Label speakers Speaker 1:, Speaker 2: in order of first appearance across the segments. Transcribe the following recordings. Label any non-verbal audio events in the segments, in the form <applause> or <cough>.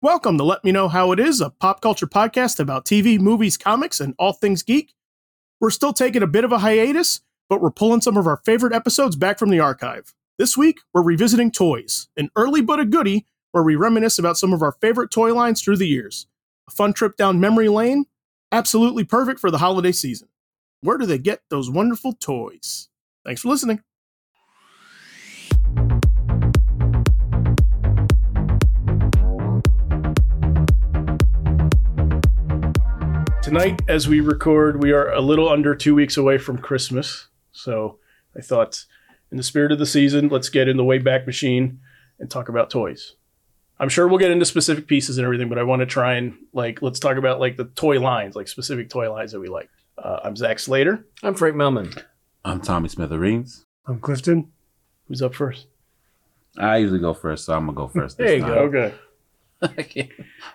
Speaker 1: Welcome to Let Me Know How It Is, a pop culture podcast about TV, movies, comics, and all things geek. We're still taking a bit of a hiatus, but we're pulling some of our favorite episodes back from the archive. This week, we're revisiting Toys, an early but a goodie where we reminisce about some of our favorite toy lines through the years. A fun trip down memory lane, absolutely perfect for the holiday season. Where do they get those wonderful toys? Thanks for listening. Tonight, as we record, we are a little under two weeks away from Christmas. So I thought, in the spirit of the season, let's get in the Wayback Machine and talk about toys. I'm sure we'll get into specific pieces and everything, but I want to try and like let's talk about like the toy lines, like specific toy lines that we like. Uh, I'm Zach Slater.
Speaker 2: I'm Frank Melman.
Speaker 3: I'm Tommy Smithereens.
Speaker 4: I'm Clifton.
Speaker 1: Who's up first?
Speaker 3: I usually go first, so I'm gonna go first. This time.
Speaker 1: Okay.
Speaker 3: <laughs> I can't-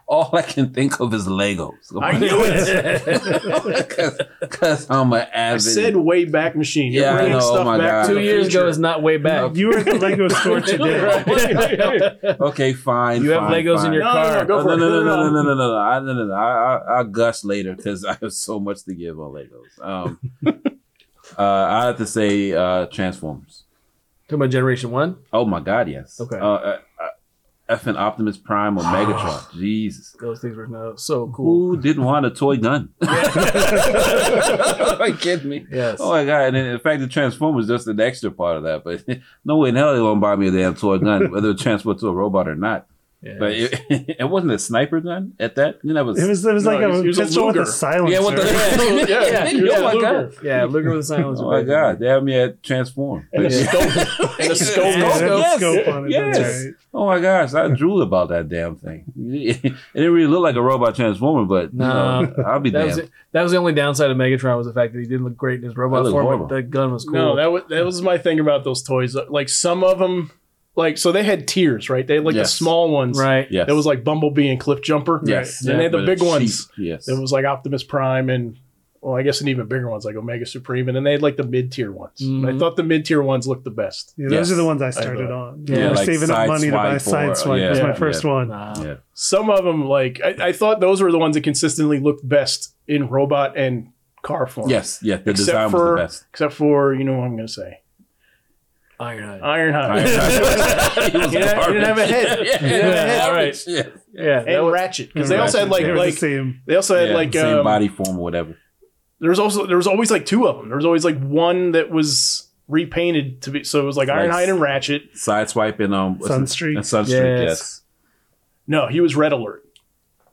Speaker 3: All I can think of is Legos.
Speaker 1: I knew
Speaker 3: <laughs> it. Because I'm an avid.
Speaker 1: I said Wayback Machine.
Speaker 3: Yeah, I
Speaker 1: You're bringing
Speaker 3: know. Oh
Speaker 1: stuff
Speaker 3: my
Speaker 1: back
Speaker 3: God.
Speaker 1: to
Speaker 2: Two
Speaker 1: the
Speaker 2: years
Speaker 1: future.
Speaker 2: ago is not way back.
Speaker 4: You were at the
Speaker 2: <laughs>
Speaker 4: Lego store today.
Speaker 3: okay, fine.
Speaker 2: You have
Speaker 3: fine,
Speaker 2: Legos
Speaker 3: fine.
Speaker 2: in your
Speaker 1: No, no, no,
Speaker 2: car.
Speaker 1: go
Speaker 3: Oh,
Speaker 1: for
Speaker 3: no,
Speaker 1: it.
Speaker 3: no, no, no, no, no, no, no, I- no, no, no. I, I, I'll gush later because I have so much to give on Legos.
Speaker 1: <laughs>
Speaker 3: Um, uh, I have to say uh, Transformers.
Speaker 2: Talking about Generation One.
Speaker 3: Oh my God, yes.
Speaker 2: Okay.
Speaker 3: Uh, uh, uh, effing Optimus Prime or
Speaker 2: <sighs>
Speaker 3: Megatron. Jesus.
Speaker 2: Those things were no, so cool.
Speaker 3: Who didn't want a toy
Speaker 2: <laughs>
Speaker 3: gun? Are you kidding me?
Speaker 2: Yes.
Speaker 3: Oh my god! And then, in fact, the Transformers is just an extra part of that. But <laughs> no way in hell they gonna buy me a damn toy gun, whether it's transferred to a robot or not.
Speaker 2: Yes. <laughs>
Speaker 3: But it, <laughs> it wasn't a sniper gun at that. You know, it was,
Speaker 4: It was it was
Speaker 1: No,
Speaker 4: like
Speaker 1: it was-
Speaker 4: a
Speaker 1: it was a
Speaker 4: pistol with a
Speaker 1: Luger.
Speaker 4: silencer.
Speaker 3: yeah. What
Speaker 4: <laughs>
Speaker 3: the heck?
Speaker 1: Yeah,
Speaker 2: yeah,
Speaker 1: you're
Speaker 3: Oh my
Speaker 1: the
Speaker 3: god!
Speaker 1: Luger.
Speaker 2: yeah, look at the silence.
Speaker 3: <laughs> Oh my god! They had me at transform.
Speaker 1: And the scope. and the scope.
Speaker 4: Yeah,
Speaker 3: Yes.
Speaker 4: that
Speaker 3: Yes.
Speaker 4: scope on it, that's
Speaker 3: Yes.
Speaker 4: right.
Speaker 3: <laughs> Oh my gosh! I drooled about that damn thing. <laughs> It didn't really look like a robot transformer, but you
Speaker 2: No.
Speaker 3: know, I'll be
Speaker 2: That was,
Speaker 3: damned.
Speaker 2: it. that was the only downside of Megatron was the fact that he didn't look great in his
Speaker 3: That
Speaker 2: robot
Speaker 3: looked
Speaker 2: form.
Speaker 3: horrible.
Speaker 2: But the gun was cool.
Speaker 1: No, that was that was my thing about those toys. Like some of them, like so they had tiers, right? They had like
Speaker 3: Yes.
Speaker 1: the small ones.
Speaker 2: right.
Speaker 3: Yes.
Speaker 1: It was like Bumblebee and Cliff Jumper.
Speaker 3: yes.
Speaker 1: And they had the
Speaker 3: But
Speaker 1: big
Speaker 3: cheap.
Speaker 1: ones.
Speaker 3: Yes.
Speaker 1: It was like Optimus Prime and well, I guess an even bigger ones like Omega Supreme, and then they had like the mid tier ones. And I
Speaker 3: Mm-hmm.
Speaker 2: Mhm.
Speaker 1: thought the mid tier ones looked the best.
Speaker 4: Yeah, those
Speaker 3: Yes.
Speaker 4: are the ones I started
Speaker 1: bet.
Speaker 4: on.
Speaker 2: Yeah,
Speaker 4: Yeah, I was
Speaker 3: like
Speaker 4: saving up money to buy
Speaker 3: Sideswipe or-
Speaker 4: Sideswipe. It was
Speaker 1: yeah,
Speaker 4: my
Speaker 3: yeah.
Speaker 4: first one.
Speaker 2: Nah.
Speaker 3: Yeah.
Speaker 1: Some of them, like I, I thought, those were the ones that consistently looked best in robot and car form.
Speaker 3: Yes, yeah, the
Speaker 1: Except
Speaker 3: design
Speaker 1: for-
Speaker 3: was the best.
Speaker 1: Except for you know what I'm going to say,
Speaker 2: Ironhide.
Speaker 1: Ironhide.
Speaker 3: Ironhide.
Speaker 1: <laughs>
Speaker 3: <laughs> He was
Speaker 1: You uh, didn't- you didn't have a head.
Speaker 3: Yeah,
Speaker 1: You didn't have a
Speaker 2: Yeah,
Speaker 1: head. <laughs>
Speaker 2: alright.
Speaker 3: yeah.
Speaker 2: yeah. That
Speaker 1: And
Speaker 2: was,
Speaker 1: Ratchet, because they also had like
Speaker 4: They were the
Speaker 1: like
Speaker 4: same.
Speaker 1: they also had
Speaker 3: Yeah,
Speaker 1: like
Speaker 3: same
Speaker 1: um,
Speaker 3: body form or whatever.
Speaker 1: there was also there was always like two of them. There was always like one that was repainted to be so it was like
Speaker 3: Nice.
Speaker 1: Ironhide and Ratchet.
Speaker 3: Sideswipe and um what's it-
Speaker 4: Sunstreak.
Speaker 3: and Sunstreak, yes.
Speaker 2: Yes.
Speaker 1: No, he was Red Alert.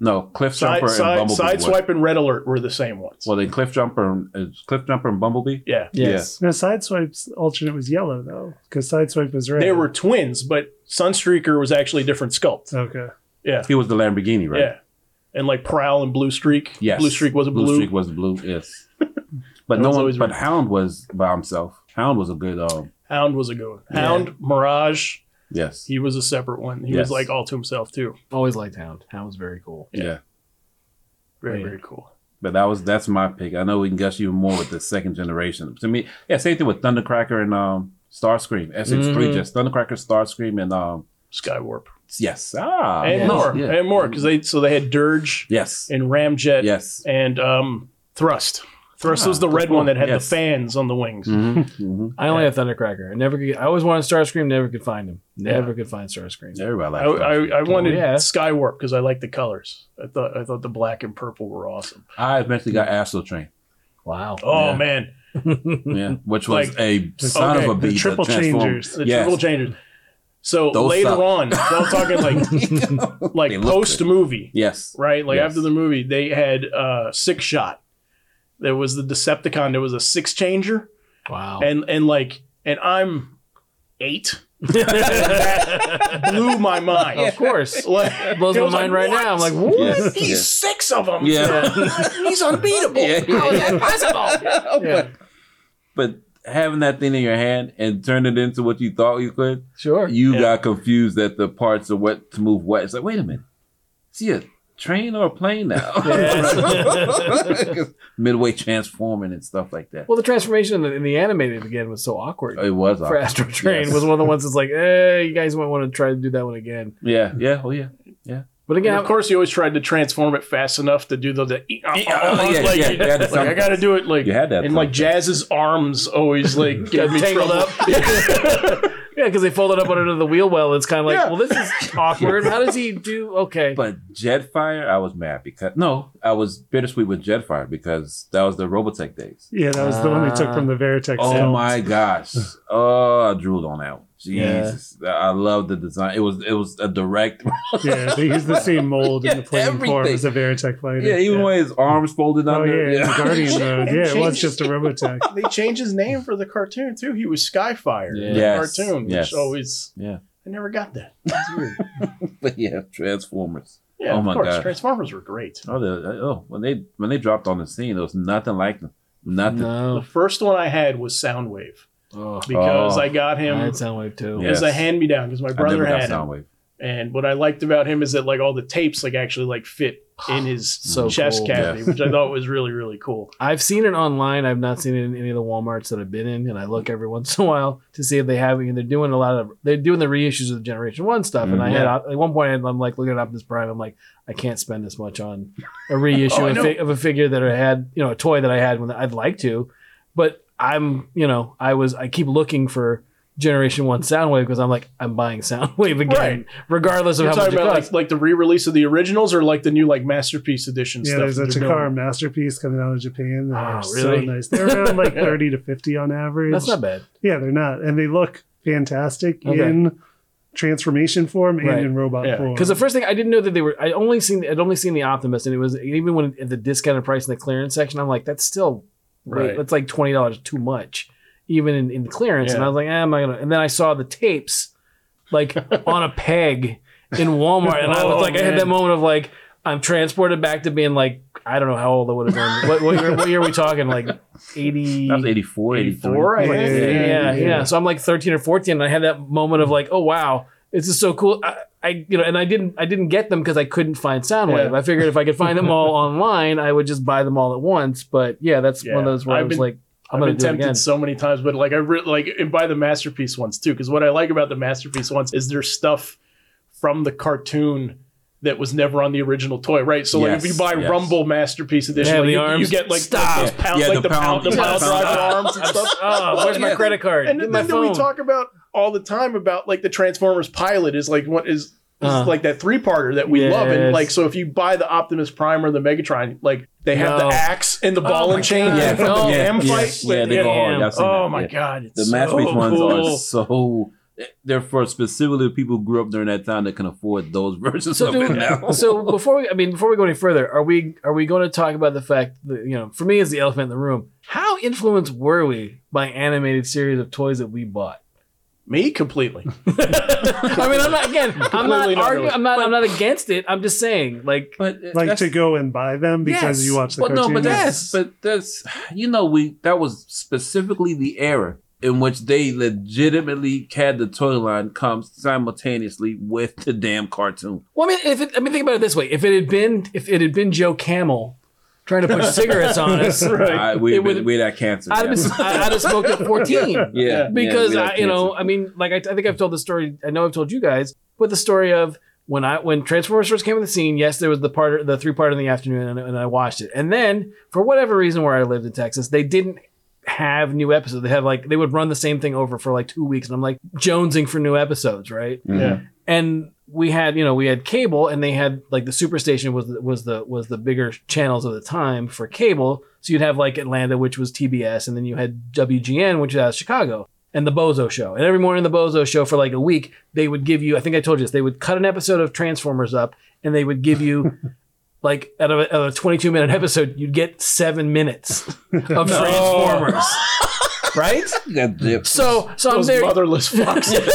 Speaker 3: No, Cliff
Speaker 1: Side,
Speaker 3: Jumper and
Speaker 1: side,
Speaker 3: Bumblebee.
Speaker 1: side
Speaker 3: were-
Speaker 1: swipe and Red Alert were the same ones.
Speaker 3: Well, then Cliff Jumper and uh, Cliff Jumper and Bumblebee.
Speaker 1: yeah.
Speaker 2: yes.
Speaker 4: No, Sideswipe's alternate was yellow though, because Sideswipe was red.
Speaker 1: They were twins, but Sunstreaker was actually a different sculpt.
Speaker 4: okay.
Speaker 1: Yeah.
Speaker 3: He was the Lamborghini, right?
Speaker 1: Yeah. And like Prowl and Blue Streak.
Speaker 3: Yes.
Speaker 1: Blue Streak was a
Speaker 3: Blue
Speaker 1: blue.
Speaker 3: Streak was blue.
Speaker 1: <laughs>
Speaker 3: Yes. But
Speaker 1: That
Speaker 3: no
Speaker 1: was
Speaker 3: one.
Speaker 1: always
Speaker 3: But
Speaker 1: right.
Speaker 3: Hound was by himself. Hound was a good. Um.
Speaker 1: Hound was a good one.
Speaker 2: Yeah.
Speaker 1: Hound, Mirage,
Speaker 3: Yes.
Speaker 1: he was a separate one. He was
Speaker 3: Yes.
Speaker 1: like all to himself too.
Speaker 2: Always liked Hound. Hound was very cool.
Speaker 3: Yeah.
Speaker 1: Very,
Speaker 2: Yeah.
Speaker 1: very cool.
Speaker 3: But that was that's my pick. I know we can gush even more with the second generation. To me, yeah, same thing with Thundercracker and um Starscream. SX3
Speaker 2: Mhm.
Speaker 1: Mm-hmm.
Speaker 3: just Thundercracker, Starscream, and um
Speaker 1: Skywarp.
Speaker 3: yes. Ah
Speaker 1: and,
Speaker 3: yes.
Speaker 1: more,
Speaker 3: Yeah.
Speaker 1: and more. Because they so they had Dirge
Speaker 3: Yes.
Speaker 1: and Ramjet
Speaker 3: Yes.
Speaker 1: and um Thrust. Thrust
Speaker 3: Ah,
Speaker 1: was the
Speaker 3: that's
Speaker 1: red
Speaker 3: cool.
Speaker 1: one that had
Speaker 3: Yes.
Speaker 1: the fans on the wings.
Speaker 3: Mhm,
Speaker 2: <laughs>
Speaker 3: mhm.
Speaker 2: I only had Thundercracker. I never could. get- I always wanted Starscream. Never could find him. Never could find Starscream.
Speaker 3: Everybody
Speaker 1: I,
Speaker 3: likes
Speaker 1: I, I
Speaker 3: Starscream.
Speaker 1: wanted
Speaker 2: yeah.
Speaker 1: Skywarp because I like the colors. I thought I thought the black and purple were awesome.
Speaker 3: I eventually got Astro Train.
Speaker 2: Wow.
Speaker 1: Oh
Speaker 3: Yeah.
Speaker 1: man, <laughs>
Speaker 3: Yeah. Which was
Speaker 1: Like-
Speaker 3: a son
Speaker 1: Okay,
Speaker 3: of a
Speaker 4: the
Speaker 3: beat.
Speaker 4: triple changers.
Speaker 1: the
Speaker 3: Yes.
Speaker 1: triple changers. So
Speaker 3: Those
Speaker 1: later
Speaker 3: suck.
Speaker 1: on, so I'm talking
Speaker 3: <laughs>
Speaker 5: <laughs>
Speaker 1: like
Speaker 3: They
Speaker 1: like
Speaker 3: look
Speaker 1: post movie,
Speaker 3: Yes.
Speaker 1: right? Like
Speaker 3: Yes.
Speaker 1: after the movie, they had uh, six shot. There was the Decepticon. There was a six changer,
Speaker 2: <laughs>
Speaker 3: Oh.
Speaker 2: Wow.
Speaker 1: and and like and I'm eight. <laughs>
Speaker 3: <laughs>
Speaker 1: Blew my mind.
Speaker 2: of course.
Speaker 1: <laughs> Like,
Speaker 2: Blows
Speaker 1: it
Speaker 2: my
Speaker 1: was
Speaker 2: mind right now.
Speaker 1: <laughs>
Speaker 2: I'm like,
Speaker 1: what?
Speaker 2: what?
Speaker 3: Yes.
Speaker 1: He's
Speaker 3: yes.
Speaker 1: six of them.
Speaker 5: <laughs>
Speaker 3: Yeah.
Speaker 1: <laughs>
Speaker 3: <laughs>
Speaker 1: He's unbeatable.
Speaker 3: Yeah.
Speaker 1: How is that possible?
Speaker 2: Oh, Yeah.
Speaker 3: But having that thing in your hand and turn it into what you thought you could,
Speaker 2: Sure.
Speaker 3: you
Speaker 1: Yeah.
Speaker 3: got confused at the parts of what to move what. It's like, wait a minute, see a train or a plane now? <laughs> Midway transforming and stuff like that.
Speaker 2: Well, the transformation in the, in the animated again was so awkward.
Speaker 3: It was
Speaker 2: For Astro
Speaker 3: awesome.
Speaker 2: Train
Speaker 3: Oh, Yes.
Speaker 2: was one of the ones that's like, eh, you guys might want to try to do that one again.
Speaker 3: Yeah, yeah, oh yeah.
Speaker 2: But
Speaker 5: And
Speaker 2: again,
Speaker 5: of course, he always tried to transform it fast enough to do the. the
Speaker 3: oh, yeah,
Speaker 5: like,
Speaker 3: yeah, you had to
Speaker 5: like, I got to do it like.
Speaker 3: You had that
Speaker 5: And like
Speaker 3: something.
Speaker 5: Jazz's arms
Speaker 3: <laughs>
Speaker 5: always like get me
Speaker 2: tangled
Speaker 5: tangled
Speaker 2: up.
Speaker 5: up.
Speaker 2: <laughs> yeah, because they folded up under the wheel well. It's kind of like,
Speaker 5: Yeah.
Speaker 2: well, this is awkward. How does he do? Okay.
Speaker 3: But Jetfire, I was mad because no, I was bittersweet with Jetfire because that was the Robotech days.
Speaker 4: Yeah, that was the one they took
Speaker 2: Ah.
Speaker 4: from the Veritex.
Speaker 3: Oh
Speaker 4: film.
Speaker 3: my gosh! Oh, I drooled on that one.
Speaker 2: Yeah.
Speaker 3: Jesus, I love the design. It was it was a direct.
Speaker 4: Yeah, they used the same mold in
Speaker 3: <laughs>
Speaker 4: the
Speaker 3: Yeah,
Speaker 4: plain form
Speaker 3: everything.
Speaker 4: as a Veritech lighter.
Speaker 3: <laughs> yeah, even when his arms folded
Speaker 4: Oh
Speaker 3: under.
Speaker 4: yeah, the Guardian mode. Yeah, it was
Speaker 5: Changes.
Speaker 4: just a Robotech.
Speaker 5: they changed his name for the cartoon too. He was Skyfire in the
Speaker 3: Yes,
Speaker 5: cartoon, which
Speaker 3: yes.
Speaker 5: always
Speaker 3: Yeah.
Speaker 5: I never got that. That's weird.
Speaker 3: but <laughs> yeah, Transformers.
Speaker 5: Yeah,
Speaker 3: Oh
Speaker 5: of
Speaker 3: my
Speaker 5: course.
Speaker 3: God.
Speaker 5: Transformers were great.
Speaker 3: Oh, they, oh, when they when they dropped on the scene, there was nothing like them. Nothing.
Speaker 5: The
Speaker 2: No.
Speaker 5: first one I had was Soundwave
Speaker 2: Oh,
Speaker 5: because
Speaker 3: Oh.
Speaker 5: I got
Speaker 2: I
Speaker 5: him
Speaker 2: had Soundwave too.
Speaker 3: Yeah.
Speaker 5: as a
Speaker 3: Yes.
Speaker 5: hand me down because my brother
Speaker 3: I never got
Speaker 5: had him.
Speaker 3: Soundwave.
Speaker 5: And what I liked about him is that like all the tapes like actually like
Speaker 4: <sighs>
Speaker 5: fit in his
Speaker 2: <sighs> So
Speaker 5: chest
Speaker 2: cool.
Speaker 5: cavity,
Speaker 3: Yeah.
Speaker 5: which I thought was really
Speaker 2: <laughs>
Speaker 5: really cool.
Speaker 2: I've seen it online. I've not seen it in any of the WalMarts that I've been in, and I look every once in a while to see if they have it. And they're doing a lot of they're doing the reissues of the Generation One stuff. And I
Speaker 3: Mhm.
Speaker 2: had
Speaker 5: Mm-hmm.
Speaker 2: uh, at one point I'm like looking at Optimus Prime. I'm like, I can't spend this much on
Speaker 5: <laughs>
Speaker 2: a reissue
Speaker 5: Oh, I
Speaker 2: of, a
Speaker 5: know.
Speaker 2: fi- of a figure that I had, you know, a toy that I had when I'd like to, but I'm, you know, I was I keep looking for Generation One Soundwave because I'm like I'm buying Soundwave <laughs> again,
Speaker 5: Right.
Speaker 2: regardless of
Speaker 5: You're
Speaker 2: how much
Speaker 5: talking
Speaker 2: it
Speaker 5: about
Speaker 2: costs.
Speaker 5: like, like the re-release of the originals or like the new like masterpiece edition
Speaker 4: Yeah,
Speaker 5: stuff.
Speaker 4: there's a
Speaker 5: that they're doing?
Speaker 4: Takara masterpiece coming out of Japan. They're
Speaker 2: Oh,
Speaker 4: so
Speaker 2: really?
Speaker 4: nice. They're around like
Speaker 5: Yeah.
Speaker 4: 30 to 50 on average.
Speaker 2: That's not bad.
Speaker 4: Yeah, they're not. And they look fantastic
Speaker 2: Okay.
Speaker 4: in transformation form and
Speaker 2: Right.
Speaker 4: in robot
Speaker 5: Yeah,
Speaker 4: form.
Speaker 2: Because the first thing I didn't know that they were. I only seen I'd only seen the Optimist, and it was even when at the discounted price in the clearance section. I'm like, that's still wait,
Speaker 5: Right.
Speaker 2: that's like twenty dollars too much, even in, in clearance. And
Speaker 5: Yeah.
Speaker 2: I was like, eh, am I gonna? And then I saw the tapes,
Speaker 5: <laughs>
Speaker 2: like on a peg in Walmart, and I
Speaker 5: Oh,
Speaker 2: was like, I had
Speaker 5: man.
Speaker 2: that moment of like, I'm transported back to being like, I don't know how old I would have been. what, what, year, what year are we talking? Like eighty.
Speaker 3: That was 84,
Speaker 5: 84, I
Speaker 4: Yeah,
Speaker 5: think.
Speaker 2: Yeah, yeah,
Speaker 4: yeah.
Speaker 2: So I'm like 13 or 14, and I had that moment of like, oh wow, this is so cool. I, I you know, and I didn't, I didn't get them because I couldn't find Soundwave.
Speaker 5: Yeah.
Speaker 2: I figured if I could find them
Speaker 5: <laughs>
Speaker 2: all online, I would just buy them all at once. But yeah, that's one
Speaker 5: Yeah.
Speaker 2: of those where i
Speaker 5: I've
Speaker 2: was
Speaker 5: been-
Speaker 2: like, I'm
Speaker 5: I've
Speaker 2: gonna
Speaker 5: been
Speaker 2: do it
Speaker 5: tempted
Speaker 2: again.
Speaker 5: so many times, but like I re- like and buy the masterpiece ones too. Because what I like about the masterpiece ones is there's stuff from the cartoon that was never on the original toy, right? So like if you
Speaker 3: Yes,
Speaker 5: buy
Speaker 3: yes.
Speaker 5: Rumble masterpiece edition,
Speaker 2: Yeah,
Speaker 5: like,
Speaker 2: the
Speaker 5: you, you
Speaker 2: arms.
Speaker 5: get like
Speaker 2: Stop.
Speaker 5: those pound,
Speaker 3: Yeah,
Speaker 5: like
Speaker 3: the
Speaker 5: the pound,
Speaker 3: pound-
Speaker 5: the
Speaker 3: yeah,
Speaker 5: pound
Speaker 3: the
Speaker 5: drive
Speaker 3: pound-
Speaker 5: arms and stuff.
Speaker 2: Oh,
Speaker 5: Well,
Speaker 2: where's my
Speaker 5: yeah.
Speaker 2: credit card?
Speaker 5: And the
Speaker 2: Get my
Speaker 5: thing that we
Speaker 2: phone.
Speaker 5: talk about all the time about like the Transformers pilot is like what is. is
Speaker 3: Uh-huh.
Speaker 2: Uh.
Speaker 5: like that three parter that we love, and
Speaker 2: Yes.
Speaker 5: like so, if you buy the Optimus Prime or the Megatron, like they have
Speaker 2: No.
Speaker 5: the axe and the ball
Speaker 2: my
Speaker 5: and chain,
Speaker 2: God.
Speaker 3: Yeah,
Speaker 5: yeah, from
Speaker 2: Oh,
Speaker 5: the
Speaker 3: Oh yeah,
Speaker 5: M
Speaker 3: yeah,
Speaker 5: fight.
Speaker 3: Yeah,
Speaker 5: that-
Speaker 3: they go hard. I've seen
Speaker 5: Oh
Speaker 3: that,
Speaker 5: my
Speaker 3: yeah.
Speaker 5: god, it's
Speaker 3: The masterpiece
Speaker 5: so
Speaker 3: ones
Speaker 5: cool.
Speaker 3: are so. They're for specifically people who grew up during that time that can afford those <laughs> versions
Speaker 2: So,
Speaker 3: of it
Speaker 2: do, <laughs>
Speaker 3: now.
Speaker 2: so before we, I mean, before we go any further, are we are we going to talk about the fact that you know, for me, is the elephant in the room. How influenced were we by animated series of toys that we bought?
Speaker 5: Me completely.
Speaker 2: I mean, I'm not again. I'm not
Speaker 5: Completely not
Speaker 2: arguing.
Speaker 5: really.
Speaker 2: I'm not. I'm not against it. I'm just saying, like,
Speaker 3: but uh,
Speaker 4: like
Speaker 3: that's-
Speaker 4: to go and buy them because
Speaker 2: Yes.
Speaker 4: you watch the
Speaker 3: Well, no,
Speaker 4: cartoon.
Speaker 3: but
Speaker 2: Yes.
Speaker 3: that's but that's you know we that was specifically the era in which they legitimately had the toy line come simultaneously with the damn cartoon.
Speaker 2: well, I mean, if it, I mean, think about it this way: if it had been, if it had been Joe Camel trying to push cigarettes on us, <laughs>
Speaker 3: I, we
Speaker 2: It
Speaker 3: we
Speaker 2: would-
Speaker 3: we that cancer.
Speaker 2: I'd have,
Speaker 3: yeah.
Speaker 2: been, I- I'd have smoked at 14.
Speaker 3: Yeah, yeah,
Speaker 2: because
Speaker 3: we'd have
Speaker 2: I, you know,
Speaker 3: cancer.
Speaker 2: I mean, like I, I think I've told the story. I know I've told you guys, but the story of when I when Transformers first came on the scene. Yes, there was the part, the three part in the afternoon, and, and I watched it. And then for whatever reason, where I lived in Texas, they didn't have new episodes. They had like they would run the same thing over for like two weeks, and I'm like jonesing for new episodes, right?
Speaker 5: Yeah.
Speaker 2: and we had you know we had cable and they had like the superstation was the, was the was the bigger channels of the time for cable so you'd have like atlanta which was tbs and then you had wgn which was out of chicago and the bozo show and every morning the bozo show for like a week they would give you i think i told you this they would cut an episode of transformers up and they would give you like out of a, out of a 22 minute episode you'd get seven minutes of transformers <laughs> right
Speaker 3: That dip.
Speaker 2: so so
Speaker 5: Those
Speaker 2: i'm there
Speaker 3: <laughs>
Speaker 5: motherless <laughs> foxes.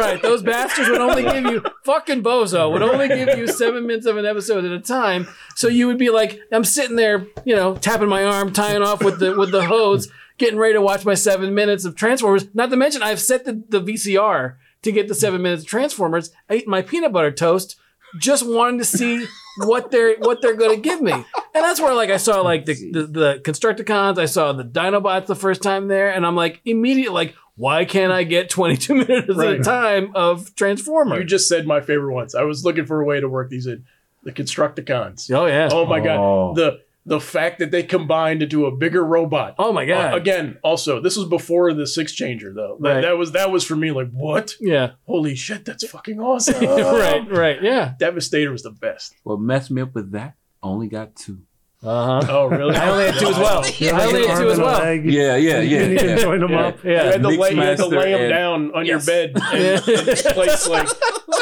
Speaker 2: right. Those bastards would only give you fucking bozo would only give you seven minutes of an episode at a time. So you would be like, I'm sitting there, you know, tapping my arm, tying off with the with the hose, getting ready to watch my seven minutes of Transformers. Not to mention, I've set the, the VCR to get the
Speaker 5: Hmm.
Speaker 2: seven minutes of Transformers. I ate my peanut butter toast, just wanting to see what they're what they're gonna give me. And that's where like I saw like the the, the Constructicons, I saw the Dinobots the first time there, and I'm like immediately like, Why can't I get 22 <laughs> minutes at
Speaker 5: Right.
Speaker 2: a time of Transformer?
Speaker 5: You just said my favorite ones. I was looking for a way to work these in. The Constructicons.
Speaker 2: oh yeah. Oh,
Speaker 5: Oh my god.
Speaker 3: Oh.
Speaker 5: The the fact that they combined into a bigger robot.
Speaker 2: oh my god.
Speaker 5: Uh, again, also this was before the six changer though. That-
Speaker 2: Right.
Speaker 5: That was that was for me like what?
Speaker 2: yeah. <laughs>
Speaker 5: Holy shit, that's fucking awesome.
Speaker 2: right. Right. Yeah.
Speaker 5: Devastator was the best.
Speaker 3: What messed me up with that? I only got two.
Speaker 2: Uh huh.
Speaker 5: Oh really?
Speaker 2: I only had two as
Speaker 5: <laughs>
Speaker 2: well. I only had
Speaker 4: Arm
Speaker 2: two as
Speaker 4: and a
Speaker 2: well.
Speaker 4: leg.
Speaker 3: Yeah, yeah,
Speaker 4: You
Speaker 3: yeah.
Speaker 4: didn't even
Speaker 3: yeah,
Speaker 4: join 'em
Speaker 3: yeah.
Speaker 4: up.
Speaker 2: <laughs>
Speaker 5: You
Speaker 2: Yeah.
Speaker 5: had to lay, you had to
Speaker 3: Mixmaster
Speaker 5: lay him
Speaker 3: and-
Speaker 5: down on your
Speaker 2: Yes.
Speaker 5: bed
Speaker 2: <laughs>
Speaker 5: and,
Speaker 2: Yeah.
Speaker 5: and
Speaker 2: <laughs>
Speaker 5: place like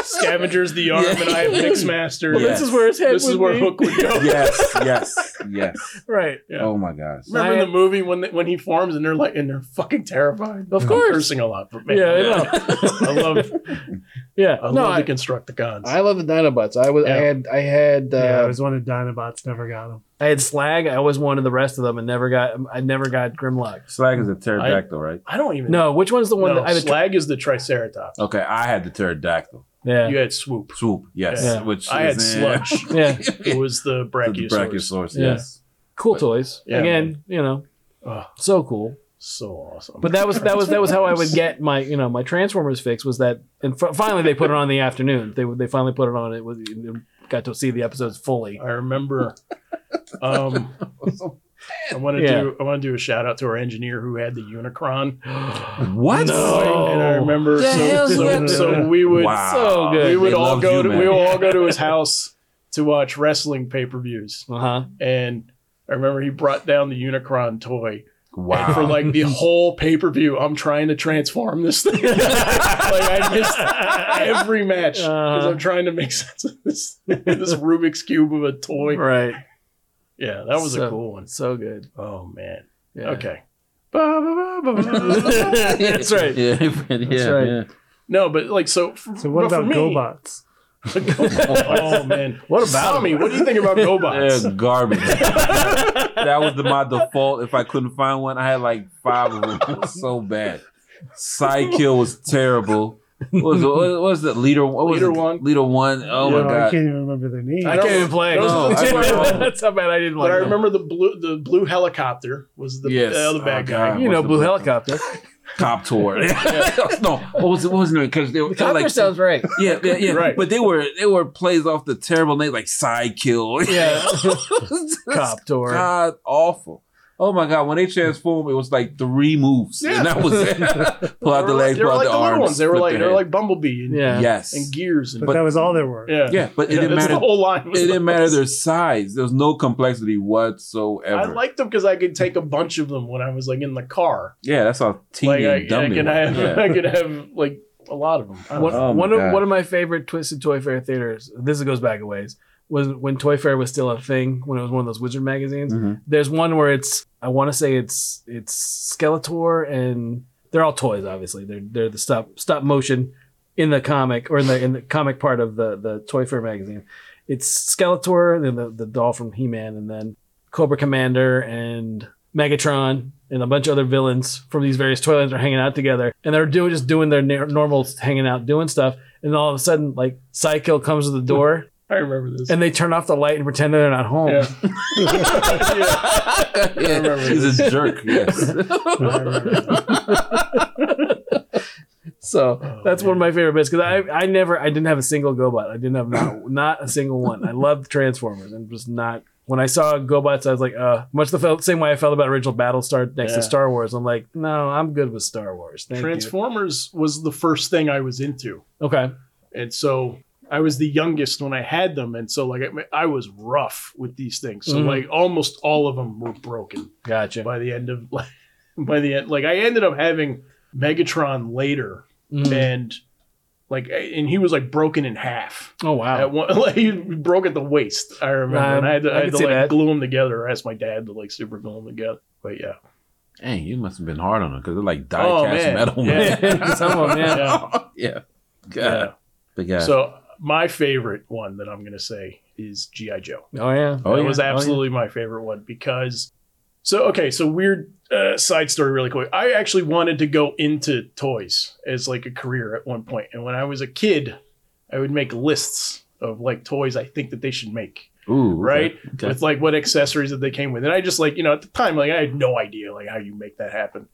Speaker 5: scavengers the arm and I have Mixmaster.
Speaker 2: Well,
Speaker 5: master.
Speaker 2: this is where his head
Speaker 5: this is
Speaker 2: would
Speaker 5: where
Speaker 2: be. <laughs>
Speaker 5: Hook would go.
Speaker 3: Yes, yes, yes.
Speaker 2: Right.
Speaker 5: Yeah.
Speaker 3: Oh my gosh.
Speaker 5: Remember in
Speaker 2: I-
Speaker 5: the movie when they, when he forms and they're like and they're fucking terrified.
Speaker 2: Of
Speaker 5: I'm
Speaker 2: course.
Speaker 5: cursing a lot, but man,
Speaker 2: Yeah. I know.
Speaker 5: I love
Speaker 2: Yeah.
Speaker 5: I
Speaker 2: no.
Speaker 5: love
Speaker 2: I,
Speaker 5: to construct the cons.
Speaker 2: I love the Dinobots. I was. I
Speaker 5: Yeah.
Speaker 2: had. I had. Uh,
Speaker 4: yeah, I was one of Dinobots, never got him.
Speaker 2: I had Slag. I always wanted the rest of them, and never got. I never got Grimlock.
Speaker 3: Slag is a pterodactyl, right?
Speaker 5: I don't even
Speaker 2: No, which one's the one
Speaker 5: No,
Speaker 2: that I had?
Speaker 5: slag is the Triceratops.
Speaker 3: Okay, I had the pterodactyl.
Speaker 2: yeah,
Speaker 5: You had swoop.
Speaker 3: Swoop, yes.
Speaker 2: Yeah.
Speaker 3: Which
Speaker 5: I had
Speaker 3: is in- <laughs>
Speaker 5: sludge.
Speaker 2: yeah.
Speaker 5: it was the
Speaker 3: the
Speaker 5: brachiosaurus.
Speaker 3: brachiosaurus,
Speaker 2: Yeah.
Speaker 3: yes.
Speaker 2: Cool toys.
Speaker 5: Yeah.
Speaker 2: Again, you know,
Speaker 5: Oh,
Speaker 2: so cool.
Speaker 5: so awesome.
Speaker 2: But that was that was that was how I would get my you know my Transformers fix was that and f- finally they put it on in the afternoon. They would- they finally put it on. It was it got to see the episodes fully.
Speaker 5: I remember. Um, I want to
Speaker 2: Yeah.
Speaker 5: do I want to do a shout out to our engineer who had the Unicron.
Speaker 3: What?
Speaker 2: No.
Speaker 5: And I remember
Speaker 2: The
Speaker 5: so
Speaker 2: hell's
Speaker 5: so,
Speaker 4: that?
Speaker 5: so we would
Speaker 3: Wow.
Speaker 2: so good.
Speaker 5: we would
Speaker 3: They
Speaker 5: all
Speaker 3: loved
Speaker 5: go
Speaker 3: you,
Speaker 5: to
Speaker 3: man.
Speaker 5: we would all go
Speaker 3: <laughs>
Speaker 5: to his house to watch wrestling pay per views.
Speaker 2: Uh
Speaker 5: <laughs>
Speaker 2: huh.
Speaker 5: And I remember he brought down the Unicron toy.
Speaker 2: <laughs>
Speaker 3: Wow. <laughs>
Speaker 5: And for like the whole pay per view, I'm trying to transform this thing. <laughs> like I missed <laughs> every match because
Speaker 2: Uh-huh.
Speaker 5: I'm trying to make <laughs> sense of this this Rubik's cube of a toy.
Speaker 2: Right.
Speaker 5: Yeah, that was
Speaker 2: So-
Speaker 5: a cool one.
Speaker 2: So good.
Speaker 5: Oh man.
Speaker 2: Yeah.
Speaker 5: Okay. Ba, ba, ba, ba, ba.
Speaker 2: <laughs> That's right.
Speaker 3: Yeah, <laughs> yeah,
Speaker 2: right.
Speaker 3: yeah.
Speaker 5: no, but like so. f-
Speaker 4: So what
Speaker 5: but for
Speaker 4: about
Speaker 5: me- <laughs>
Speaker 4: GoBots?
Speaker 5: oh <laughs> man.
Speaker 2: What about
Speaker 5: Tommy? What do
Speaker 3: <laughs>
Speaker 5: you think about GoBots?
Speaker 3: They're garbage. that was the, my default. If I couldn't find one, I had like five of them. <laughs> It was so bad. Sidekill was terrible. What was, what was the leader? What was
Speaker 5: Leader
Speaker 3: it?
Speaker 5: one?
Speaker 3: Leader one. Oh
Speaker 4: You
Speaker 3: my
Speaker 4: know, I
Speaker 3: god.
Speaker 4: can't even remember their names.
Speaker 5: I
Speaker 2: I
Speaker 5: don't-
Speaker 2: can't even play.
Speaker 5: those
Speaker 3: are the two I don't-
Speaker 2: That's how bad I didn't like.
Speaker 5: But I
Speaker 2: them.
Speaker 5: remember the blue the blue helicopter was the
Speaker 3: Yes.
Speaker 5: uh, the bad
Speaker 3: Oh,
Speaker 5: guy.
Speaker 3: God.
Speaker 2: You know,
Speaker 3: What's the
Speaker 2: Blue
Speaker 3: blue-
Speaker 2: Helicopter.
Speaker 3: Cop
Speaker 5: <laughs>
Speaker 3: tour. <laughs> no, what was it? What was it? Because
Speaker 2: <laughs>
Speaker 3: they were
Speaker 2: The
Speaker 3: they were
Speaker 2: Copter
Speaker 3: like
Speaker 2: sounds right.
Speaker 3: yeah, yeah, yeah.
Speaker 5: Right.
Speaker 3: But they were they were plays off the terrible name like Sidekill. <laughs>
Speaker 2: Yeah.
Speaker 3: Just
Speaker 2: <laughs> Coptor.
Speaker 3: God awful. Oh my god, when they transformed, it was like three moves,
Speaker 5: Yeah.
Speaker 3: and that was it.
Speaker 5: <laughs>
Speaker 3: pull
Speaker 5: They
Speaker 3: out
Speaker 5: were
Speaker 3: the
Speaker 5: like-
Speaker 3: legs,
Speaker 5: they
Speaker 3: pull
Speaker 5: were
Speaker 3: out
Speaker 5: like
Speaker 3: the, arms,
Speaker 5: the little ones. They were
Speaker 3: flip
Speaker 5: like
Speaker 3: the
Speaker 5: they were
Speaker 3: head.
Speaker 5: like Bumblebee and,
Speaker 2: Yeah.
Speaker 3: yes,
Speaker 5: and gears and
Speaker 4: but that was all there were.
Speaker 5: yeah.
Speaker 3: yeah, but it
Speaker 5: Yeah,
Speaker 3: didn't
Speaker 5: that's
Speaker 3: matter.
Speaker 5: The whole line.
Speaker 3: It
Speaker 5: was
Speaker 3: didn't
Speaker 5: the-
Speaker 3: matter their size. There was no complexity
Speaker 5: <laughs> I
Speaker 3: whatsoever.
Speaker 5: liked them because I could take a bunch of them when I was like in the car.
Speaker 3: yeah, that's how
Speaker 5: Like
Speaker 3: teeny
Speaker 5: I, I
Speaker 3: and dumb they
Speaker 5: could
Speaker 3: were.
Speaker 5: have,
Speaker 3: Yeah.
Speaker 5: <laughs> I could have like a lot of them. I don't
Speaker 2: One,
Speaker 5: know.
Speaker 3: Oh my
Speaker 2: one of
Speaker 3: God.
Speaker 2: one of my favorite Twisted Toy Fair theaters. This goes back a ways. Was when Toy Fair was still a thing. When it was one of those wizard magazines.
Speaker 5: <laughs>
Speaker 3: Mhm.
Speaker 2: There's one where it's I want to say it's it's Skeletor and they're all toys. Obviously, they're they're the stop stop motion in the comic or in the in the comic part of the the Toy Fair magazine. It's Skeletor, then the the doll from He Man, and then Cobra Commander and Megatron and a bunch of other villains from these various toy lines are hanging out together, and they're doing just doing their na- normal hanging out, doing stuff, and all of a sudden, like Psycho comes to the door,
Speaker 5: I remember this.
Speaker 2: and they turn off the light and pretend they're not home.
Speaker 5: yeah. <laughs> yeah.
Speaker 3: yeah, he's a jerk. Yes.
Speaker 5: <laughs> I remember that.
Speaker 2: So
Speaker 5: Oh,
Speaker 2: that's one of
Speaker 5: man.
Speaker 2: my favorite bits because I I never I didn't have a single GoBot. I didn't have not <laughs> not a single one. I loved Transformers and was not. When I saw GoBots, I was like, uh, much the fel- same way I felt about original Battlestar next
Speaker 5: Yeah.
Speaker 2: to Star Wars. I'm like, no, I'm good with Star Wars. Thank
Speaker 5: Transformers was the first thing I was into,
Speaker 2: you. Okay.
Speaker 5: and so I was the youngest when I had them, and so like I, I was rough with these things. So
Speaker 2: Mhm.
Speaker 5: like almost all of them were broken.
Speaker 2: Gotcha.
Speaker 5: by the end of like <laughs> by the end like I ended up having Megatron later
Speaker 2: Mhm.
Speaker 5: and like and he was like broken in half.
Speaker 2: Oh, <laughs> wow.
Speaker 5: At one, <laughs> like he broke at the waist. I remember, and I had to,
Speaker 2: Um,
Speaker 5: I
Speaker 2: I
Speaker 5: had
Speaker 2: could
Speaker 5: to
Speaker 2: see
Speaker 5: like
Speaker 2: that.
Speaker 5: glue them together. I asked my dad to like super glue them together. But yeah,
Speaker 3: Dang, you must have been hard on them because they're like die
Speaker 5: Oh,
Speaker 3: cast
Speaker 5: man.
Speaker 3: metal.
Speaker 5: Yeah.
Speaker 3: <laughs> man.
Speaker 5: <laughs>
Speaker 2: Some of 'em, yeah.
Speaker 3: "Oh, yeah. God.
Speaker 5: yeah.
Speaker 3: But yeah.
Speaker 5: So my favorite one that I'm gonna say is GI Joe.
Speaker 2: Oh yeah.
Speaker 3: Oh,
Speaker 5: it
Speaker 3: yeah.
Speaker 5: was
Speaker 3: Oh, yeah.
Speaker 5: absolutely my favorite one because so okay so weird uh, side story really quick i actually wanted to go into toys as like a career at one point and when i was a kid i would make lists of like toys i think that they should make
Speaker 3: Ooh, okay.
Speaker 5: right
Speaker 3: Okay.
Speaker 5: with like what accessories that they came with and i just like you know at the time like i had no idea like how you make that happen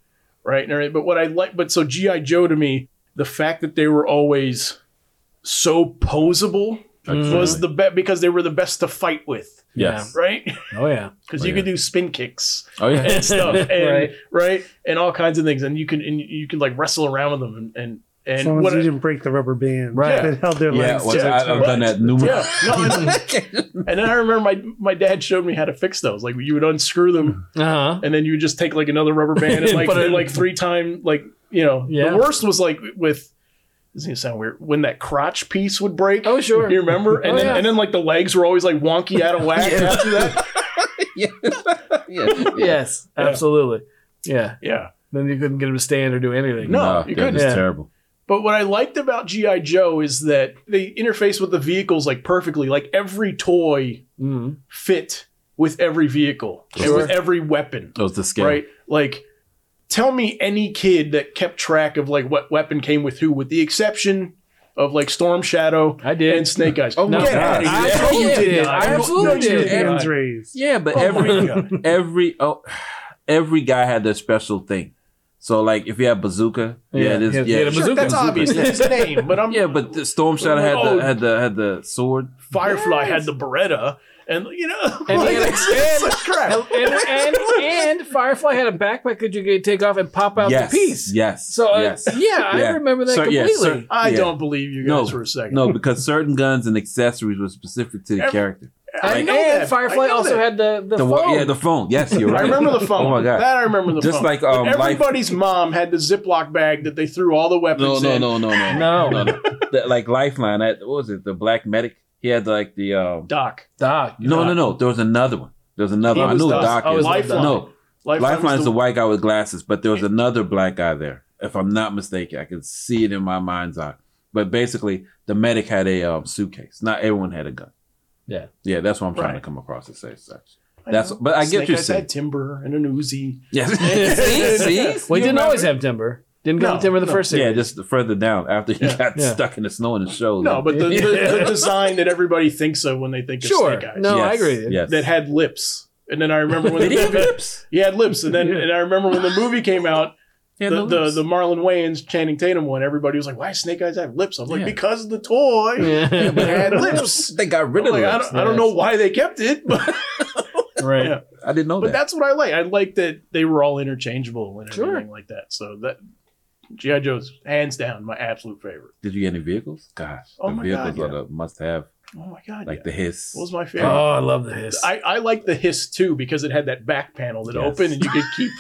Speaker 5: right? And everything. But what I like, but so GI Joe to me, the fact that they were always so posable was the best because they were the best to fight with,
Speaker 3: Yes.
Speaker 5: right? <laughs>
Speaker 2: Oh yeah.
Speaker 5: Because
Speaker 3: Oh,
Speaker 5: you
Speaker 3: yeah.
Speaker 5: could do spin
Speaker 3: <laughs>
Speaker 5: kicks
Speaker 3: Oh
Speaker 5: <laughs>
Speaker 3: yeah.
Speaker 5: and
Speaker 2: <laughs>
Speaker 5: stuff, and right.
Speaker 2: Right.
Speaker 5: and all kinds of things, and you can and you can like wrestle around with them and and.
Speaker 4: As
Speaker 5: And
Speaker 4: long as
Speaker 5: what
Speaker 4: you didn't break the rubber band. <laughs>
Speaker 2: Right.
Speaker 4: That held their
Speaker 3: Yeah,
Speaker 4: legs.
Speaker 3: well,
Speaker 4: to
Speaker 5: yeah,
Speaker 3: I,
Speaker 4: the
Speaker 3: I've
Speaker 4: top.
Speaker 3: done that numerous.
Speaker 5: yeah, no,
Speaker 3: <laughs>
Speaker 5: and, and then I remember my my dad showed me how to fix those. Like you would unscrew them,
Speaker 2: Uh huh.
Speaker 5: and then you would just take like another rubber
Speaker 2: <laughs>
Speaker 5: band and like
Speaker 2: Put it
Speaker 5: and,
Speaker 2: in.
Speaker 5: like three time like you know
Speaker 2: Yeah.
Speaker 5: the worst was like with this is gonna sound weird when that crotch piece would break.
Speaker 2: Oh sure.
Speaker 5: You remember? And
Speaker 2: Oh,
Speaker 5: then
Speaker 2: yeah.
Speaker 5: and then like the legs were always like wonky out of
Speaker 2: <laughs>
Speaker 5: whack after that.
Speaker 3: <laughs> yeah.
Speaker 2: yes.
Speaker 5: Yeah.
Speaker 2: Absolutely. Yeah.
Speaker 5: Yeah.
Speaker 2: Then you couldn't get him to stand or do anything.
Speaker 5: No. you couldn't.
Speaker 3: That is
Speaker 2: Yeah.
Speaker 3: terrible.
Speaker 5: But what I liked about G.I. Joe is that they interface with the vehicles like perfectly. Like every toy
Speaker 2: Mhm.
Speaker 5: fit with every vehicle and
Speaker 3: Sure.
Speaker 5: with every weapon.
Speaker 3: That was the scale.
Speaker 5: right? Like, tell me any kid that kept track of like what weapon came with who, with the exception of like Storm Shadow
Speaker 2: I did.
Speaker 5: and Snake Eyes.
Speaker 3: <laughs> Oh,
Speaker 5: no,
Speaker 3: my God.
Speaker 2: I
Speaker 5: I <laughs>
Speaker 2: totally did.
Speaker 5: did.
Speaker 2: I absolutely
Speaker 5: No, you
Speaker 2: did.
Speaker 5: did.
Speaker 4: Hands raised.
Speaker 3: Yeah, but every
Speaker 5: my God.
Speaker 3: <laughs> every oh, every guy had their special thing. So like if you had bazooka, yeah,
Speaker 2: Yeah,
Speaker 3: this,
Speaker 2: he
Speaker 3: yeah,
Speaker 2: had- he had a
Speaker 3: bazooka.
Speaker 5: Sure, that's obvious. That's his name, but
Speaker 3: <laughs>
Speaker 5: I'm
Speaker 3: Yeah, but the Storm Shadow had
Speaker 5: Oh.
Speaker 3: the had the had the sword.
Speaker 5: Firefly had the Beretta, and you know,
Speaker 2: And he had a-
Speaker 5: it's- it's <laughs> like crap.
Speaker 2: and, and, and Firefly had a backpack that you could take off and pop out
Speaker 3: yes,
Speaker 2: the piece.
Speaker 3: Yes.
Speaker 2: So uh,
Speaker 3: yes.
Speaker 2: yeah, I
Speaker 3: Yeah.
Speaker 2: remember that
Speaker 3: So, yeah,
Speaker 2: completely.
Speaker 3: so-
Speaker 5: <laughs> I
Speaker 3: Yeah.
Speaker 5: don't believe you
Speaker 3: No.
Speaker 5: guys for a second.
Speaker 3: No, because certain guns and accessories were specific to the
Speaker 5: Every-
Speaker 3: character.
Speaker 2: I
Speaker 3: Like-
Speaker 2: know
Speaker 5: I know
Speaker 2: that
Speaker 5: that.
Speaker 2: Firefly
Speaker 5: I know
Speaker 2: also
Speaker 5: that.
Speaker 2: had the the,
Speaker 3: The wa-
Speaker 2: phone.
Speaker 3: yeah, the phone. Yes, you're right.
Speaker 5: I remember the phone.
Speaker 3: Oh my god.
Speaker 5: That I remember the
Speaker 3: Just
Speaker 5: phone.
Speaker 3: like,
Speaker 5: But
Speaker 3: um, life-
Speaker 5: everybody's mom had the Ziploc bag that they threw all the
Speaker 3: no,
Speaker 5: weapons
Speaker 3: no,
Speaker 5: in.
Speaker 3: no, no, no,
Speaker 2: No.
Speaker 3: The- like Lifeline. <laughs> That, what was it? The Black Medic. He had like the um,
Speaker 5: Doc,
Speaker 2: Doc.
Speaker 3: No, no, no. There was another one. There was another.
Speaker 5: He
Speaker 3: one. I
Speaker 5: was
Speaker 3: knew
Speaker 5: Doc.
Speaker 3: Doc.
Speaker 2: Oh, it
Speaker 3: is.
Speaker 2: was
Speaker 5: Lifeline.
Speaker 3: No,
Speaker 5: Lifeline was
Speaker 3: Lifeline's
Speaker 5: the
Speaker 3: the white guy with glasses, but there was another black guy there, if I'm not mistaken. I could see it in my mind's eye. But basically, the medic had a um, suitcase. Not everyone had a gun.
Speaker 2: Yeah.
Speaker 3: Yeah, that's what I'm trying
Speaker 5: Right.
Speaker 3: to come across to say such.
Speaker 5: I
Speaker 3: That's-
Speaker 5: know.
Speaker 3: but I get
Speaker 5: Snake
Speaker 3: what you're
Speaker 5: Eyes
Speaker 3: saying.
Speaker 5: had timber and an Uzi.
Speaker 3: Yes.
Speaker 2: Well,
Speaker 3: <laughs> see? See?
Speaker 5: <laughs>
Speaker 2: he
Speaker 5: You
Speaker 2: didn't
Speaker 5: remember?
Speaker 2: always have Timber. Didn't go
Speaker 5: No,
Speaker 2: with Timber the
Speaker 5: no.
Speaker 2: first
Speaker 3: Yeah,
Speaker 2: series.
Speaker 3: just further down after he
Speaker 5: Yeah.
Speaker 3: got
Speaker 2: Yeah.
Speaker 3: stuck in the snow in the show.
Speaker 5: No, but the, the,
Speaker 2: Yeah.
Speaker 5: the design that everybody thinks of when they think
Speaker 2: sure.
Speaker 5: of Snake Eyes.
Speaker 2: No, I
Speaker 3: Yes,
Speaker 2: agree. with you.
Speaker 3: Yes.
Speaker 5: That had lips, and then I remember
Speaker 3: <laughs>
Speaker 5: when
Speaker 3: Did he
Speaker 5: the,
Speaker 3: have lips?
Speaker 5: he had lips, and then
Speaker 2: Yeah.
Speaker 5: and I remember when the movie came out,
Speaker 3: He
Speaker 5: the,
Speaker 3: had no
Speaker 5: the
Speaker 3: lips.
Speaker 5: the Marlon Wayans Channing Tatum one. Everybody was like, "Why does Snake Eyes have lips?" I'm like,
Speaker 3: Yeah.
Speaker 5: "Because the toy
Speaker 2: Yeah. <laughs>
Speaker 5: had lips."
Speaker 3: <laughs> They got
Speaker 5: I'm
Speaker 3: rid of
Speaker 5: like, I,
Speaker 3: lips.
Speaker 5: don't, I don't know why they kept it, but,
Speaker 2: right.
Speaker 5: Yeah.
Speaker 3: I didn't know
Speaker 5: but
Speaker 3: that.
Speaker 5: that's what I like. I like that they were all interchangeable and
Speaker 2: Sure.
Speaker 5: everything like that. So that GI Joe's hands down my absolute favorite.
Speaker 3: Did you get any vehicles? Gosh,
Speaker 5: Oh
Speaker 3: the
Speaker 5: my
Speaker 3: vehicles
Speaker 5: God, yeah.
Speaker 3: are the must-have,
Speaker 5: Oh my god!
Speaker 3: like
Speaker 5: yeah.
Speaker 3: the hiss.
Speaker 5: what was my
Speaker 2: Oh,
Speaker 5: favorite?
Speaker 2: I love the hiss.
Speaker 5: I, I like the hiss too because it had that back panel that
Speaker 3: Yes.
Speaker 5: opened and you could
Speaker 3: <laughs>
Speaker 5: keep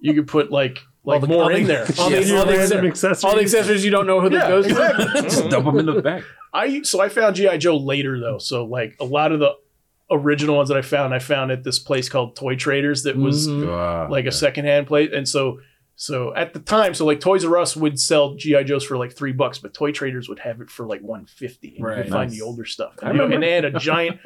Speaker 5: you could put like like
Speaker 2: the- all
Speaker 5: more
Speaker 2: the- <laughs>
Speaker 5: in there.
Speaker 2: all the-
Speaker 5: Yes.
Speaker 2: all
Speaker 4: Your
Speaker 2: the
Speaker 4: random
Speaker 2: All the
Speaker 4: accessories.
Speaker 2: accessories you don't know who that
Speaker 5: Yeah,
Speaker 2: goes <laughs>
Speaker 3: <laughs>
Speaker 5: exactly. <laughs>
Speaker 3: Just dump them in the back.
Speaker 5: I so I found GI Joe later though, so like a lot of the original ones that I found, I found at this place called Toy Traders that
Speaker 2: to.
Speaker 5: was
Speaker 2: Mhm.
Speaker 5: like a secondhand place, and so so at the time, so like Toys R Us would sell GI Joes for like three bucks, but Toy Traders would have it for like one fifty. And You
Speaker 2: Right.
Speaker 5: could find
Speaker 3: Nice.
Speaker 5: the older stuff,
Speaker 3: I
Speaker 5: and, they-
Speaker 3: remember.
Speaker 5: and they
Speaker 3: <laughs>
Speaker 5: had a giant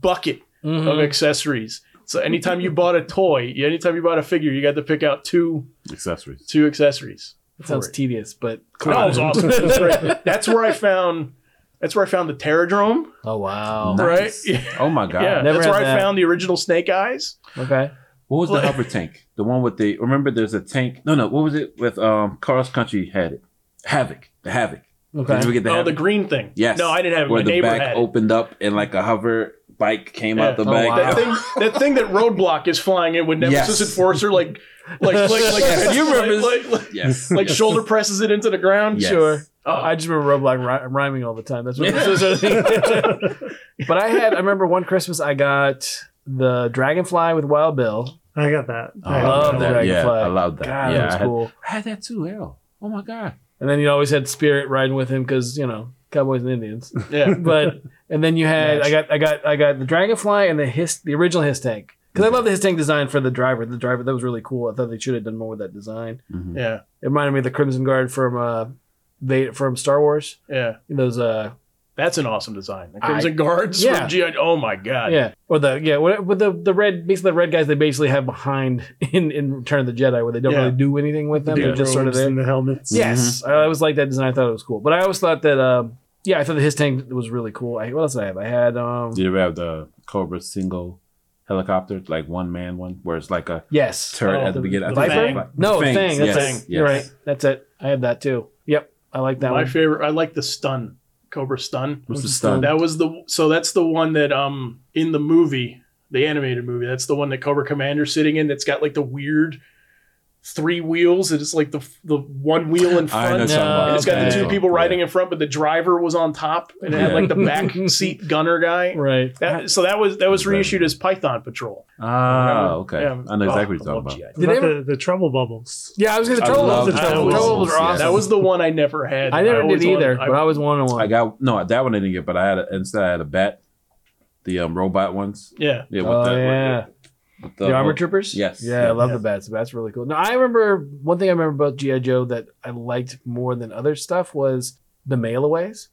Speaker 5: bucket
Speaker 2: Mhm.
Speaker 3: Mm.
Speaker 5: of accessories. So anytime you bought a toy, anytime you bought a figure, you got to pick out two
Speaker 3: accessories.
Speaker 5: two accessories.
Speaker 2: That sounds
Speaker 5: for it.
Speaker 2: tedious, but
Speaker 5: No, it was awesome. It was great. That's
Speaker 3: <laughs>
Speaker 5: where I found that's where I found the Terradrome.
Speaker 2: <laughs> oh wow.
Speaker 3: Nice.
Speaker 5: Right?
Speaker 3: Oh my god.
Speaker 5: yeah,
Speaker 2: never
Speaker 5: that's
Speaker 2: had
Speaker 5: where I
Speaker 2: that.
Speaker 5: found the original Snake Eyes.
Speaker 2: Okay.
Speaker 3: What was the
Speaker 5: Like-
Speaker 3: hover tank? The one with the remember? There's a tank. No, no. What was it with? Um, Cross Country had it. Havoc. The Havoc. Did
Speaker 2: Okay.
Speaker 3: we get the
Speaker 5: oh,
Speaker 3: Havoc?
Speaker 5: the green thing.
Speaker 3: yes.
Speaker 5: No, I didn't have it.
Speaker 3: Where
Speaker 5: My
Speaker 3: the
Speaker 5: neighbor
Speaker 3: back
Speaker 5: had it.
Speaker 3: opened up and like a hover bike came out
Speaker 5: Yeah.
Speaker 3: the
Speaker 2: Oh,
Speaker 3: back.
Speaker 2: wow.
Speaker 5: That thing, that thing that Roadblock is flying in with Nemesis
Speaker 3: Yes.
Speaker 5: Enforcer, like, like, like, like,
Speaker 3: Yes, you remember
Speaker 5: like, like,
Speaker 3: <laughs>
Speaker 5: like,
Speaker 3: Yes.
Speaker 5: <laughs> like shoulder presses it into the ground.
Speaker 3: Yes.
Speaker 2: Sure.
Speaker 5: Oh,
Speaker 2: I just remember Roblox ry- rhyming all the time. That's what. that's what- <laughs> but I had. I remember one Christmas I got the Dragonfly with Wild Bill.
Speaker 4: I got that.
Speaker 3: Oh,
Speaker 4: I
Speaker 3: I
Speaker 4: got
Speaker 2: love
Speaker 3: love
Speaker 2: that.
Speaker 3: that. Yeah,
Speaker 2: Dragonfly.
Speaker 3: I love that.
Speaker 2: God,
Speaker 3: yeah,
Speaker 2: that was
Speaker 3: I had,
Speaker 2: cool.
Speaker 3: I had that too. Hell. Oh my god.
Speaker 2: And then you always had Spirit riding with him because you know Cowboys and Indians.
Speaker 5: yeah.
Speaker 2: But and then you had
Speaker 5: Nice.
Speaker 2: I got I got I got the Dragonfly and the his the original his tank because I love the his tank design for the driver. The driver that was really cool. I thought they should have done more with that design.
Speaker 3: Mhm.
Speaker 5: Yeah.
Speaker 2: It reminded me of the Crimson Guard from uh, they from Star Wars.
Speaker 5: Yeah.
Speaker 2: Those uh
Speaker 5: That's an awesome design. The
Speaker 2: I-
Speaker 5: Crimson Guards
Speaker 2: Yeah.
Speaker 5: from GI. Oh my god.
Speaker 2: yeah or the yeah what- with the the red basically the red guys they basically have behind in in Return of the Jedi where they don't
Speaker 5: Yeah.
Speaker 2: really do anything with them.
Speaker 4: the
Speaker 2: They're just sort of
Speaker 4: robes
Speaker 2: there.
Speaker 4: and the helmets.
Speaker 2: Yes,
Speaker 3: Mm-hmm.
Speaker 2: I always liked that design. I thought it was cool. But I always thought that, um, yeah, I thought that his tank was really cool. I, what else did I have? I had, um,
Speaker 3: Did you ever have the Cobra single helicopter, like one man one, where it's like a
Speaker 2: Yes.
Speaker 3: turret
Speaker 4: Oh,
Speaker 3: at the,
Speaker 4: the-
Speaker 3: beginning. I
Speaker 4: the
Speaker 3: think it's
Speaker 4: Fang?
Speaker 3: like-
Speaker 2: No, thing.
Speaker 3: Fangs,
Speaker 2: That's
Speaker 3: yes,
Speaker 2: it.
Speaker 4: Fang,
Speaker 2: You're
Speaker 3: yes.
Speaker 2: right. That's it. I had that too. Yep. I like that
Speaker 5: My
Speaker 2: one.
Speaker 5: favorite. I like the stun. Cobra stun.
Speaker 3: What's the
Speaker 4: What's
Speaker 3: stun?
Speaker 5: That was the so that's the one that um in the movie, the animated movie. That's the one that Cobra Commander's sitting in. That's got like the weird three wheels. It's like the the one wheel in
Speaker 3: I know
Speaker 5: front.
Speaker 2: No,
Speaker 3: something about
Speaker 5: And uh, it's got the
Speaker 2: Okay.
Speaker 5: two people riding in front, but the driver was on top, and it had like
Speaker 2: <laughs>
Speaker 5: the back seat gunner guy.
Speaker 2: right.
Speaker 5: That, so that was that was reissued as Python Patrol.
Speaker 3: Ah, okay.
Speaker 5: Yeah.
Speaker 3: I know
Speaker 5: Oh,
Speaker 3: exactly what you're talking
Speaker 5: love
Speaker 3: about.
Speaker 5: GI.
Speaker 4: What
Speaker 2: Did
Speaker 4: about
Speaker 2: ever-
Speaker 4: the, the trouble bubbles?
Speaker 2: Yeah, I was gonna
Speaker 3: I
Speaker 2: trouble
Speaker 3: love
Speaker 2: bubbles. The
Speaker 5: that
Speaker 2: trouble
Speaker 5: one.
Speaker 2: bubbles are
Speaker 3: Yes.
Speaker 2: awesome.
Speaker 5: That was the one I never had.
Speaker 2: I never
Speaker 5: always
Speaker 2: did either,
Speaker 5: wanted-
Speaker 2: but I always wanted one.
Speaker 3: I got no, that one I didn't get, but I had a, instead I had a bat, the um, robot ones.
Speaker 5: yeah,
Speaker 3: Yeah,
Speaker 2: oh
Speaker 3: the,
Speaker 2: yeah,
Speaker 3: with
Speaker 2: the, armor troopers.
Speaker 3: Yes.
Speaker 2: Yeah, I
Speaker 3: Yeah.
Speaker 2: love
Speaker 5: Yeah.
Speaker 2: the bats. The bats are really cool. Now I remember one thing I remember about GI Joe that I liked more than other stuff was the mail aways.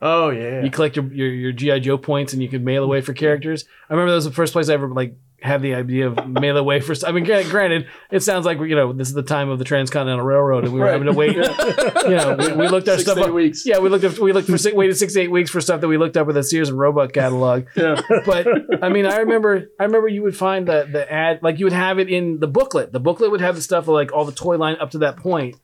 Speaker 5: oh yeah,
Speaker 2: You collect your, your your GI Joe points and you could mail away for characters. I remember that was the first place I ever like had the idea of mail away for. I mean, granted, granted, it sounds like you know this is the time of the Transcontinental Railroad and we were
Speaker 5: Right.
Speaker 2: having to wait. <laughs> You know, we, we looked our
Speaker 5: Six
Speaker 2: stuff
Speaker 5: to eight
Speaker 2: up.
Speaker 5: weeks.
Speaker 2: Yeah, we looked up, we looked for six, waited six to eight weeks for stuff that we looked up with the Sears and Roebuck catalog.
Speaker 5: Yeah.
Speaker 2: But I mean, I remember I remember you would find the the ad like you would have it in the booklet. The booklet would have the stuff like all the toy line up to that point,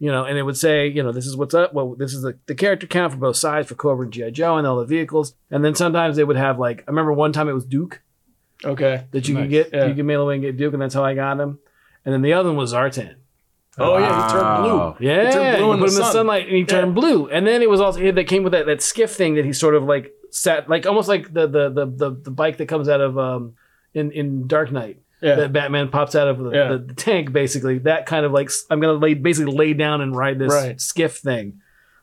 Speaker 2: you know, and it would say you know this is what's up. Well, this is the, the character count for both sides for Cobra and GI Joe and all the vehicles. And then sometimes they would have like I remember one time it was Duke
Speaker 5: Okay.
Speaker 2: that you could
Speaker 3: Nice.
Speaker 2: get
Speaker 5: Yeah.
Speaker 2: you could mail away and get Duke, and that's how I got him. And then the other one was Zartan.
Speaker 5: Oh yeah, he turned blue.
Speaker 3: Wow.
Speaker 2: Yeah,
Speaker 5: It turned blue
Speaker 2: you
Speaker 5: in
Speaker 2: put
Speaker 5: the
Speaker 2: him in the
Speaker 5: sun.
Speaker 2: sunlight, and he turned blue. And then it was also that came with that, that skiff thing that he sort of like sat like almost like the the the the, the bike that comes out of um in in Dark Knight
Speaker 5: Yeah.
Speaker 2: that Batman pops out of the,
Speaker 5: Yeah.
Speaker 2: the, the tank basically. That kind of like s- I'm gonna lay basically lay down and ride this
Speaker 5: Right.
Speaker 2: skiff thing.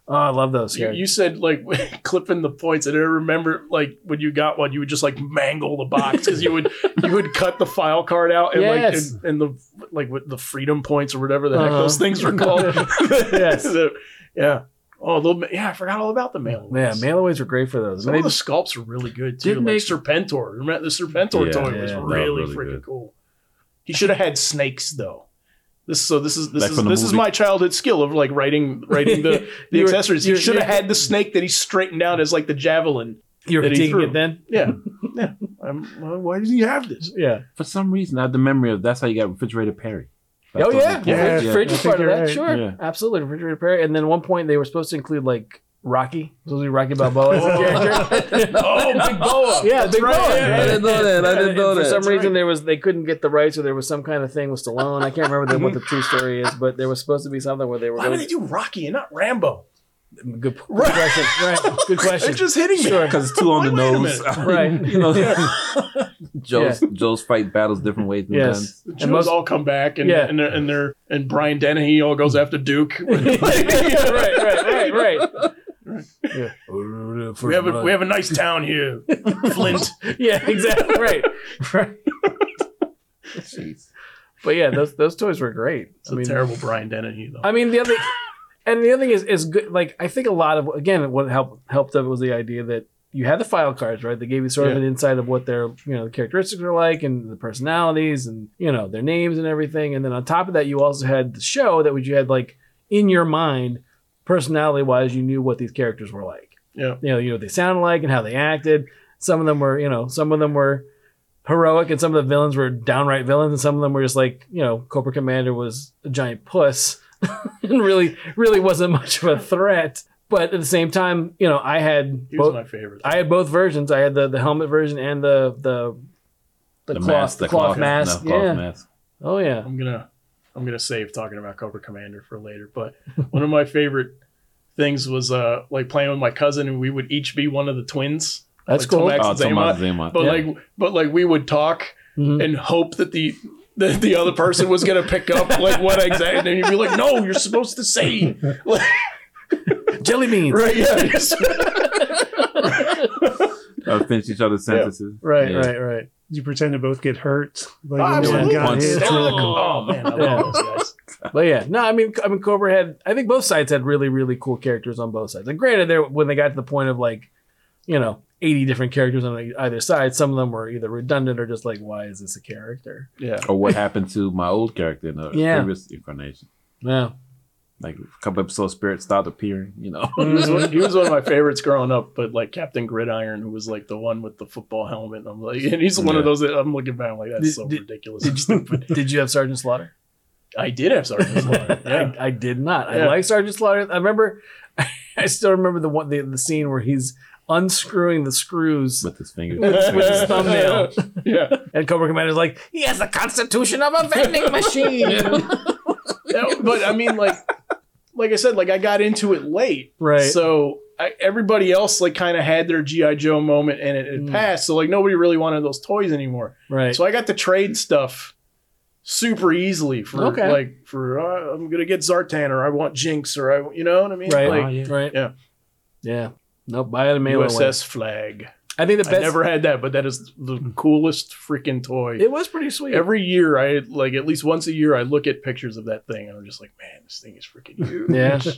Speaker 2: Oh, I love those.
Speaker 5: You,
Speaker 2: characters.
Speaker 5: you said like <laughs> clipping the points, and I remember like when you got one, you would just like mangle the box because you would you would cut the file card out and
Speaker 2: Yes.
Speaker 5: like and, and the like with the freedom points or whatever the heck
Speaker 2: Uh-huh.
Speaker 5: those things were called.
Speaker 2: <laughs>
Speaker 5: <laughs>
Speaker 2: Yes.
Speaker 5: The- yeah. Oh, the, ma- yeah, I forgot all about the mail.
Speaker 2: Man,
Speaker 5: ones.
Speaker 2: mailaways were great for those.
Speaker 5: Some
Speaker 2: And
Speaker 5: of the
Speaker 2: they-
Speaker 5: sculpts were really good too.
Speaker 2: Didn't
Speaker 5: Like
Speaker 2: they-
Speaker 5: Serpentor. Remember the Serpentor
Speaker 3: Yeah,
Speaker 5: toy was
Speaker 2: yeah, that
Speaker 3: was
Speaker 5: really,
Speaker 3: really
Speaker 5: freaking
Speaker 3: good.
Speaker 5: cool. He should have had snakes though. This so this is this
Speaker 3: Like
Speaker 5: is
Speaker 3: from the
Speaker 5: this is
Speaker 3: movie.
Speaker 5: my childhood skill of like
Speaker 2: <laughs>
Speaker 5: writing writing the, the
Speaker 2: You're-
Speaker 5: accessories. He
Speaker 2: you're-
Speaker 5: should have
Speaker 2: you're-
Speaker 5: had the snake that he straightened out as like the javelin.
Speaker 2: you were
Speaker 5: that he
Speaker 2: taking
Speaker 5: threw.
Speaker 2: it then. <laughs>
Speaker 5: Yeah, yeah. Um, well, why does he have this?
Speaker 2: Yeah.
Speaker 3: For some reason, I have the memory of that's how you got refrigerated Perry. That's
Speaker 2: Oh
Speaker 3: the-
Speaker 2: yeah.
Speaker 4: Yeah,
Speaker 2: Fridge-
Speaker 4: yeah.
Speaker 2: Fridge
Speaker 4: I
Speaker 2: is part
Speaker 4: think
Speaker 2: of
Speaker 4: you're
Speaker 2: that.
Speaker 4: right.
Speaker 2: Sure.
Speaker 3: Yeah.
Speaker 2: Absolutely. Refrigerator repair. And then one point they were supposed to include like Rocky. It was supposed to be Rocky Balboa as a character.
Speaker 5: <laughs> Oh, big boa.
Speaker 2: <laughs> Yeah, Big
Speaker 5: right.
Speaker 2: Boa.
Speaker 5: Yeah, I
Speaker 3: didn't know that. I didn't know
Speaker 2: And For
Speaker 3: that.
Speaker 2: some
Speaker 3: That's
Speaker 2: reason, there was they couldn't get the rights, or there was some kind of thing with Stallone. I can't remember the, what the true story is, but there was supposed to be something where they were.
Speaker 5: Why would
Speaker 2: Going,
Speaker 5: they do Rocky and not Rambo?
Speaker 2: good, good
Speaker 5: Right.
Speaker 2: question. Right. <laughs> Good
Speaker 5: They're
Speaker 2: question.
Speaker 5: just hitting
Speaker 3: <laughs>
Speaker 5: me.
Speaker 2: Sure.
Speaker 3: Because it's too
Speaker 5: <laughs>
Speaker 3: on the
Speaker 5: Wait a
Speaker 3: nose.
Speaker 2: Right. <laughs>
Speaker 3: you know, <laughs> Joe's Joe's fight battles different ways. than guns.
Speaker 2: yes.
Speaker 5: The Jews
Speaker 2: And most,
Speaker 5: all come back, and
Speaker 2: Yeah.
Speaker 5: and they're, and they're and Brian Dennehy all goes
Speaker 2: <laughs>
Speaker 5: after
Speaker 2: <laughs>
Speaker 5: Duke. <laughs>
Speaker 2: yeah, right. Right. Right. Right. Yeah.
Speaker 5: we have a, we have a nice town here, Flint.
Speaker 2: yeah. Exactly. Right. Right. But yeah, those those toys were great.
Speaker 5: It's a terrible Brian Dennehy though.
Speaker 2: I mean, the other, and the other thing is, is good. Like, I think a lot of again, what helped helped of it was the idea that you had the file cards, right? They gave you sort of
Speaker 5: Yeah.
Speaker 2: an insight of what their you know characteristics are like and the personalities and you know their names and everything. And then on top of that, you also had the show that which you had like in your mind, personality wise, you knew what these characters were like.
Speaker 5: Yeah.
Speaker 2: You know, you know what they sounded like and how they acted. Some of them were, you know, some of them were heroic and some of the villains were downright villains and some of them were just like you know cobra commander was a giant puss <laughs> and really really wasn't much of a threat but at the same time you know i had
Speaker 5: he was
Speaker 2: both
Speaker 5: my favorite.
Speaker 2: i had both versions i had the the helmet version and the the the, cloth the cloth, mask
Speaker 3: no, cloth
Speaker 2: yeah
Speaker 3: mask.
Speaker 2: oh yeah
Speaker 5: I'm gonna I'm gonna save talking about Cobra Commander for later. But one of my favorite things was uh like playing with my cousin, and we would each be one of the twins.
Speaker 2: that's
Speaker 5: Like,
Speaker 2: cool
Speaker 5: Tomax-
Speaker 3: Oh,
Speaker 5: Max
Speaker 3: talking about
Speaker 5: But
Speaker 3: Zaymont.
Speaker 2: Yeah.
Speaker 5: like but like we would talk
Speaker 2: Mhm.
Speaker 5: and hope that the that the other person was gonna pick up like what exactly, and you'd be like, no, you're supposed to say like,
Speaker 2: jelly beans
Speaker 5: right, <laughs> yeah,
Speaker 3: Uh, finish each other's sentences.
Speaker 2: right
Speaker 3: Yeah.
Speaker 2: right right
Speaker 4: You pretend to both get hurt. Like when
Speaker 5: Oh,
Speaker 4: one
Speaker 5: absolutely.
Speaker 4: got
Speaker 3: Once.
Speaker 4: hit.
Speaker 3: It's really cool.
Speaker 5: Oh man, I love those guys.
Speaker 2: But yeah, no, I mean, I mean, Cobra had. I think both sides had really, really cool characters on both sides. And granted, there when they got to the point of like, you know, eighty different characters on e-, either side, some of them were either redundant or just like, why is this a character?
Speaker 5: Yeah.
Speaker 3: Or what happened to my old character in the
Speaker 2: Yeah.
Speaker 3: previous incarnation.
Speaker 2: Yeah,
Speaker 3: Like a couple episodes, spirits stopped appearing. You know, <laughs>
Speaker 5: He was, one, he was one of my favorites growing up, but like Captain Gridiron, who was like the one with the football helmet. And I'm like, and he's one
Speaker 3: Yeah.
Speaker 5: of those that I'm looking back, I'm like, that's
Speaker 2: Did-
Speaker 5: so
Speaker 2: did- <laughs>
Speaker 5: ridiculous.
Speaker 2: did
Speaker 5: <laughs>
Speaker 2: Did you have Sergeant Slaughter?
Speaker 5: I did have
Speaker 2: <laughs>
Speaker 5: Sergeant Slaughter. Yeah.
Speaker 2: I, I did not. I
Speaker 5: Yeah.
Speaker 2: like Sergeant Slaughter. I remember. <laughs> I still remember the one the, the scene where he's unscrewing the screws.
Speaker 3: with his finger,
Speaker 2: with his
Speaker 3: <laughs>
Speaker 2: thumbnail.
Speaker 5: <laughs> Yeah.
Speaker 2: And Cobra Commander's like, he has the constitution of a
Speaker 5: <laughs>
Speaker 2: vending machine.
Speaker 5: Yeah, But I mean, like, like I said, like I got into it late.
Speaker 2: right.
Speaker 5: So I, everybody else like kind of had their GI Joe moment and it, it
Speaker 2: Mm.
Speaker 5: passed. So like nobody really wanted those toys anymore.
Speaker 2: right.
Speaker 5: So I got to trade stuff super easily for
Speaker 2: Okay.
Speaker 5: like for uh, I'm gonna get Zartan or I want Jinx or I you know what I mean
Speaker 2: right.
Speaker 5: like
Speaker 3: Oh, yeah.
Speaker 2: Right.
Speaker 5: Yeah.
Speaker 2: Yeah. Nope. I had a melee one.
Speaker 5: USS flag.
Speaker 2: I think the
Speaker 5: I
Speaker 2: best.
Speaker 5: never had that, but that is the coolest freaking toy.
Speaker 2: it was pretty sweet.
Speaker 5: Every year, I like at least once a year, I look at pictures of that thing, and I'm just like, man, this thing is freaking
Speaker 2: <laughs>
Speaker 5: huge.
Speaker 2: Yeah.
Speaker 5: It
Speaker 2: it's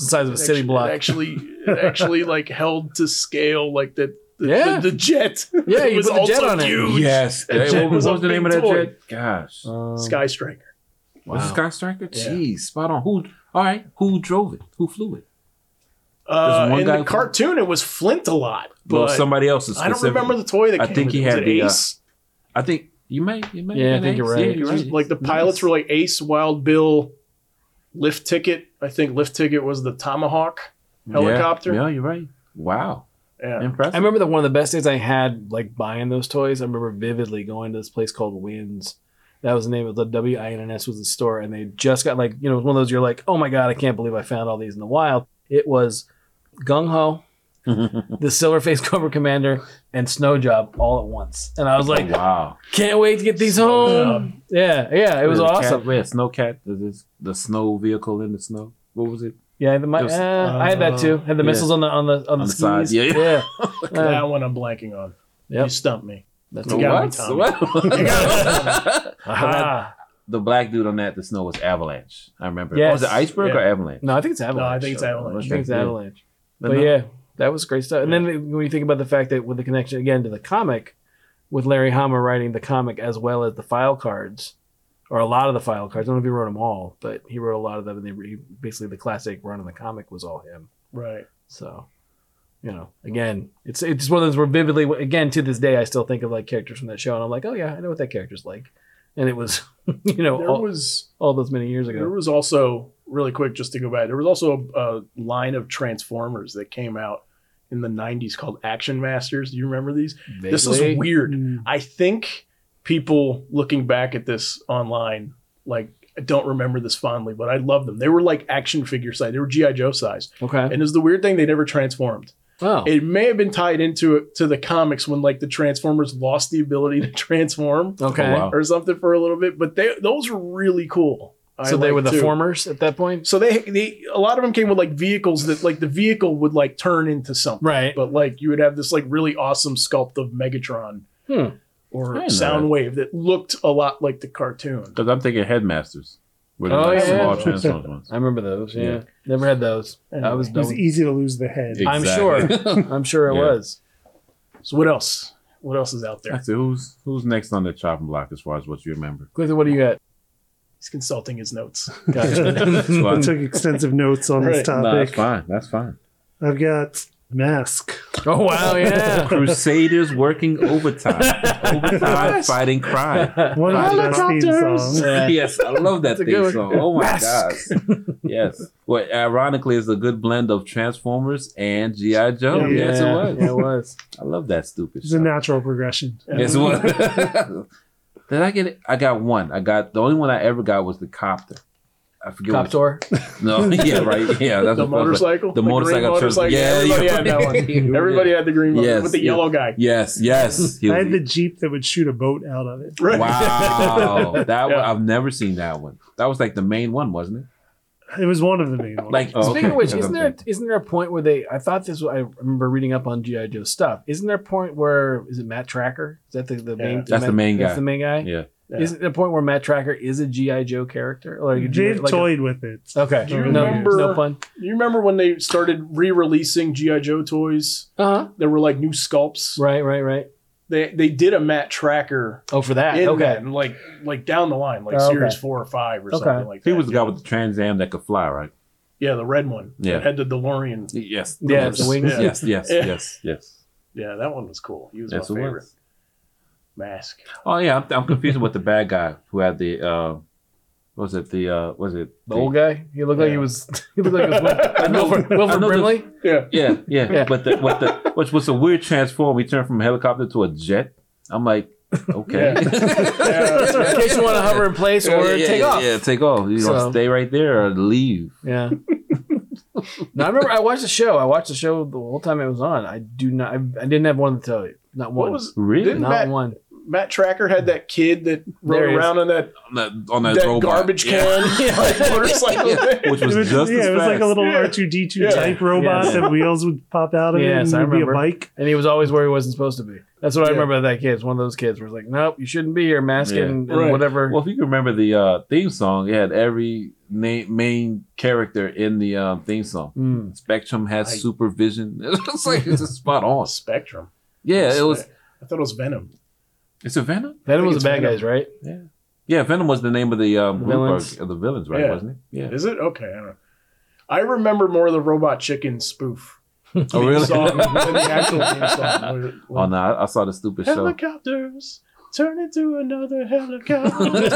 Speaker 2: the size of a city
Speaker 5: actually-
Speaker 2: block.
Speaker 5: It actually,
Speaker 2: <laughs>
Speaker 5: it actually like held to scale, like that. The,
Speaker 2: Yeah.
Speaker 5: the, the jet.
Speaker 2: Yeah,
Speaker 5: It
Speaker 2: you
Speaker 5: was
Speaker 2: put the jet
Speaker 5: also
Speaker 2: on it. <laughs>
Speaker 5: huge.
Speaker 3: Yes.
Speaker 5: That
Speaker 3: Hey,
Speaker 5: jet
Speaker 3: what, was
Speaker 5: was a
Speaker 3: what was the
Speaker 5: big
Speaker 3: name of that
Speaker 5: toy.
Speaker 3: jet? Gosh.
Speaker 2: Um,
Speaker 5: Sky Striker.
Speaker 3: Was it Sky Striker?
Speaker 5: Yeah.
Speaker 3: Jeez, spot on. Who? All right. Who drove it? Who flew it?
Speaker 5: Uh,
Speaker 3: one
Speaker 5: in
Speaker 3: guy-
Speaker 5: the cartoon, it was Flint a lot,
Speaker 3: Well,
Speaker 5: but
Speaker 3: somebody else's.
Speaker 5: I don't remember the toy that
Speaker 3: I
Speaker 5: came
Speaker 3: think
Speaker 5: with
Speaker 3: he
Speaker 5: it. Was
Speaker 3: had
Speaker 5: it
Speaker 3: the, uh,
Speaker 5: Ace.
Speaker 3: I think you may. You may.
Speaker 2: Yeah, I
Speaker 3: have
Speaker 2: think
Speaker 3: been
Speaker 2: you're
Speaker 3: Ace.
Speaker 2: right.
Speaker 3: Yeah, you're right.
Speaker 5: like the pilots were like Ace, Wild Bill, Lift Ticket. I think Lift Ticket was the Tomahawk.
Speaker 3: Yeah.
Speaker 5: helicopter.
Speaker 3: Yeah, you're right. Wow.
Speaker 5: Yeah.
Speaker 3: Impressive.
Speaker 2: I remember that one of the best days I had like buying those toys. I remember vividly going to this place called Wins. That was the name of the W I N S was the store, and they just got like you know it was one of those you're like oh my god I can't believe I found all these in the wild. It was Gung Ho, the Silver Face <laughs> Cobra Commander, and Snow Job all at once, and I was like
Speaker 3: <laughs> wow.
Speaker 2: can't wait to get these
Speaker 5: Snow
Speaker 2: home. Yeah, yeah, it was
Speaker 3: The
Speaker 2: awesome.
Speaker 3: Cat, yeah, snow cat. The, this- the snow vehicle in the snow. What was it?
Speaker 2: Yeah, the, mi-
Speaker 3: It was-
Speaker 2: eh, I had
Speaker 5: uh,
Speaker 2: that too. Had the
Speaker 3: yeah.
Speaker 2: missiles on the on the on, the,
Speaker 3: the
Speaker 2: skis.
Speaker 3: sides, yeah, yeah.
Speaker 2: yeah. Uh,
Speaker 5: that one I'm blanking on.
Speaker 2: Yep.
Speaker 5: You stumped me.
Speaker 2: that's
Speaker 5: You
Speaker 2: a-
Speaker 5: got me, Tommy. <laughs> You
Speaker 3: what?
Speaker 2: Aha.
Speaker 3: <laughs> the black dude on that, the snow was Avalanche. I remember.
Speaker 2: Yes.
Speaker 3: Was it Iceberg or
Speaker 5: Yeah.
Speaker 3: Avalanche?
Speaker 2: No, I think it's avalanche.
Speaker 5: No, I think it's
Speaker 2: I
Speaker 5: Avalanche.
Speaker 2: think it's
Speaker 3: Yeah.
Speaker 2: avalanche.
Speaker 3: But
Speaker 2: But,
Speaker 3: no.
Speaker 2: yeah, that was great stuff. And then when you think about the fact that with the connection again to the comic, with Larry Hama writing the comic as well as the file cards, or a lot of the file cards. I don't know if he wrote them all, but he wrote a lot of them, and they re- basically the classic run of the comic was all him.
Speaker 5: Right.
Speaker 2: So, you know, again, it's it's one of those where vividly, again, to this day, I still think of like characters from that show, and I'm like, oh yeah, I know what that character's like, and it was, <laughs> you know,
Speaker 5: There
Speaker 2: all,
Speaker 5: was
Speaker 2: all those many years
Speaker 5: there
Speaker 2: ago.
Speaker 5: was also really quick just to go back. There was also a, a line of Transformers that came out in the 90s called Action Masters. Do you remember these? This is
Speaker 2: Vaguely.
Speaker 5: weird.
Speaker 4: Mm.
Speaker 5: I think people looking back at this online like I don't remember this fondly, but I love them. They were like action figure size. They were GI Joe size.
Speaker 2: okay.
Speaker 5: And it's the weird thing they never transformed.
Speaker 2: Oh,
Speaker 5: It may have been tied into to the comics when like the Transformers lost the ability to <laughs> transform
Speaker 2: okay.
Speaker 3: Oh, wow.
Speaker 5: or something for a little bit, but they those were really cool. I
Speaker 2: So they were
Speaker 5: liked,
Speaker 2: the
Speaker 5: too.
Speaker 2: formers at that point,
Speaker 5: So they they a lot of them came with like vehicles that like the vehicle would like turn into something,
Speaker 2: right?
Speaker 5: but like you would have this like really awesome sculpt of Megatron
Speaker 2: Hmm.
Speaker 5: or
Speaker 3: I didn't know
Speaker 5: Soundwave that looked a lot like the cartoon.
Speaker 3: Because I'm thinking Headmasters. With
Speaker 2: Oh,
Speaker 3: like
Speaker 2: yeah, yeah.
Speaker 3: small transformers
Speaker 2: <laughs>
Speaker 3: ones.
Speaker 2: I remember those. Yeah,
Speaker 3: Yeah.
Speaker 2: never had those.
Speaker 5: Anyway.
Speaker 2: I was
Speaker 4: It was
Speaker 2: done.
Speaker 4: easy to lose the head.
Speaker 3: Yeah.
Speaker 2: I'm
Speaker 3: Exactly. <laughs>
Speaker 2: sure. I'm sure it
Speaker 3: Yeah.
Speaker 2: was.
Speaker 5: So what else? What else is out there?
Speaker 3: That's it. Who's who's next on the chopping block as far as what you remember?
Speaker 2: Clifton, what do you got?
Speaker 5: He's consulting his notes.
Speaker 3: <laughs> That's
Speaker 4: I
Speaker 3: fine.
Speaker 4: took extensive notes on this
Speaker 5: Right.
Speaker 2: Uh,
Speaker 3: No, that's
Speaker 4: topic.
Speaker 3: fine. That's fine.
Speaker 4: I've got mask.
Speaker 2: <laughs> Oh wow,
Speaker 3: <laughs>
Speaker 2: yeah.
Speaker 3: Crusaders working
Speaker 2: <laughs>
Speaker 3: overtime. overtime
Speaker 5: Yes.
Speaker 3: fighting crime.
Speaker 4: One of the best theme
Speaker 2: Helicopters.
Speaker 4: songs.
Speaker 2: Yeah.
Speaker 3: <laughs> yes, I love that
Speaker 2: That's a
Speaker 3: thing.
Speaker 2: good
Speaker 3: So, oh my
Speaker 2: Mask.
Speaker 3: gosh. Yes. Well, ironically, it's a good blend of Transformers and G.I. Joe.
Speaker 4: Yeah.
Speaker 3: Yes, it was.
Speaker 2: Yeah, it was.
Speaker 3: I love that stupid
Speaker 4: It's a
Speaker 3: show.
Speaker 4: natural progression.
Speaker 3: Yes, it was. <laughs> Did I get it? I got one. I got the only one I ever got was the copter. I forget
Speaker 2: Cop
Speaker 3: what
Speaker 2: tour.
Speaker 3: No, <laughs> yeah, right. Yeah, that's
Speaker 5: the
Speaker 3: what I was like.
Speaker 5: motorcycle,
Speaker 3: The
Speaker 5: green
Speaker 3: motorcycle.
Speaker 5: motorcycle.
Speaker 3: Yeah, <laughs>
Speaker 5: everybody
Speaker 3: yeah.
Speaker 5: had that one. Everybody had the green one
Speaker 3: Yes,
Speaker 5: with the
Speaker 3: yeah.
Speaker 5: yellow guy.
Speaker 3: Yes,
Speaker 2: <laughs>
Speaker 3: yes. He
Speaker 4: I had
Speaker 3: was-
Speaker 4: the jeep that would shoot a boat out of it.
Speaker 5: Right.
Speaker 3: Wow,
Speaker 2: <laughs>
Speaker 3: that one,
Speaker 5: Yeah.
Speaker 3: I've never seen that one. That was like the main one, wasn't it?
Speaker 4: It was one of the main ones.
Speaker 3: Like oh,
Speaker 2: Speaking of
Speaker 3: okay.
Speaker 2: which,
Speaker 3: That's
Speaker 2: isn't
Speaker 3: what
Speaker 2: there isn't there a point where they? I thought this. was I remember reading up on GI Joe stuff. Isn't there a point where is it Matt Tracker? Is that the, the
Speaker 5: Yeah.
Speaker 2: main?
Speaker 3: That's the main
Speaker 2: That's
Speaker 3: guy.
Speaker 2: the main guy.
Speaker 3: I'm thinking. Yeah,
Speaker 5: Yeah.
Speaker 2: Isn't there a point where Matt Tracker is a GI Joe character? Like, a
Speaker 4: they
Speaker 2: GI like a-
Speaker 4: toyed with it.
Speaker 2: okay.
Speaker 5: Do you
Speaker 2: no,
Speaker 5: remember-
Speaker 2: no pun.
Speaker 5: You remember when they started re-releasing GI Joe toys?
Speaker 2: Uh huh.
Speaker 5: Uh-huh. There were like new sculpts.
Speaker 2: Right. Right. Right.
Speaker 5: They they did a Matt Tracker.
Speaker 2: Oh, for that.
Speaker 5: in
Speaker 2: okay.
Speaker 5: that, and like like down the line, like
Speaker 2: Oh, okay.
Speaker 5: series four or five or
Speaker 2: Okay.
Speaker 5: something like that.
Speaker 3: He was the guy with the Trans Am that could fly, right?
Speaker 5: yeah, the red one.
Speaker 3: Yeah.
Speaker 5: that had the DeLorean.
Speaker 3: Yes.
Speaker 2: Yeah, the wings.
Speaker 5: Yeah.
Speaker 3: Yes, yes,
Speaker 5: Yeah.
Speaker 3: yes, yes.
Speaker 5: Yeah, that one was cool. He was
Speaker 3: That's
Speaker 5: my
Speaker 3: what it
Speaker 5: favorite.
Speaker 3: was.
Speaker 5: Mask.
Speaker 3: Oh yeah, I'm, I'm confused with the bad guy who had the uh, what was it the uh, what was it
Speaker 2: The old guy. He looked like he
Speaker 5: Yeah.
Speaker 2: was. <laughs> He looked like he was
Speaker 3: <laughs>
Speaker 2: Wil-
Speaker 5: I
Speaker 3: know-
Speaker 2: Wilford,
Speaker 3: I
Speaker 2: Wilford
Speaker 3: know the-
Speaker 2: Brimley.
Speaker 5: Yeah.
Speaker 3: Yeah, yeah.
Speaker 2: Yeah.
Speaker 3: But the, what the which was a weird transform. He turned from a helicopter to a jet. I'm like, okay. <laughs>
Speaker 5: Yeah. Yeah.
Speaker 2: In case you want to hover in place or
Speaker 3: Yeah, yeah,
Speaker 2: take
Speaker 3: yeah,
Speaker 2: off.
Speaker 3: Yeah, take off. You want
Speaker 2: So-
Speaker 3: to stay right there or leave?
Speaker 5: <laughs>
Speaker 2: Yeah. no, I remember I watched the show. I watched the show the whole time it was on. I do not. I, I didn't have one to tell you. Not
Speaker 5: What
Speaker 2: one.
Speaker 5: was
Speaker 3: Really?
Speaker 5: Didn't-
Speaker 2: not
Speaker 5: Matt-
Speaker 2: one.
Speaker 5: Matt Tracker had that kid that
Speaker 2: There
Speaker 5: rode
Speaker 2: he is.
Speaker 5: around on that,
Speaker 3: On that, on that
Speaker 5: that
Speaker 3: robot.
Speaker 5: garbage
Speaker 3: Yeah.
Speaker 5: can
Speaker 3: <laughs>
Speaker 5: <laughs> like, motorcycle?
Speaker 3: Yeah, Which was
Speaker 4: it was,
Speaker 3: just
Speaker 4: yeah,
Speaker 3: as
Speaker 4: it was like
Speaker 3: fast.
Speaker 4: a little
Speaker 5: Yeah.
Speaker 4: R two D two
Speaker 5: Yeah.
Speaker 4: type robot
Speaker 3: Yeah.
Speaker 4: that wheels would pop out of it
Speaker 2: Yes,
Speaker 4: and
Speaker 2: I
Speaker 4: it'd be a
Speaker 2: remember.
Speaker 4: bike.
Speaker 2: And he was always where he wasn't supposed to be. That's what I
Speaker 5: Yeah.
Speaker 2: remember. of That kid. It's one of those kids where it's like, nope, you shouldn't be here, masking
Speaker 3: Yeah.
Speaker 2: and,
Speaker 5: Right.
Speaker 2: whatever.
Speaker 3: Well, if you can remember the uh, theme song, it had every na- main character in the um, theme song.
Speaker 2: Mm.
Speaker 3: Spectrum has
Speaker 5: I-
Speaker 3: supervision. <laughs> It's like it's just spot
Speaker 5: <laughs>
Speaker 3: on.
Speaker 5: Spectrum.
Speaker 3: Yeah, it was.
Speaker 5: I thought it was Venom.
Speaker 3: It's a Venom.
Speaker 2: Venom
Speaker 5: think
Speaker 2: was
Speaker 5: it's
Speaker 2: the bad
Speaker 5: Venom.
Speaker 2: guys, right?
Speaker 3: Yeah, Venom was the name of the um,
Speaker 2: The
Speaker 3: group or-
Speaker 2: villains.
Speaker 3: of the villains, right?
Speaker 5: Yeah.
Speaker 3: Wasn't it? Yeah.
Speaker 5: Is it? Okay, I don't know. I remember more of the Robot Chicken spoof.
Speaker 3: Oh
Speaker 5: theme
Speaker 3: really? <laughs>
Speaker 5: Song than the actual theme <laughs> song. When-
Speaker 3: Oh
Speaker 5: when
Speaker 3: no, I, I saw the stupid show.
Speaker 5: Helicopters turn into another
Speaker 3: <laughs>
Speaker 5: helicopter.
Speaker 3: yeah,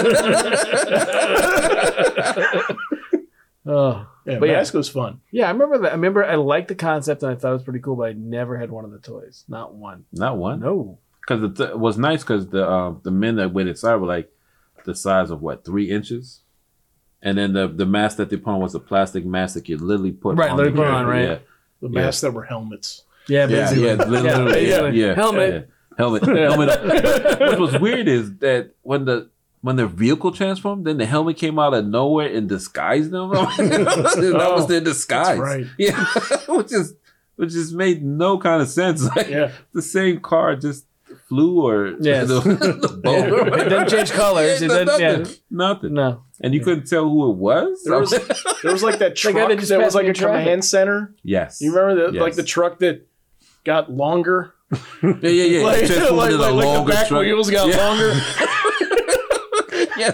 Speaker 2: Oh.
Speaker 5: yeah,
Speaker 2: But yeah.
Speaker 5: Mask was fun.
Speaker 2: Yeah, I remember that. I remember I liked the concept and I thought it was pretty cool, but I never had one of the toys. Not one.
Speaker 3: <laughs> not one.
Speaker 2: No.
Speaker 3: Because it, it was nice because the um, the men that went inside were like the size of what three inches, and then the the mask that they put on was a plastic mask that you literally put
Speaker 2: Right,
Speaker 3: on
Speaker 2: literally
Speaker 3: the
Speaker 2: put on,
Speaker 3: character,
Speaker 2: right.
Speaker 5: The
Speaker 3: Yeah.
Speaker 5: masks that were helmets.
Speaker 2: Yeah,
Speaker 3: Yeah, yeah,
Speaker 5: <laughs>
Speaker 2: basically.
Speaker 3: yeah, literally, yeah,
Speaker 2: basically.
Speaker 3: yeah,
Speaker 2: Helmet.
Speaker 3: yeah.
Speaker 2: <laughs>
Speaker 3: helmet, helmet. what was weird is that when the when the vehicle transformed, then the helmet came out of nowhere and disguised them. <laughs>
Speaker 2: Oh,
Speaker 3: that was their disguise,
Speaker 5: That's right.
Speaker 3: Yeah, <laughs> which is which just made no kind of sense. Like,
Speaker 5: Yeah.
Speaker 3: the same car just flew or
Speaker 2: Yes.
Speaker 3: <laughs> the,
Speaker 2: <laughs>
Speaker 3: the boat.
Speaker 2: Yeah.
Speaker 3: or
Speaker 2: It doesn't change colors. It
Speaker 3: Yeah,
Speaker 2: doesn't- yeah.
Speaker 3: <laughs> nothing, nothing.
Speaker 2: <laughs> No.
Speaker 3: And you couldn't tell who it was.
Speaker 5: There was- There was like that
Speaker 2: Like,
Speaker 5: truck
Speaker 2: I
Speaker 5: that,
Speaker 2: just
Speaker 5: was
Speaker 2: passed
Speaker 5: like
Speaker 2: me
Speaker 5: a
Speaker 2: in traffic.
Speaker 5: command center.
Speaker 3: <laughs> yes.
Speaker 5: You remember the like
Speaker 3: Yes.
Speaker 5: the truck that got longer?
Speaker 3: Yeah, yeah, yeah.
Speaker 5: <laughs> like,
Speaker 3: It transformed
Speaker 5: like,
Speaker 3: into
Speaker 5: like,
Speaker 3: a
Speaker 5: like the
Speaker 3: longer
Speaker 5: back
Speaker 3: truck.
Speaker 5: wheels got
Speaker 3: Yeah.
Speaker 5: longer.
Speaker 3: <laughs> yeah.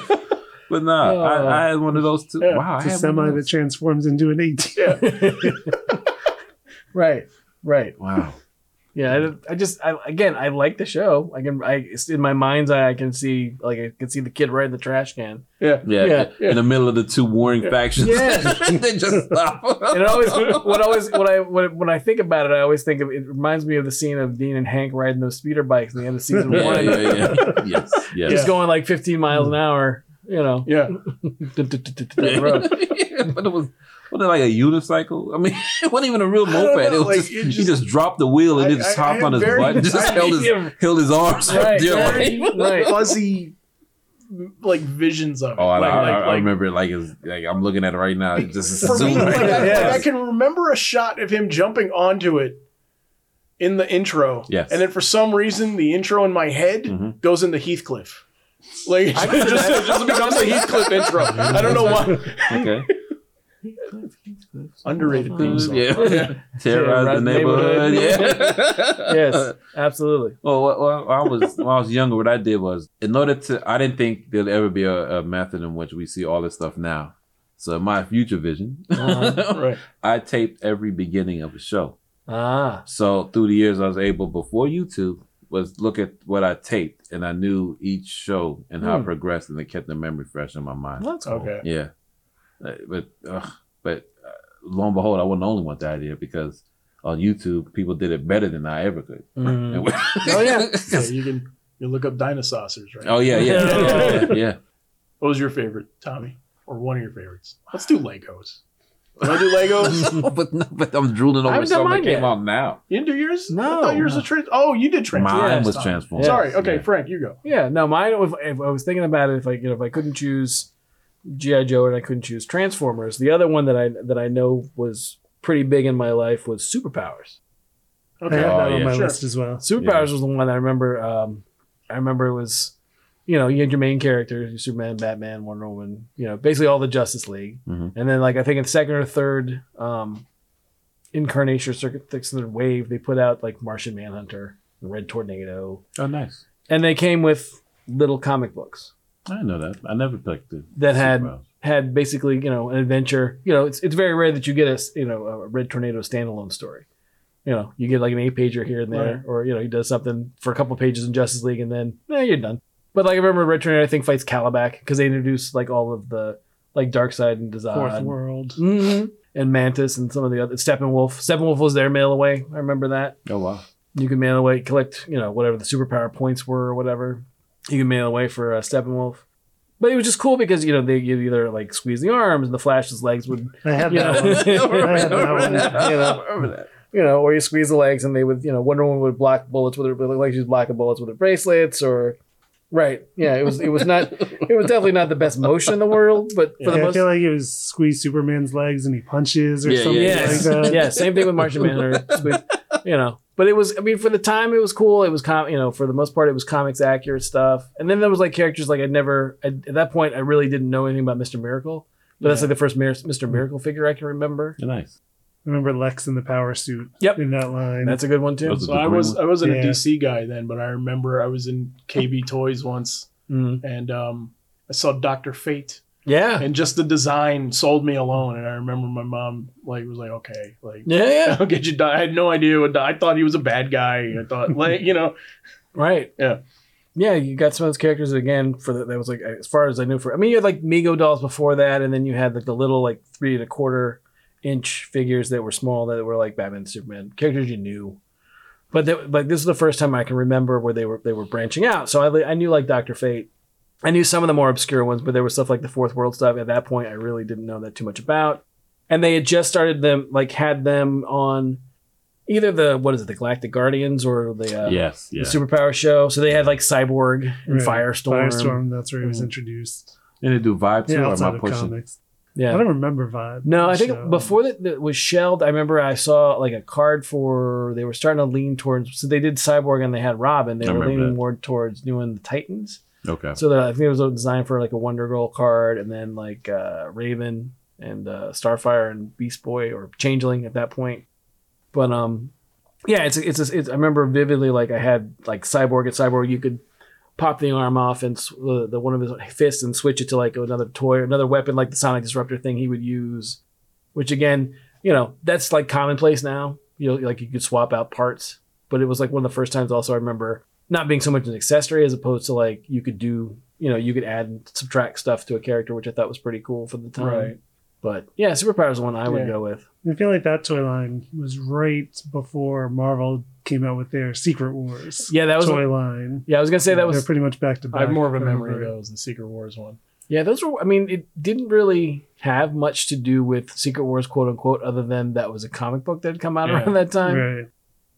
Speaker 3: But nah,
Speaker 2: Oh.
Speaker 3: I, I had one of those too.
Speaker 5: Uh, Yeah.
Speaker 3: wow, I
Speaker 4: It's a
Speaker 3: had
Speaker 4: semi
Speaker 3: one of
Speaker 4: that
Speaker 3: those.
Speaker 4: transforms into an eighteen.
Speaker 5: Yeah.
Speaker 2: Right. Right.
Speaker 3: Wow.
Speaker 2: Yeah. I, did- I just I, again I like the show. I can I it's in my mind's eye I can see like I can see the kid right in the trash can.
Speaker 5: <laughs> Yeah.
Speaker 3: Yeah,
Speaker 2: Yeah,
Speaker 5: yeah.
Speaker 3: in the middle of the two warring
Speaker 5: Yeah.
Speaker 3: factions,
Speaker 2: Yeah.
Speaker 3: <laughs> they
Speaker 5: <laughs>
Speaker 3: just stop.
Speaker 2: And it
Speaker 3: <laughs>
Speaker 2: always <laughs> what always when I when, when I think about it I always think of it reminds me of the scene of Dean and Hank riding those speeder bikes in the end of season
Speaker 3: yeah,
Speaker 2: one,
Speaker 3: yeah, yeah. Yes, yes.
Speaker 2: just going like 15 miles an hour. You
Speaker 3: <laughs>
Speaker 2: know,
Speaker 5: <laughs> Yeah.
Speaker 2: down the road.
Speaker 3: Yeah, but it was was it like a unicycle? I mean, <laughs> it wasn't even a real
Speaker 5: I don't
Speaker 3: moped.
Speaker 5: know,
Speaker 3: it was
Speaker 5: like,
Speaker 3: just,
Speaker 5: it
Speaker 3: he
Speaker 5: just-
Speaker 3: just dropped the wheel and
Speaker 5: I-
Speaker 3: it just
Speaker 5: I- I
Speaker 3: hopped
Speaker 5: am
Speaker 3: on his
Speaker 5: very-
Speaker 3: butt, and just
Speaker 5: I-
Speaker 3: held
Speaker 5: <laughs>
Speaker 3: his
Speaker 2: Yeah.
Speaker 3: held his arms. up
Speaker 2: Right,
Speaker 3: there,
Speaker 2: right.
Speaker 3: like-
Speaker 2: Right.
Speaker 5: Fuzzy like visions of it.
Speaker 3: oh, I,
Speaker 5: like,
Speaker 3: I,
Speaker 5: like,
Speaker 3: I
Speaker 5: like-
Speaker 3: remember it like it's like I'm looking at it right now. It just
Speaker 5: for me,
Speaker 3: zoomed
Speaker 5: like,
Speaker 3: right
Speaker 5: I,
Speaker 3: in.
Speaker 5: like, I can remember a shot of him jumping onto it in the intro.
Speaker 3: Yes.
Speaker 5: And then for some reason, the intro in my head
Speaker 3: Mhm.
Speaker 5: goes into Heathcliff. Like <laughs> it just, it just becomes a Heathcliff intro. I don't know why.
Speaker 3: Okay.
Speaker 5: Underrated theme song.
Speaker 3: Yeah. Terrorize the
Speaker 2: Terrorize the neighborhood.
Speaker 3: neighborhood.
Speaker 2: <laughs>
Speaker 3: Yeah.
Speaker 2: yes, absolutely.
Speaker 3: Well, well, well, I was when I was younger. What I did was, in order to, I didn't think there'd ever be a, a method in which we see all this stuff now. So in my future vision, <laughs>
Speaker 2: Uh-huh.
Speaker 5: <laughs> Right.
Speaker 3: I taped every beginning of a show.
Speaker 2: Ah,
Speaker 3: So through the years, I was able before YouTube was look at what I taped, and I knew each show and how
Speaker 2: Hmm.
Speaker 3: it progressed, and it kept the memory fresh in my mind.
Speaker 2: that's cool.
Speaker 5: Okay.
Speaker 3: Yeah, Uh, but ugh, but uh, lo and behold, I wasn't the only one with the idea because on YouTube, people did it better than I ever could.
Speaker 2: Mm.
Speaker 3: <laughs> oh
Speaker 2: yeah.
Speaker 5: So you can you look up dinosaurs,
Speaker 3: <laughs>
Speaker 5: right?
Speaker 3: Oh yeah, yeah,
Speaker 2: <laughs>
Speaker 3: yeah, yeah, yeah.
Speaker 5: What was your favorite, Tommy? Or one of your favorites? Let's do Legos. Want to do <laughs>
Speaker 3: <laughs>
Speaker 5: Legos?
Speaker 3: no, but no, but I'm drooling
Speaker 2: I
Speaker 3: over
Speaker 2: haven't done
Speaker 3: something
Speaker 2: mine
Speaker 3: that came
Speaker 2: yet.
Speaker 3: out now.
Speaker 5: You didn't do yours?
Speaker 2: No.
Speaker 5: I thought yours was trans. Oh, you did trans.
Speaker 3: Mine
Speaker 5: Yes,
Speaker 3: was
Speaker 5: Tommy.
Speaker 3: transformed.
Speaker 5: Sorry. Okay,
Speaker 3: Yeah.
Speaker 5: Frank, you go.
Speaker 2: Yeah, no, mine. If, if I was thinking about it, if I you know, if I couldn't choose GI Joe and I couldn't choose Transformers, the other one that I that I know was pretty big in my life was Superpowers.
Speaker 4: I
Speaker 5: Okay.
Speaker 4: have
Speaker 3: Oh,
Speaker 4: that on
Speaker 3: yeah.
Speaker 4: my
Speaker 5: Sure.
Speaker 4: list as well.
Speaker 2: Superpowers
Speaker 3: Yeah.
Speaker 2: was the one I remember. Um, I remember it was, you know, you had your main characters, your Superman, Batman, Wonder Woman, you know, basically all the Justice League,
Speaker 3: Mhm.
Speaker 2: and then like I think in second or third um, incarnation or circuit sixth wave, they put out like Martian Manhunter. and Red Tornado,
Speaker 3: Oh, nice.
Speaker 2: and they came with little comic books
Speaker 3: I didn't know that. I never picked it.
Speaker 2: that had
Speaker 3: Superpowers.
Speaker 2: had basically you know an adventure. You know, it's it's very rare that you get a s- you know a Red Tornado standalone story. You know, you get like an eight pager here and there, or you know he does something for a couple pages in Justice League, and then eh, you're done. But like I remember Red Tornado, I think fights Calabac because they introduced like all of the like Darkseid and
Speaker 4: Fourth
Speaker 2: Design
Speaker 4: world.
Speaker 2: hmm and Mantis and some of the other Steppenwolf. Steppenwolf was their mail away. I remember that
Speaker 3: Oh <laughs> wow.
Speaker 2: you can mail away collect you know whatever the superpower points were or whatever you can mail away for uh, steppenwolf but it was just cool because you know they you'd either like squeeze the arms and the flash's legs would
Speaker 4: I
Speaker 2: <laughs>
Speaker 4: had
Speaker 2: you
Speaker 4: that
Speaker 2: know,
Speaker 4: one. I had that one.
Speaker 2: you know you know or you squeeze the legs and they would you know wonder woman would block bullets with her with her legs she'd block bullets with her bracelets or right yeah it was it was not it was definitely not the best motion in the world but for
Speaker 4: Yeah,
Speaker 2: the
Speaker 4: I
Speaker 2: most
Speaker 4: feel like it was squeeze Superman's legs and he punches or
Speaker 3: Yeah,
Speaker 4: something
Speaker 3: yeah,
Speaker 2: yes. <laughs>
Speaker 4: like that.
Speaker 2: yeah, same thing with Martian Manhunter. Sweet. You know, but it was. I mean, for the time, it was cool. It was com. You know, for the most part, it was comics accurate stuff. And then there was like characters like I never I, at that point I really didn't know anything about Mister Miracle. But that's like the first Mir- Mister Miracle figure I can remember.
Speaker 3: Nice.
Speaker 4: I remember Lex in the power suit.
Speaker 2: Yep.
Speaker 4: In that line.
Speaker 2: And that's a good one too.
Speaker 3: Those are
Speaker 5: So
Speaker 3: the
Speaker 5: I
Speaker 3: green
Speaker 5: was
Speaker 3: ones.
Speaker 5: I wasn't
Speaker 4: Yeah.
Speaker 5: a DC guy then, but I remember I was in KB <laughs> Toys once
Speaker 2: Mm.
Speaker 5: and um, I saw Doctor Fate
Speaker 2: Yeah,
Speaker 5: and just the design sold me alone. And I remember my mom like was like, okay, <laughs> like
Speaker 2: yeah, yeah.
Speaker 5: I'll get you. Di-. I had no idea what. Di- I thought he was a bad guy. I thought <laughs> like you know
Speaker 2: Right.
Speaker 5: Yeah.
Speaker 2: Yeah, you got some of those characters again for the, that was like as far as I knew for. I mean, you had like Mego dolls before that, and then you had like the little like three and a quarter inch figures that were small that were like Batman, and Superman characters you knew. But that, but this is the first time I can remember where they were they were branching out. So I li- I knew like Doctor Fate, I knew some of the more obscure ones, but there was stuff like the Fourth World stuff at that point I really didn't know that too much about. And they had just started them like had them on either the what is it the Galactic Guardians or the uh,
Speaker 3: yes. Yeah.
Speaker 2: the superpower show. So they had like Cyborg and
Speaker 4: Right.
Speaker 2: Firestorm.
Speaker 4: Firestorm, that's where he was
Speaker 2: Mhm.
Speaker 4: introduced.
Speaker 3: and they do vibe too.
Speaker 4: Yeah,
Speaker 3: or am
Speaker 4: outside
Speaker 3: I
Speaker 4: of
Speaker 3: pushing?
Speaker 4: comics. I
Speaker 2: Yeah.
Speaker 4: don't remember Vibe.
Speaker 2: No, I think
Speaker 4: So-
Speaker 2: before that, that was shelved. I remember I saw like a card for they were starting to lean towards. So they did Cyborg and they had Robin. They
Speaker 3: I
Speaker 2: were
Speaker 3: remember
Speaker 2: leaning
Speaker 3: that.
Speaker 2: more towards doing the Titans.
Speaker 3: Okay.
Speaker 2: So that I think it was a design for like a Wonder Girl card and then like uh, Raven and uh, Starfire and Beast Boy or Changeling at that point. But um, yeah, it's it's, it's I remember vividly like I had like Cyborg at Cyborg you could pop the arm off and sw- the, the one of his fists and switch it to like another toy or another weapon like the Sonic Disruptor thing he would use, which again you know that's like commonplace now. You know, like you could swap out parts, but it was like one of the first times also I remember not being so much an accessory as opposed to like you could do you know you could add and subtract stuff to a character which i thought was pretty cool for the time
Speaker 5: Right.
Speaker 2: but yeah superpower is the one i would
Speaker 5: Yeah.
Speaker 2: go with
Speaker 4: I feel like that toy line was right before Marvel came out with their Secret Wars
Speaker 2: yeah that was
Speaker 4: toy line.
Speaker 2: yeah i was gonna say that was
Speaker 4: They're pretty much back to back.
Speaker 5: I have more of a
Speaker 4: if
Speaker 5: memory of
Speaker 4: remember.
Speaker 5: those than Secret Wars one.
Speaker 2: yeah those were i mean it didn't really have much to do with secret wars quote unquote other than that was a comic book that had come out
Speaker 5: Yeah.
Speaker 2: around that time
Speaker 4: Right.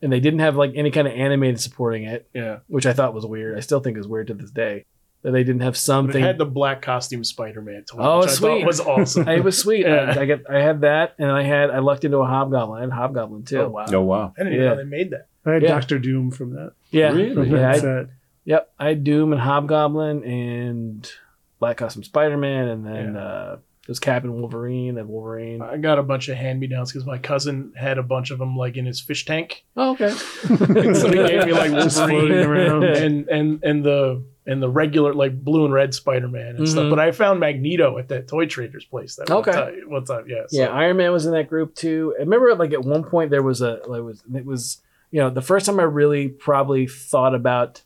Speaker 2: and they didn't have like any kind of animated supporting it
Speaker 5: Yeah,
Speaker 2: which i thought was weird i still think is weird to this day that they didn't have
Speaker 5: but it
Speaker 2: something
Speaker 5: had the black costume Spider Man toy,
Speaker 2: Oh,
Speaker 5: which I
Speaker 2: sweet.
Speaker 5: thought
Speaker 3: <laughs>
Speaker 5: was awesome.
Speaker 2: <laughs> it was sweet
Speaker 5: Yeah.
Speaker 2: I, I got i had that and i had i lucked into a hobgoblin i had hobgoblin too
Speaker 5: Oh, wow.
Speaker 3: Oh wow.
Speaker 5: I didn't even
Speaker 2: Yeah.
Speaker 5: know they made that.
Speaker 4: I had
Speaker 2: Yeah.
Speaker 4: Doctor Doom from that.
Speaker 2: yeah
Speaker 3: Really?
Speaker 4: From
Speaker 2: Yeah,
Speaker 4: that
Speaker 2: I-
Speaker 4: set.
Speaker 2: Yep, I had Doom and Hobgoblin and Black Costume Spider Man, and then uh, there's Cap and Wolverine and Wolverine.
Speaker 5: I got a bunch of hand me downs because my cousin had a bunch of them like in his fish tank.
Speaker 2: Oh, <laughs> okay.
Speaker 5: <laughs> So they gave
Speaker 2: <laughs>
Speaker 5: me like
Speaker 4: Just
Speaker 5: Wolverine
Speaker 4: floating around.
Speaker 5: and and and the and the regular like blue and red Spider Man and
Speaker 2: Mhm.
Speaker 5: stuff. But I found Magneto at that toy trader's place. That
Speaker 2: Okay.
Speaker 5: one time, one time yeah. so-
Speaker 2: Yeah, Iron Man was in that group too. I remember like at one point there was a like was it was you know the first time I really probably thought about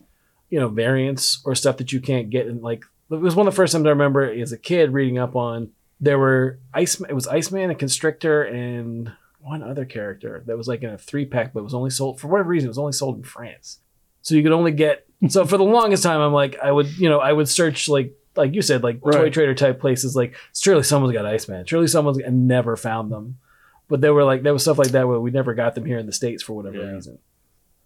Speaker 2: you know variants or stuff that you can't get and like it was one of the first times I remember as a kid reading up on there were ice it was Iceman and Constrictor and one other character that was like in a three pack but was only sold for whatever reason it was only sold in France so you could only
Speaker 5: <laughs>
Speaker 2: get so for the longest time I'm like I would you know I would search like like you said like toy
Speaker 5: Right.
Speaker 2: trader type places like surely someone's got Iceman surely someone's and never found them but there were like there was stuff like that where we never got them here in the states for whatever
Speaker 5: Yeah.
Speaker 2: reason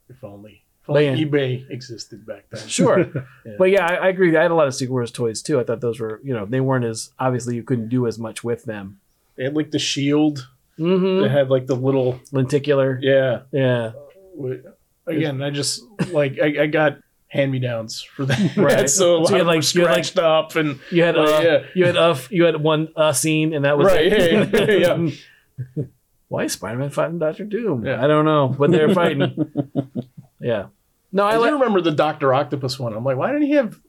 Speaker 5: If only, if
Speaker 2: But
Speaker 5: only
Speaker 2: yeah.
Speaker 5: eBay existed back then. <laughs>
Speaker 2: sure
Speaker 5: Yeah.
Speaker 2: but yeah I, I agree I had a lot of Secret Wars toys too I thought those were you know they weren't as obviously you couldn't do as much with them
Speaker 5: They had like the shield. They
Speaker 2: mm-hmm.
Speaker 5: had like the little
Speaker 2: lenticular
Speaker 5: yeah.
Speaker 2: yeah
Speaker 5: Wait, Again, I just like I, I got hand me downs for
Speaker 2: <laughs>
Speaker 5: that.
Speaker 2: Right.
Speaker 5: <laughs>
Speaker 2: So
Speaker 5: so a lot
Speaker 2: you had,
Speaker 5: of them
Speaker 2: like-
Speaker 5: were
Speaker 2: you had, like-
Speaker 5: scratched up and
Speaker 2: you had
Speaker 5: Like,
Speaker 2: uh,
Speaker 5: yeah.
Speaker 2: you had uh, you had one uh scene and that was
Speaker 5: Right,
Speaker 2: it.
Speaker 5: yeah, yeah,
Speaker 2: <laughs> why is Spider Man fighting Doctor Doom
Speaker 5: Yeah.
Speaker 2: I don't know but they're fighting <laughs> yeah No, I
Speaker 5: I, do
Speaker 2: like.
Speaker 5: remember the Doctor Octopus one. I'm like, why didn't he have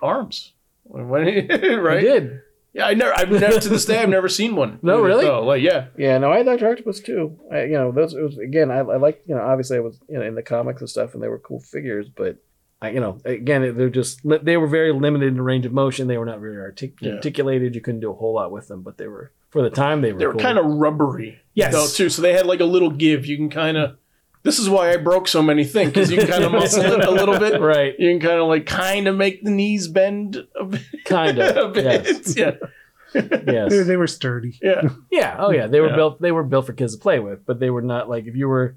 Speaker 5: arms? <laughs> Like, Why didn't he, <laughs>
Speaker 2: I
Speaker 5: right?
Speaker 2: did.
Speaker 5: Yeah, I never. I've never to this day. I've never seen one.
Speaker 2: <laughs> No,
Speaker 5: Even
Speaker 2: really?
Speaker 5: though, like, yeah.
Speaker 2: Yeah, no, I had Doctor Octopus too. I, you know, those it was again. I, I like you know, obviously I was you know in the comics and stuff, and they were cool figures, but I, you know, again, they're just li- they were very limited in range of motion. They were not very artic-
Speaker 5: Yeah.
Speaker 2: articulated. You couldn't do a whole lot with them, but they were for the time they were.
Speaker 5: They were
Speaker 2: cool. <laughs>
Speaker 5: kind of rubbery.
Speaker 2: Yes.
Speaker 5: Though, too. So they had like a little give. You can kind of. This is why I broke so many things because you can
Speaker 2: <laughs>
Speaker 5: kind of muscle it a little bit.
Speaker 2: right,
Speaker 5: You can kind of like kind of make the knees bend
Speaker 2: <laughs>
Speaker 5: a bit.
Speaker 2: kind
Speaker 5: <laughs> a
Speaker 2: of.
Speaker 5: bit.
Speaker 2: yes,
Speaker 5: Yeah.
Speaker 4: They,
Speaker 2: yes,
Speaker 4: they were sturdy.
Speaker 5: Yeah.
Speaker 2: yeah. Oh yeah, they were
Speaker 5: Yeah.
Speaker 2: built. They were built for kids to play with, but they were not like if you were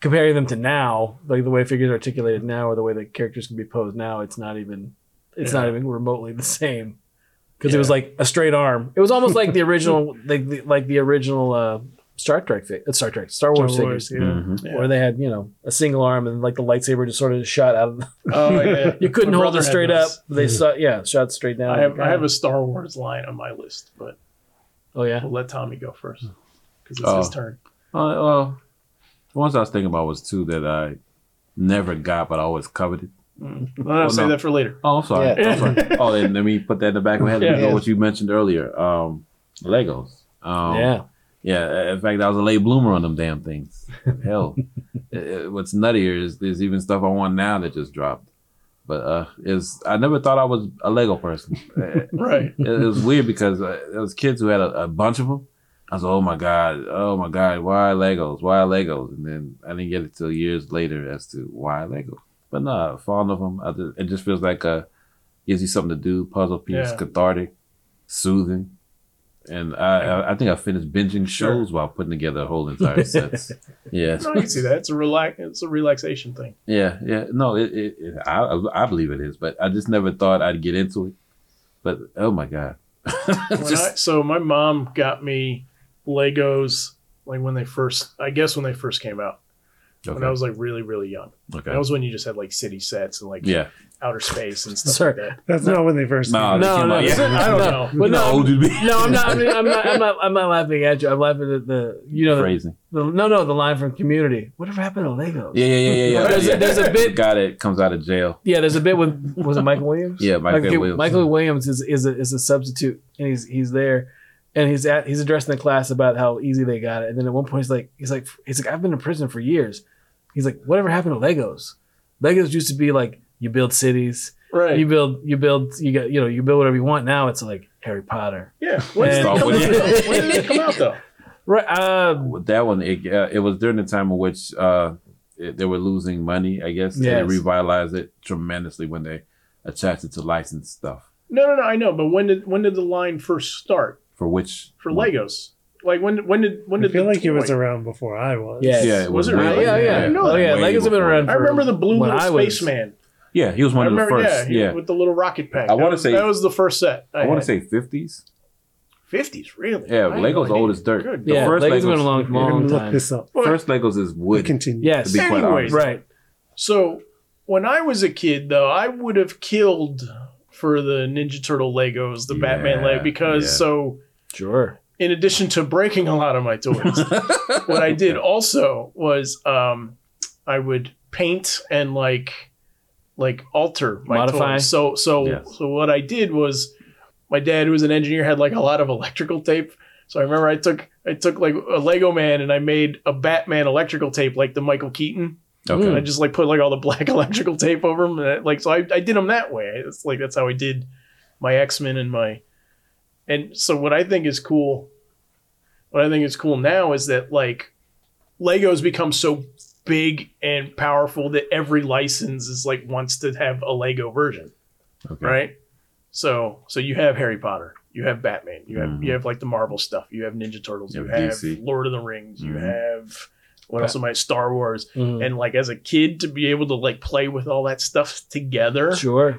Speaker 2: comparing them to now, like the way figures are articulated now, or the way the characters can be posed now, it's not even. It's
Speaker 5: Yeah.
Speaker 2: not even remotely the same. because it
Speaker 5: Yeah.
Speaker 2: was like a straight arm. It was almost like the original, <laughs> like the, like the original uh, Star Trek, fi- uh, Star Trek, Star Wars,
Speaker 4: Star Wars,
Speaker 2: figures,
Speaker 4: yeah.
Speaker 3: Mhm.
Speaker 5: yeah.
Speaker 2: where they had you know a single arm and like the lightsaber just sort of shot out. of
Speaker 5: <laughs> Oh yeah.
Speaker 2: You couldn't
Speaker 5: My
Speaker 2: hold
Speaker 5: brother
Speaker 2: it
Speaker 5: had
Speaker 2: straight up.
Speaker 5: those.
Speaker 2: They saw, yeah, shot straight down.
Speaker 5: I have I have a Star Wars line on my list, but
Speaker 2: oh yeah,
Speaker 5: we'll let Tommy go first because it's
Speaker 3: Oh.
Speaker 5: his turn.
Speaker 3: Uh, well, the ones I was thinking about was two that I never got, but I always coveted.
Speaker 5: No, no,
Speaker 3: Oh,
Speaker 5: save
Speaker 3: no.
Speaker 5: that for later.
Speaker 3: Oh, I'm sorry.
Speaker 2: Yeah. <laughs>
Speaker 3: I'm sorry. Oh, then let me put that in the back of my head. Let me
Speaker 5: Yeah.
Speaker 3: go what you mentioned earlier. Um, Legos. Um,
Speaker 2: yeah.
Speaker 3: Yeah, in fact, I was a late bloomer on them damn things. Hell, <laughs> It- it- what's nuttier is there's even stuff I want now that just dropped. But uh, is I never thought I was a
Speaker 2: <laughs>
Speaker 3: Lego person. it,
Speaker 5: Right.
Speaker 3: it was weird because uh, there was kids who had a, a bunch of them. I was like, oh my god, oh my god, why Legos? Why Legos? And then I didn't get it till years later as to why Legos. But nah, fond of them. I just, it just feels like a gives you something to do, puzzle piece,
Speaker 5: Yeah.
Speaker 3: cathartic, soothing. And I, I- I think I finished binging shows while putting together a whole entire
Speaker 5: <laughs>
Speaker 3: sets. yeah,
Speaker 5: <laughs> No, you can see that. It's a relax. It's a relaxation
Speaker 3: <laughs>
Speaker 5: thing.
Speaker 3: yeah, yeah. No, it, it, it I, I believe it is, but I just never thought I'd get into it. But oh my god,
Speaker 5: When I,
Speaker 3: just
Speaker 5: so my mom got me Legos like when they first, I guess when they first came out. When I
Speaker 3: okay,
Speaker 5: was like really really young. That
Speaker 3: okay.
Speaker 5: was when you just had like city sets and like
Speaker 3: yeah.
Speaker 5: outer space and stuff
Speaker 2: Sorry.
Speaker 5: like that.
Speaker 4: That's not when they first.
Speaker 3: No,
Speaker 4: came.
Speaker 3: they
Speaker 2: No,
Speaker 3: came
Speaker 2: no,
Speaker 3: out-
Speaker 2: yeah.
Speaker 5: Is it? <laughs> I don't know.
Speaker 2: But
Speaker 3: How
Speaker 2: no,
Speaker 3: old you'd be?
Speaker 2: no, I'm not. I mean, I'm not. I'm not. I'm not laughing at you. I'm laughing at the you know the,
Speaker 3: Crazy.
Speaker 2: the no no the line from Community. Whatever happened to Legos?
Speaker 3: Yeah, yeah, yeah, yeah. yeah.
Speaker 2: There's a-
Speaker 3: yeah. <laughs>
Speaker 2: there's a bit-
Speaker 3: Got it. Comes out of jail.
Speaker 2: Yeah, there's a bit with was it Michael Williams?
Speaker 3: Yeah, Michael
Speaker 2: Michael
Speaker 3: Williams.
Speaker 2: Michael Williams is is a, is a substitute, and he's he's there, and he's at he's addressing the class about how easy they got it, and then at one point he's like he's like he's like I've been in prison for years. He's like, whatever happened to Legos? Legos used to be like you build cities,
Speaker 5: Right.
Speaker 2: you build you build you got you know you build whatever you want. Now it's like Harry Potter,
Speaker 5: yeah. When did, it
Speaker 3: And-
Speaker 5: come out, though? when did it come out though?
Speaker 2: right? Uh,
Speaker 3: With that one, it, uh, it was during the time in which uh, it, they were losing money. I guess and they
Speaker 2: Yes.
Speaker 3: revitalized it tremendously when they attached it to licensed stuff.
Speaker 5: No, no, no. I know, but when did when did the line first start
Speaker 3: For which
Speaker 5: for Legos? Like when when did when
Speaker 4: I
Speaker 5: did
Speaker 4: feel
Speaker 5: the
Speaker 4: like it was
Speaker 5: toy-
Speaker 4: around before I was.
Speaker 2: Yeah.
Speaker 3: Yeah, it
Speaker 5: Was
Speaker 3: was,
Speaker 5: it
Speaker 3: way-
Speaker 5: really?
Speaker 2: yeah,
Speaker 5: I
Speaker 2: yeah,
Speaker 5: didn't know
Speaker 2: oh
Speaker 5: that.
Speaker 2: yeah.
Speaker 3: Way
Speaker 2: Legos have been
Speaker 3: before.
Speaker 2: around.
Speaker 5: I
Speaker 2: for-
Speaker 5: remember the blue
Speaker 2: when
Speaker 5: little
Speaker 2: I was-
Speaker 5: spaceman.
Speaker 3: Yeah, he was
Speaker 5: I
Speaker 3: one of the
Speaker 5: remember,
Speaker 3: first.
Speaker 5: yeah,
Speaker 3: Yeah,
Speaker 5: with the little rocket pack.
Speaker 3: I wanna
Speaker 5: That was-
Speaker 3: say-
Speaker 5: that was the first set.
Speaker 3: I want to say fifties.
Speaker 5: fifties, really.
Speaker 3: Yeah,
Speaker 5: I had
Speaker 3: Lego's
Speaker 5: no idea.
Speaker 3: old as dirt.
Speaker 5: Good.
Speaker 3: The
Speaker 2: yeah,
Speaker 3: first
Speaker 2: Legos
Speaker 3: Legos-
Speaker 2: have been a long
Speaker 4: We're gonna
Speaker 2: long
Speaker 4: look
Speaker 2: time.
Speaker 4: this up.
Speaker 5: Well,
Speaker 3: First Legos is
Speaker 4: We
Speaker 3: wood.
Speaker 4: continue.
Speaker 3: To
Speaker 2: Yes,
Speaker 3: be quite
Speaker 5: Anyways.
Speaker 3: honest.
Speaker 2: right.
Speaker 5: So when I was a kid, though, I would have killed for the Ninja Turtle Legos, the Batman
Speaker 3: Yeah,
Speaker 5: Lego, because
Speaker 3: yeah.
Speaker 5: so
Speaker 2: Sure.
Speaker 5: in addition to breaking a lot of my toys,
Speaker 3: <laughs>
Speaker 5: what I did also was um, I would paint and like like alter my
Speaker 2: Modify?
Speaker 5: toys. So so
Speaker 3: Yes.
Speaker 5: so what I did was my dad, who was an engineer, had like a lot of electrical tape. So I remember I took I took like a Lego man and I made a Batman electrical tape like the Michael Keaton. And I
Speaker 3: Okay.
Speaker 5: just like put like all the <laughs> black electrical tape over him. And I- like so I, I did them that way. It's like that's how I did my X Men and my and so what I think is cool, what I think is cool now is that like Legos become so big and powerful that every license is like wants to have a Lego version,
Speaker 3: Okay.
Speaker 5: right? So so you have Harry Potter, you have Batman, you have
Speaker 3: Mhm.
Speaker 5: you have like the Marvel stuff, you have Ninja Turtles,
Speaker 3: You
Speaker 5: you
Speaker 3: have
Speaker 5: have
Speaker 3: DC.
Speaker 5: Lord of the Rings, you
Speaker 3: Mhm.
Speaker 5: have what
Speaker 2: Bat-
Speaker 5: else am I? Star Wars
Speaker 3: Mm-hmm.
Speaker 2: Mhm.
Speaker 5: and like as a kid to be able to like play with all that stuff together
Speaker 2: Sure.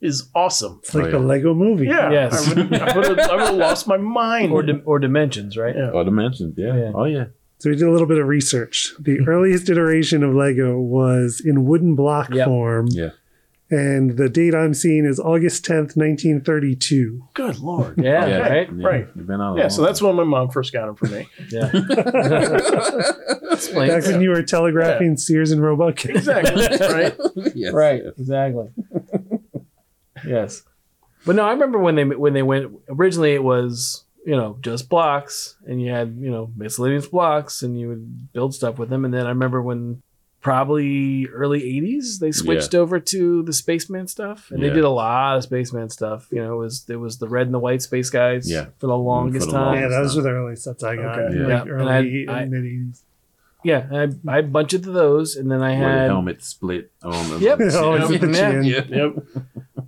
Speaker 5: is awesome.
Speaker 4: It's like
Speaker 3: Oh,
Speaker 4: the
Speaker 3: yeah.
Speaker 4: Lego movie.
Speaker 5: Yeah,
Speaker 2: Yes.
Speaker 5: I would I would have lost my mind.
Speaker 2: Or di- or dimensions, right?
Speaker 5: yeah.
Speaker 3: Oh, dimensions. Yeah.
Speaker 2: Yeah.
Speaker 3: Oh yeah.
Speaker 4: So we did a little bit of
Speaker 2: <laughs>
Speaker 4: research. The earliest iteration of Lego was in wooden block
Speaker 2: Yep.
Speaker 4: form.
Speaker 3: Yeah.
Speaker 4: and the date I'm seeing is August 10th, 1932.
Speaker 5: Good lord.
Speaker 2: Yeah, right.
Speaker 3: yeah,
Speaker 5: right.
Speaker 3: You've been out. a
Speaker 5: Yeah,
Speaker 3: long
Speaker 5: so that's when my mom first got them for
Speaker 2: <laughs>
Speaker 5: me.
Speaker 2: Yeah.
Speaker 3: <laughs>
Speaker 5: <laughs>
Speaker 4: Back
Speaker 2: Explains.
Speaker 4: when you were telegraphing Sears
Speaker 2: <laughs>
Speaker 4: and Roebuck.
Speaker 5: exactly. Right.
Speaker 3: time. Yes. <laughs>
Speaker 2: Right. Exactly. yes. But no, I remember when they when they went originally it was, you know, just blocks and you had, you know, miscellaneous blocks and you would build stuff with them and then I remember when probably early 80s they switched over to the spaceman stuff and
Speaker 3: Yeah.
Speaker 2: they did a lot of spaceman stuff you know it was it was the red and the white space guys
Speaker 3: Yeah.
Speaker 2: for the longest
Speaker 3: the
Speaker 2: time
Speaker 3: longest.
Speaker 4: <laughs> yeah, those were the early sets I got.
Speaker 5: Okay.
Speaker 4: Like
Speaker 2: Yeah.
Speaker 4: early
Speaker 2: And I- I-
Speaker 4: mid 80s.
Speaker 2: yeah and I, I bunted those and then i
Speaker 3: Where the
Speaker 2: had
Speaker 3: helmet split on the
Speaker 2: Yep.
Speaker 4: <laughs> Oh, is it the
Speaker 2: Yeah.
Speaker 3: <laughs>
Speaker 4: chin?
Speaker 3: yeah.
Speaker 5: Yep.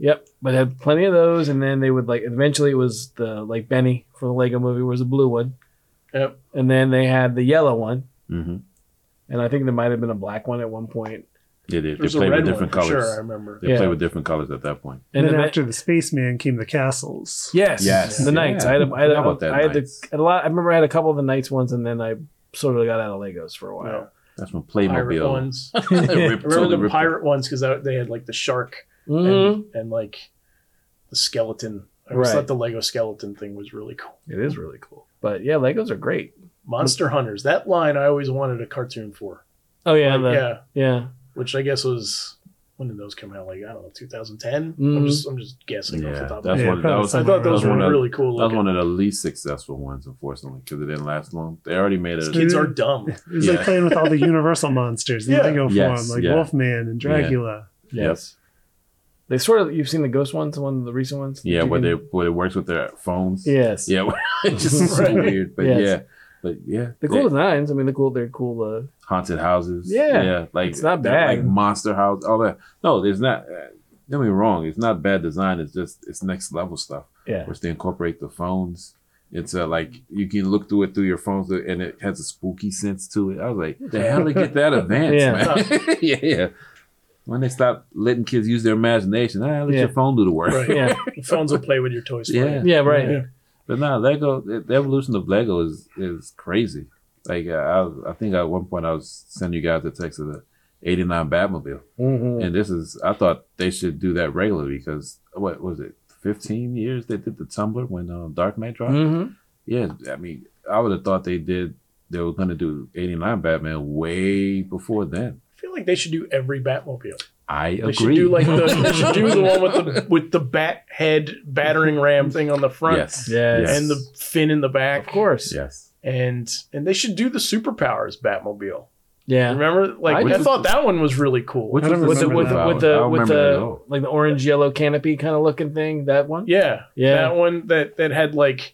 Speaker 2: Yep, but had plenty of those, and then they would like eventually it was the like Benny from the Lego Movie was a blue one,
Speaker 5: Yep.
Speaker 2: and then they had the yellow one,
Speaker 3: Mm-hmm.
Speaker 2: and I think there might have been a black one at one point,
Speaker 3: They did. They
Speaker 5: There's a
Speaker 3: played with
Speaker 5: red
Speaker 3: different
Speaker 5: one for
Speaker 3: colors.
Speaker 5: sure. I remember.
Speaker 3: They
Speaker 2: Yeah.
Speaker 3: played with different colors at that point.
Speaker 4: And then,
Speaker 2: the-
Speaker 4: after the spaceman came the castles.
Speaker 2: yes,
Speaker 3: Yes,
Speaker 2: the
Speaker 3: yeah.
Speaker 2: knights. I had a, I had, a,
Speaker 3: How about that
Speaker 2: I had,
Speaker 3: Knights?
Speaker 2: the, a lot. I remember I had a couple of the knights ones, and then I sort of got out of Legos for a while.
Speaker 3: That's when
Speaker 5: Pirate
Speaker 3: <laughs> Playmobil.
Speaker 5: ones.
Speaker 3: ripped-
Speaker 5: I remember
Speaker 3: totally
Speaker 5: the
Speaker 3: ripped it.
Speaker 5: pirate ones because they had like the shark
Speaker 2: Mhm.
Speaker 5: and, and like the skeleton. I always
Speaker 2: Right.
Speaker 5: thought the Lego skeleton thing was really cool.
Speaker 2: It is really cool, but yeah, Legos are great.
Speaker 5: Monster Hunters. That line I always wanted a cartoon for.
Speaker 2: Oh yeah,
Speaker 5: Like,
Speaker 2: the, yeah,
Speaker 5: yeah. Which I guess was when did those come out? Like I don't know, 2010. I'm
Speaker 2: Mhm.
Speaker 5: just I'm just guessing off the
Speaker 3: Mm-hmm. Yeah,
Speaker 5: top. of
Speaker 3: that's
Speaker 5: my
Speaker 4: Yeah,
Speaker 3: one. That
Speaker 4: probably
Speaker 3: was
Speaker 5: I
Speaker 4: somewhere
Speaker 5: thought those
Speaker 3: that
Speaker 5: were
Speaker 3: was one of-
Speaker 5: really cool.
Speaker 3: that was
Speaker 5: Looking.
Speaker 3: one of the least successful ones, unfortunately, because it didn't last long. They already made it.
Speaker 4: It's
Speaker 3: a-
Speaker 5: Kids
Speaker 3: <laughs>
Speaker 5: are dumb.
Speaker 4: It was
Speaker 3: Yeah.
Speaker 4: like playing with all
Speaker 2: <laughs>
Speaker 4: the Universal monsters in
Speaker 5: Yeah.
Speaker 4: Lego
Speaker 3: Yes,
Speaker 4: form, like
Speaker 3: yeah.
Speaker 4: Wolfman and Dracula.
Speaker 2: yes. They sort of you've seen the ghost ones, one of the recent ones.
Speaker 3: yeah,
Speaker 2: You
Speaker 3: where they
Speaker 2: can-
Speaker 3: where it works with their phones.
Speaker 2: yes,
Speaker 3: Yeah, <laughs> it's just so
Speaker 5: Right.
Speaker 3: weird. But
Speaker 2: Yes.
Speaker 3: yeah, but yeah,
Speaker 2: The cool designs. I mean, the cool. They're cool. Uh,
Speaker 3: haunted houses.
Speaker 2: Yeah.
Speaker 3: yeah, like
Speaker 2: It's not
Speaker 3: they're
Speaker 2: bad.
Speaker 3: Like monster house, all that. No, it's not. Uh, don't get me wrong. It's not bad design. It's just it's next level stuff,
Speaker 2: yeah.
Speaker 3: <laughs> which they incorporate the phones. It's uh, like you can look through it through your phones, uh, and it has a spooky sense to it. I was like, the hell they get that advanced,
Speaker 2: Yeah.
Speaker 3: <laughs> man? yeah, yeah. When they stop letting kids use their imagination, ah, let
Speaker 2: Yeah.
Speaker 3: your phone do the work.
Speaker 5: Right.
Speaker 2: Yeah.
Speaker 5: Phones will play with <laughs> your toys.
Speaker 3: Yeah.
Speaker 5: forever.
Speaker 2: Yeah. Right.
Speaker 5: Yeah.
Speaker 3: But no, Lego, the the evolution of Lego is is crazy. Like uh, I, was- I think at one point I was sending you guys a text of the '89 Batmobile,
Speaker 2: Mhm.
Speaker 3: and this is I thought they should do that regularly because what was it? 15 years they did the Tumblr when uh, Dark Knight dropped.
Speaker 2: Mhm.
Speaker 3: Yeah, I mean I would have thought they did they were gonna do '89 Batman way before then.
Speaker 5: I feel like they should do every Batmobile.
Speaker 3: I
Speaker 5: They
Speaker 3: agree.
Speaker 5: should
Speaker 3: <laughs>
Speaker 5: do like the they should do the one with the with the bat head battering ram thing on the front
Speaker 3: yes,
Speaker 2: Yes.
Speaker 5: and the fin in the back.
Speaker 2: Of course. Yeah.
Speaker 3: yes.
Speaker 5: And and they should do the superpowers Batmobile.
Speaker 2: Yeah.
Speaker 5: Remember, like
Speaker 3: I
Speaker 5: I,
Speaker 3: do.
Speaker 5: thought that one was really cool.
Speaker 3: Which
Speaker 4: I don't
Speaker 3: was
Speaker 2: With the
Speaker 4: remember
Speaker 2: with,
Speaker 4: that
Speaker 2: the with
Speaker 3: one. I
Speaker 2: the
Speaker 3: don't
Speaker 2: with
Speaker 3: remember that at
Speaker 2: the
Speaker 3: all.
Speaker 2: like the orange yellow canopy kind of looking thing. That one.
Speaker 5: yeah,
Speaker 2: Yeah.
Speaker 5: that one that that had like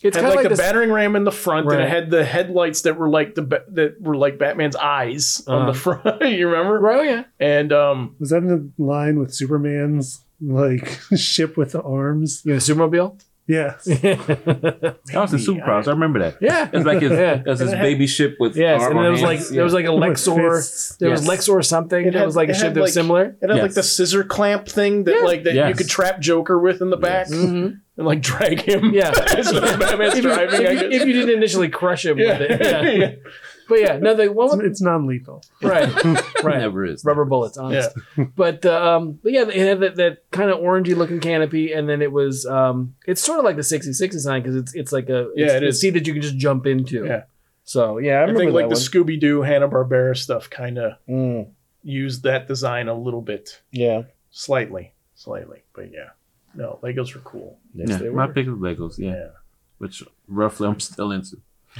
Speaker 2: It's
Speaker 5: had
Speaker 2: kind of
Speaker 5: like,
Speaker 2: like,
Speaker 5: the
Speaker 2: this-
Speaker 5: battering ram in the front, and
Speaker 2: Right.
Speaker 5: it had the headlights that were like the ba- that were like Batman's eyes on
Speaker 2: Uh-huh.
Speaker 5: the front. <laughs> you remember?
Speaker 2: <laughs> Right. oh, Yeah.
Speaker 5: And um,
Speaker 4: Was that in the line with Superman's like <laughs> ship with the arms?
Speaker 2: You know, the <laughs> supermobile.
Speaker 4: Yeah.
Speaker 3: That was the
Speaker 5: maybe, I-
Speaker 3: superpowers. I remember that.
Speaker 2: yeah.
Speaker 3: It's like his,
Speaker 2: Yeah. <laughs>
Speaker 3: it's his
Speaker 5: And it had-
Speaker 3: baby ship with
Speaker 2: Yes.
Speaker 3: arm
Speaker 2: And
Speaker 3: on
Speaker 2: there was
Speaker 3: hands.
Speaker 2: like there was like a
Speaker 4: With
Speaker 2: Lexor.
Speaker 4: fists.
Speaker 2: There was
Speaker 5: Yes.
Speaker 2: Lexor something.
Speaker 5: It
Speaker 2: that
Speaker 5: had-
Speaker 2: was like a
Speaker 5: it
Speaker 2: ship
Speaker 5: had,
Speaker 2: that was
Speaker 5: like-
Speaker 2: similar.
Speaker 5: it had like
Speaker 3: Yes.
Speaker 5: the scissor clamp thing that
Speaker 2: Yeah.
Speaker 5: like that you
Speaker 3: Yes.
Speaker 5: could trap Joker with in the back
Speaker 3: Yes.
Speaker 5: <laughs>
Speaker 2: Mhm.
Speaker 5: and like drag him.
Speaker 2: Yeah.
Speaker 5: as Batman's
Speaker 2: If you,
Speaker 5: driving. I
Speaker 2: if, you,
Speaker 5: guess.
Speaker 2: if you didn't initially crush him
Speaker 5: <laughs> <laughs> yeah.
Speaker 2: with it, yeah. but yeah, no, the one
Speaker 4: It's,
Speaker 5: <laughs>
Speaker 2: with,
Speaker 4: it's non lethal.
Speaker 2: right,
Speaker 3: It
Speaker 2: right,
Speaker 3: never is
Speaker 2: rubber bullets, honest.
Speaker 5: <laughs>
Speaker 2: but um, but yeah, it had that, that kind of orangey looking canopy, and then it was um, it's sort of like the '66 design because it's it's like a
Speaker 5: Yeah,
Speaker 2: it's
Speaker 5: it
Speaker 2: a
Speaker 5: is.
Speaker 2: seat that you can just jump into.
Speaker 5: Yeah.
Speaker 2: So yeah, I
Speaker 5: I
Speaker 2: remember
Speaker 5: think
Speaker 2: that
Speaker 5: like the
Speaker 2: one.
Speaker 5: Scooby Doo Hanna Barbera stuff kind of
Speaker 2: Mm,
Speaker 5: used that design a little bit,
Speaker 2: yeah.
Speaker 5: slightly, slightly, but yeah. No, Legos were cool.
Speaker 2: Yes,
Speaker 3: yeah,
Speaker 2: they
Speaker 3: my
Speaker 2: were.
Speaker 3: pick was Legos. Yeah,
Speaker 5: Yeah.
Speaker 3: which roughly I'm still into.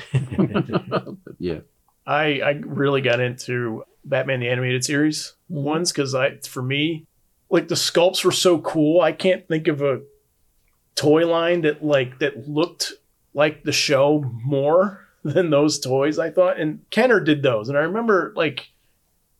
Speaker 2: <laughs>
Speaker 3: But yeah,
Speaker 5: I I really got into Batman the animated series
Speaker 2: Mhm.
Speaker 5: ones because I for me, like the sculpts were so cool. I can't think of a toy line that like that looked like the show more <laughs> than those toys. I thought, and Kenner did those, and I remember like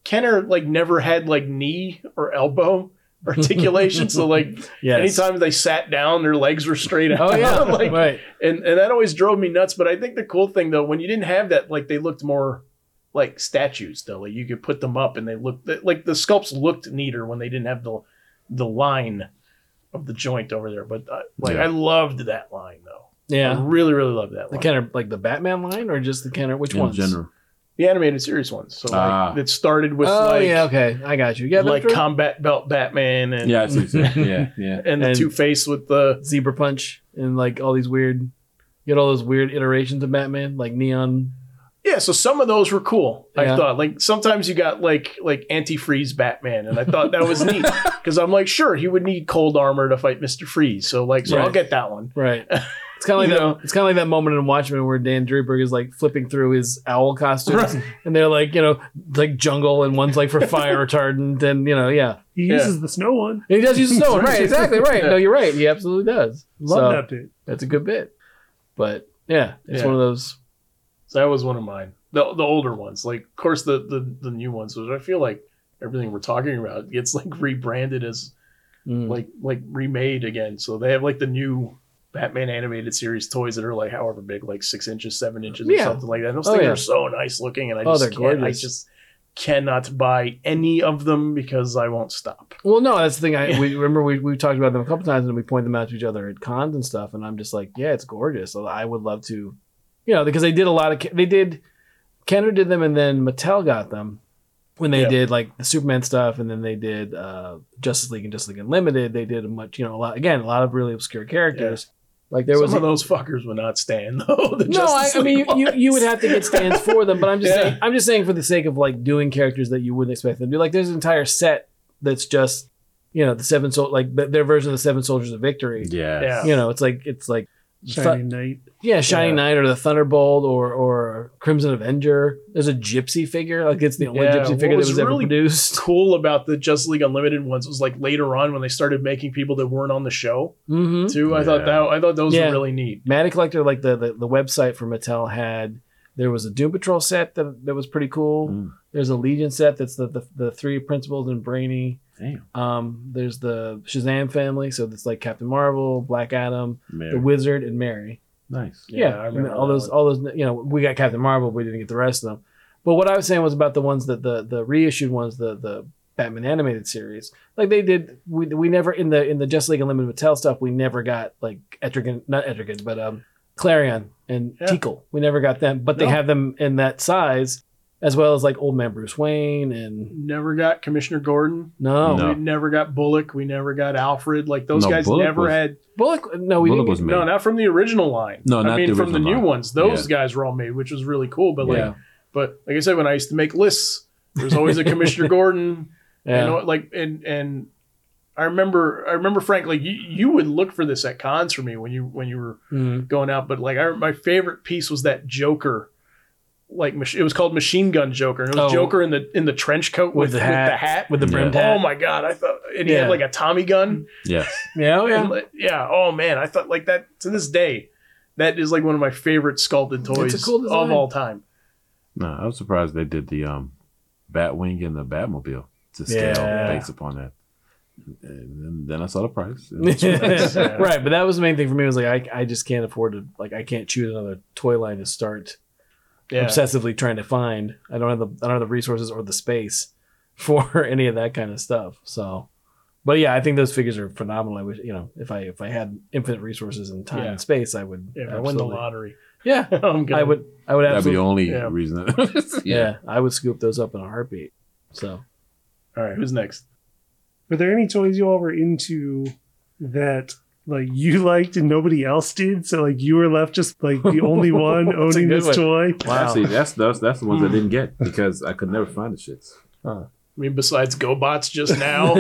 Speaker 5: Kenner like never had like knee or elbow <laughs> articulation, so like
Speaker 2: <laughs> Yes.
Speaker 5: anytime they sat down, their legs were straight out. <laughs>
Speaker 2: Oh yeah,
Speaker 5: like
Speaker 2: right.
Speaker 5: and and that always drove me nuts. But I think the cool thing though, when you didn't have that, like they looked more like statues though. Like you could put them up, and they looked like the sculpts looked neater when they didn't have the the line of the joint over there. But uh, like
Speaker 3: Yeah.
Speaker 5: I loved that line though. I
Speaker 2: Yeah.
Speaker 5: really really loved that
Speaker 2: The
Speaker 5: line.
Speaker 2: Kenner, like the Batman line, or just the Kenner? Which
Speaker 3: in
Speaker 2: ones?
Speaker 3: general,
Speaker 5: the animated series ones. So
Speaker 3: Ah.
Speaker 5: like, it started with
Speaker 2: oh
Speaker 5: like
Speaker 2: yeah, okay, I got you. Yeah,
Speaker 5: like
Speaker 2: like
Speaker 5: combat belt Batman and
Speaker 3: Yeah, I see. see. yeah, yeah.
Speaker 5: and the
Speaker 2: And-
Speaker 5: Two Face with the
Speaker 2: zebra punch and like all these weird, you had all those weird iterations of Batman, like neon.
Speaker 5: yeah. So some of those were cool.
Speaker 2: Yeah.
Speaker 5: I thought like sometimes you got like like antifreeze Batman, and I thought that was neat because I'm like sure he would need cold armor to fight Mister Freeze. So like so I'll
Speaker 2: Right.
Speaker 5: get that one. <laughs>
Speaker 2: Right. It's kind of like
Speaker 5: You
Speaker 2: that.
Speaker 5: know.
Speaker 2: It's kind of like that moment in Watchmen where Dan Dreberg is like flipping through his owl costumes,
Speaker 5: Right.
Speaker 2: and they're like, you know, like jungle, and one's like
Speaker 5: <laughs>
Speaker 2: for fire retardant, and you know, yeah,
Speaker 4: He
Speaker 5: Yeah.
Speaker 4: uses the snow one.
Speaker 2: he does use
Speaker 5: <laughs>
Speaker 2: his own, right? Exactly, right.
Speaker 5: Yeah.
Speaker 2: No, you're right. He absolutely does.
Speaker 4: Love
Speaker 2: So,
Speaker 4: that bit.
Speaker 2: That's a good bit, but yeah, it's
Speaker 5: Yeah.
Speaker 2: one of those.
Speaker 5: So that was one of mine. The the older ones, like of course the the, the new ones, which I feel like everything we're talking about gets like rebranded as
Speaker 2: Mm.
Speaker 5: like like remade again. So they have like the new Batman animated series toys that are like however big, like six inches, seven inches, or
Speaker 2: Yeah.
Speaker 5: something like that. Those
Speaker 2: Oh,
Speaker 5: things
Speaker 2: yeah.
Speaker 5: are so nice looking, and I
Speaker 2: Oh,
Speaker 5: just
Speaker 2: they're
Speaker 5: can't, I
Speaker 2: gorgeous.
Speaker 5: just cannot buy any of them because I won't stop.
Speaker 2: Well, no, that's the thing. I we, remember we we talked about them a couple times, and we point them out to each other at cons and stuff. And I'm just like, yeah, it's gorgeous. So I would love to, you know, because they did a lot of they did. Kenner did them, and then Mattel got them when they
Speaker 5: Yeah.
Speaker 2: did like the Superman stuff, and then they did uh, Justice League and Justice League Unlimited. They did a much, you know, a lot again, a lot of really obscure characters. Like there
Speaker 5: Some
Speaker 2: was
Speaker 5: of those fuckers would not stand <laughs> though. the
Speaker 2: no, I,
Speaker 5: Justice
Speaker 2: I mean you,
Speaker 5: League
Speaker 2: you, you would
Speaker 5: ones.
Speaker 2: have to get stands for them, but I'm just
Speaker 5: <laughs> Yeah.
Speaker 2: saying I'm just saying for the sake of like doing characters that you wouldn't expect them to do. Like there's an entire set that's just you know the seven sol like th- their version of the seven soldiers of victory.
Speaker 3: Yeah.
Speaker 5: Yeah.
Speaker 2: You know, it's like it's like
Speaker 4: Shiny Knight.
Speaker 2: yeah, Shining
Speaker 5: Yeah.
Speaker 2: Knight or the Thunderbolt or or Crimson Avenger. There's a gypsy figure. Like it's the only
Speaker 5: Yeah,
Speaker 2: gypsy
Speaker 5: what
Speaker 2: figure
Speaker 5: was
Speaker 2: that was ever
Speaker 5: really
Speaker 2: produced. <laughs>
Speaker 5: Cool about the Justice League Unlimited ones was like later on when they started making people that weren't on the show
Speaker 2: Mm-hmm.
Speaker 5: too. I thought that I thought those
Speaker 2: Yeah.
Speaker 5: were really neat.
Speaker 2: Matty Collector, like the, the the website for Mattel had, there was a Doom Patrol set that, that was pretty cool.
Speaker 3: Mm.
Speaker 2: There's a Legion set that's the, the the three principals and Brainy.
Speaker 3: Damn.
Speaker 2: Um, there's the Shazam family, so it's like Captain Marvel, Black Adam,
Speaker 3: Mary.
Speaker 2: the Wizard, and Mary.
Speaker 3: nice.
Speaker 2: Yeah, I mean, all those, all those. You know, we got Captain Marvel, but we didn't get the rest of them. But what I was saying was about the ones that the the reissued ones, the the Batman animated series. Like they did, we, we never in the in the Justice League Unlimited Mattel stuff, we never got like Etrigan, not Etrigan, but um Clarion and
Speaker 5: Yeah.
Speaker 2: Tikal. We never got them, but they
Speaker 5: No.
Speaker 2: have them in that size, as well as like Old Man Bruce Wayne and
Speaker 5: Never got Commissioner Gordon.
Speaker 2: no,
Speaker 3: No.
Speaker 5: We never got Bullock. We never got Alfred. Like those
Speaker 3: No,
Speaker 5: guys
Speaker 3: Bullock
Speaker 5: never
Speaker 3: was-
Speaker 5: had.
Speaker 2: Bullock. No, we
Speaker 3: Bullet
Speaker 2: didn't.
Speaker 3: was
Speaker 2: get-
Speaker 3: made.
Speaker 5: No, not from the original line.
Speaker 3: No, not
Speaker 5: I mean
Speaker 3: the
Speaker 5: from the
Speaker 3: original
Speaker 5: new
Speaker 3: line.
Speaker 5: ones. Those guys were all made, which was really cool. But like,
Speaker 2: Yeah.
Speaker 5: but like I said, when I used to make lists, there's always a Commissioner Gordon.
Speaker 2: yeah.
Speaker 5: And all- like and and I remember I remember Frank like you, you would look for this at cons for me when you when you were
Speaker 2: Mhm.
Speaker 5: going out. But like I, my favorite piece was that Joker. Like mach- it was called Machine Gun Joker, and it was
Speaker 2: Oh.
Speaker 5: Joker in the in the trench coat with, with the hat.
Speaker 2: with the brimmed
Speaker 3: Yeah.
Speaker 5: Oh
Speaker 2: hat.
Speaker 5: my god! I thought, and he
Speaker 2: Yeah.
Speaker 5: had like a Tommy gun.
Speaker 3: Yes.
Speaker 2: yeah, oh,
Speaker 5: And,
Speaker 2: yeah.
Speaker 5: like, yeah. Oh man, I thought like that to this day. That is like one of my favorite sculpted
Speaker 2: a
Speaker 5: toys
Speaker 2: cool
Speaker 5: of
Speaker 2: design.
Speaker 5: all time.
Speaker 3: No, I was surprised they did the um, Batwing and the Batmobile to scale
Speaker 2: Yeah.
Speaker 3: based upon that. And then I saw the price. It was-
Speaker 5: Yeah.
Speaker 2: <laughs> right, but that was the main thing for me was like I, I just can't afford to like I can't choose another toy line to start
Speaker 5: Yeah.
Speaker 2: obsessively trying to find. I don't have the I don't have the resources or the space <laughs> for any of that kind of stuff. So, but yeah, I think those figures are phenomenal. I wish you know if I if I had infinite resources and time
Speaker 5: Yeah.
Speaker 2: and space, I would.
Speaker 5: If I win the
Speaker 2: absolutely-
Speaker 5: lottery, <laughs>
Speaker 2: Yeah,
Speaker 5: I'm gonna.
Speaker 2: I would. I would
Speaker 3: That'd be
Speaker 2: absolutely.
Speaker 3: the only
Speaker 5: Yeah.
Speaker 3: reason.
Speaker 2: yeah. I would scoop those up in a heartbeat. So
Speaker 5: All right, who's next?
Speaker 4: Were there any toys you all were into that like you <laughs> liked and nobody else did? So like you were left just like the
Speaker 2: <laughs>
Speaker 4: only one
Speaker 2: That's a
Speaker 4: owning
Speaker 2: good
Speaker 4: this
Speaker 2: one.
Speaker 4: toy.
Speaker 2: wow,
Speaker 3: Actually, that's that's that's the ones I didn't get because I could never find the shits.
Speaker 5: I mean, besides GoBots just now.
Speaker 2: <laughs>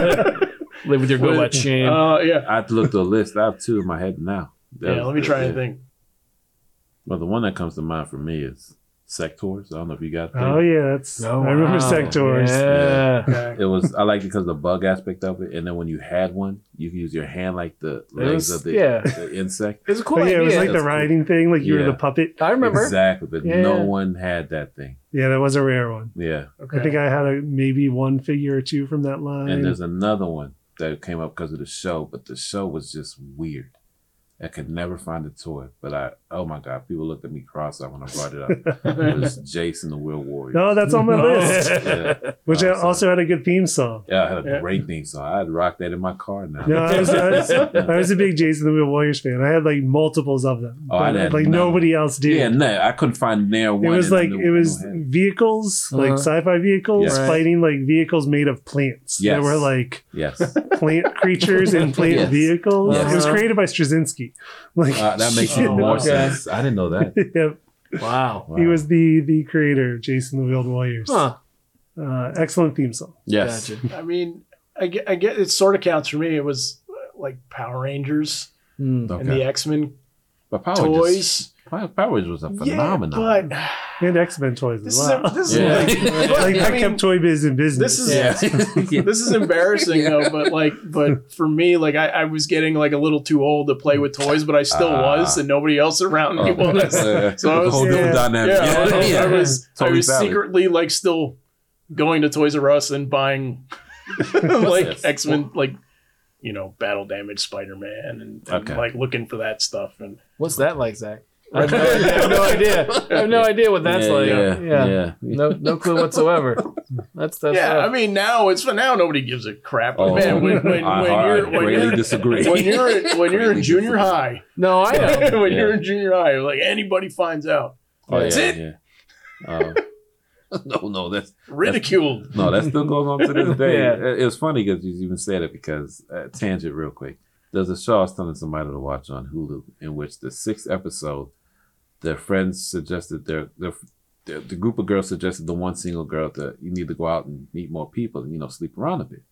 Speaker 2: live with your
Speaker 5: What-
Speaker 2: GoBot shame.
Speaker 5: Uh, yeah.
Speaker 3: I have to look through a list. I have two in my head now. That
Speaker 5: Yeah.
Speaker 3: was-
Speaker 5: Let me try
Speaker 3: yeah.
Speaker 5: and think.
Speaker 3: Well, the one that comes to mind for me is Sectors. I don't know if you got that.
Speaker 4: Oh yeah, that's
Speaker 2: Oh,
Speaker 4: I remember
Speaker 2: wow.
Speaker 4: Sectors.
Speaker 2: Yeah.
Speaker 5: Okay.
Speaker 3: It was I liked it because of the bug aspect of it, and then when you had one, you could use your hand like the legs
Speaker 2: was-
Speaker 3: of the,
Speaker 2: yeah.
Speaker 3: the
Speaker 4: <laughs>
Speaker 3: insect.
Speaker 2: It's a cool
Speaker 4: But yeah, it was
Speaker 2: idea.
Speaker 4: like the
Speaker 3: That's cool.
Speaker 4: riding thing, like you were
Speaker 3: Yeah.
Speaker 4: the puppet.
Speaker 2: I remember.
Speaker 3: Exactly, but
Speaker 2: Yeah.
Speaker 3: no one had that thing.
Speaker 4: Yeah, that was a rare one.
Speaker 3: Yeah,
Speaker 5: Okay.
Speaker 4: I
Speaker 5: <laughs>
Speaker 4: think I had a maybe one figure or two from that
Speaker 3: and
Speaker 4: line.
Speaker 3: there's another one that came up because of the show, but the show was just weird. I could never find a toy, but I oh my god, people looked at me cross-eyed when I brought it up. it
Speaker 4: <laughs>
Speaker 3: was Jason the Will Warrior.
Speaker 4: No, that's
Speaker 2: <laughs>
Speaker 4: on my
Speaker 2: Oh.
Speaker 4: list.
Speaker 3: Yeah,
Speaker 4: Which
Speaker 3: Oh,
Speaker 4: I
Speaker 3: so-
Speaker 4: also had a good theme song.
Speaker 3: yeah, I had a
Speaker 5: Yeah.
Speaker 3: great theme song. I'd rock that in my car now.
Speaker 4: No, I was, I was, I was a big Jason the Wheel Warriors fan. I had like multiples of them.
Speaker 3: Oh, I
Speaker 4: but,
Speaker 3: had
Speaker 4: like
Speaker 3: none.
Speaker 4: nobody else did.
Speaker 3: yeah, no, I couldn't find near
Speaker 4: it
Speaker 3: one.
Speaker 4: was
Speaker 3: in
Speaker 4: like
Speaker 3: the-
Speaker 4: it was
Speaker 3: in the-
Speaker 4: vehicles, like
Speaker 2: Uh-huh.
Speaker 4: sci-fi vehicles,
Speaker 2: Yeah. Right.
Speaker 4: fighting like vehicles made of plants. There
Speaker 3: Yes.
Speaker 4: were like
Speaker 3: yes, Uh,
Speaker 4: plant
Speaker 3: <laughs>
Speaker 4: creatures and plant
Speaker 3: Yes.
Speaker 4: vehicles.
Speaker 2: Yes.
Speaker 4: It was
Speaker 2: Uh-huh.
Speaker 4: created by Straczynski. Like
Speaker 3: Uh, that
Speaker 4: <laughs>
Speaker 3: makes even
Speaker 2: Oh,
Speaker 3: more
Speaker 2: okay.
Speaker 3: sense. I didn't know that.
Speaker 2: <laughs>
Speaker 4: yeah,
Speaker 2: Wow.
Speaker 3: Wow.
Speaker 4: He was the the creator of Jason the Wild Warriors.
Speaker 2: Huh.
Speaker 4: Uh, excellent theme song.
Speaker 3: yes.
Speaker 2: Gotcha.
Speaker 5: I mean, I get, I get it sort of counts for me. It was uh, like Power Rangers
Speaker 2: Hmm.
Speaker 3: Okay. Oh,
Speaker 5: and the X Men
Speaker 3: but Power Rangers,
Speaker 5: toys.
Speaker 3: Power Power Rangers was a phenomenon.
Speaker 5: Yeah, but
Speaker 4: And X Men toys
Speaker 5: this
Speaker 4: as well.
Speaker 5: is a, this
Speaker 3: Yeah.
Speaker 5: is like,
Speaker 4: like
Speaker 5: I
Speaker 4: that
Speaker 5: mean,
Speaker 4: kept Toy Biz in business.
Speaker 5: this is
Speaker 3: <laughs> <laughs> yeah.
Speaker 5: this
Speaker 3: <laughs>
Speaker 5: is embarrassing though. But like, but for me, like I, I was getting like a little too old to play with toys, but I still
Speaker 3: Ah.
Speaker 5: was, and nobody else around
Speaker 3: Oh,
Speaker 5: me was. So I
Speaker 3: a
Speaker 5: was-
Speaker 3: whole
Speaker 4: yeah,
Speaker 3: different dynamic.
Speaker 5: <laughs> yeah, I was- I was, I
Speaker 3: Totally
Speaker 5: was
Speaker 3: valid.
Speaker 5: secretly like still going to Toys R Us and
Speaker 3: <laughs>
Speaker 5: buying <laughs> like
Speaker 3: Yes.
Speaker 5: X Men, like you know, battle damage Spider Man, and, and,
Speaker 3: Okay.
Speaker 5: like looking for that stuff. And
Speaker 2: What's that like, Zach? I have no idea. I have no idea, I have no idea what that's
Speaker 3: yeah,
Speaker 2: like.
Speaker 3: Yeah, yeah.
Speaker 2: No, no clue whatsoever. That's that's.
Speaker 5: yeah,
Speaker 2: uh,
Speaker 5: I mean now it's now nobody gives a crap. But
Speaker 3: Oh,
Speaker 5: man, when, when,
Speaker 3: <laughs> I,
Speaker 5: when
Speaker 3: I
Speaker 5: you're when
Speaker 3: greatly
Speaker 5: you're
Speaker 3: disagree.
Speaker 5: <laughs> when you're in, when you're in
Speaker 3: Greatly
Speaker 5: junior
Speaker 3: disagree.
Speaker 5: high,
Speaker 2: no, I know.
Speaker 5: <laughs> when
Speaker 3: Yeah.
Speaker 5: you're in junior high, like anybody finds out,
Speaker 3: oh,
Speaker 5: That's
Speaker 3: yeah,
Speaker 5: it.
Speaker 3: Yeah. Oh. <laughs> no, no, that's <laughs>
Speaker 5: ridiculed.
Speaker 3: no, that still goes on to this day.
Speaker 2: Yeah.
Speaker 3: It- It was funny because you even said it because uh, tangent real quick. There's a show I was telling somebody to watch on Hulu in which the sixth episode, their friends suggested their their the, the group of girls suggested the one single girl that you need to go out and meet more people and you know sleep around a bit,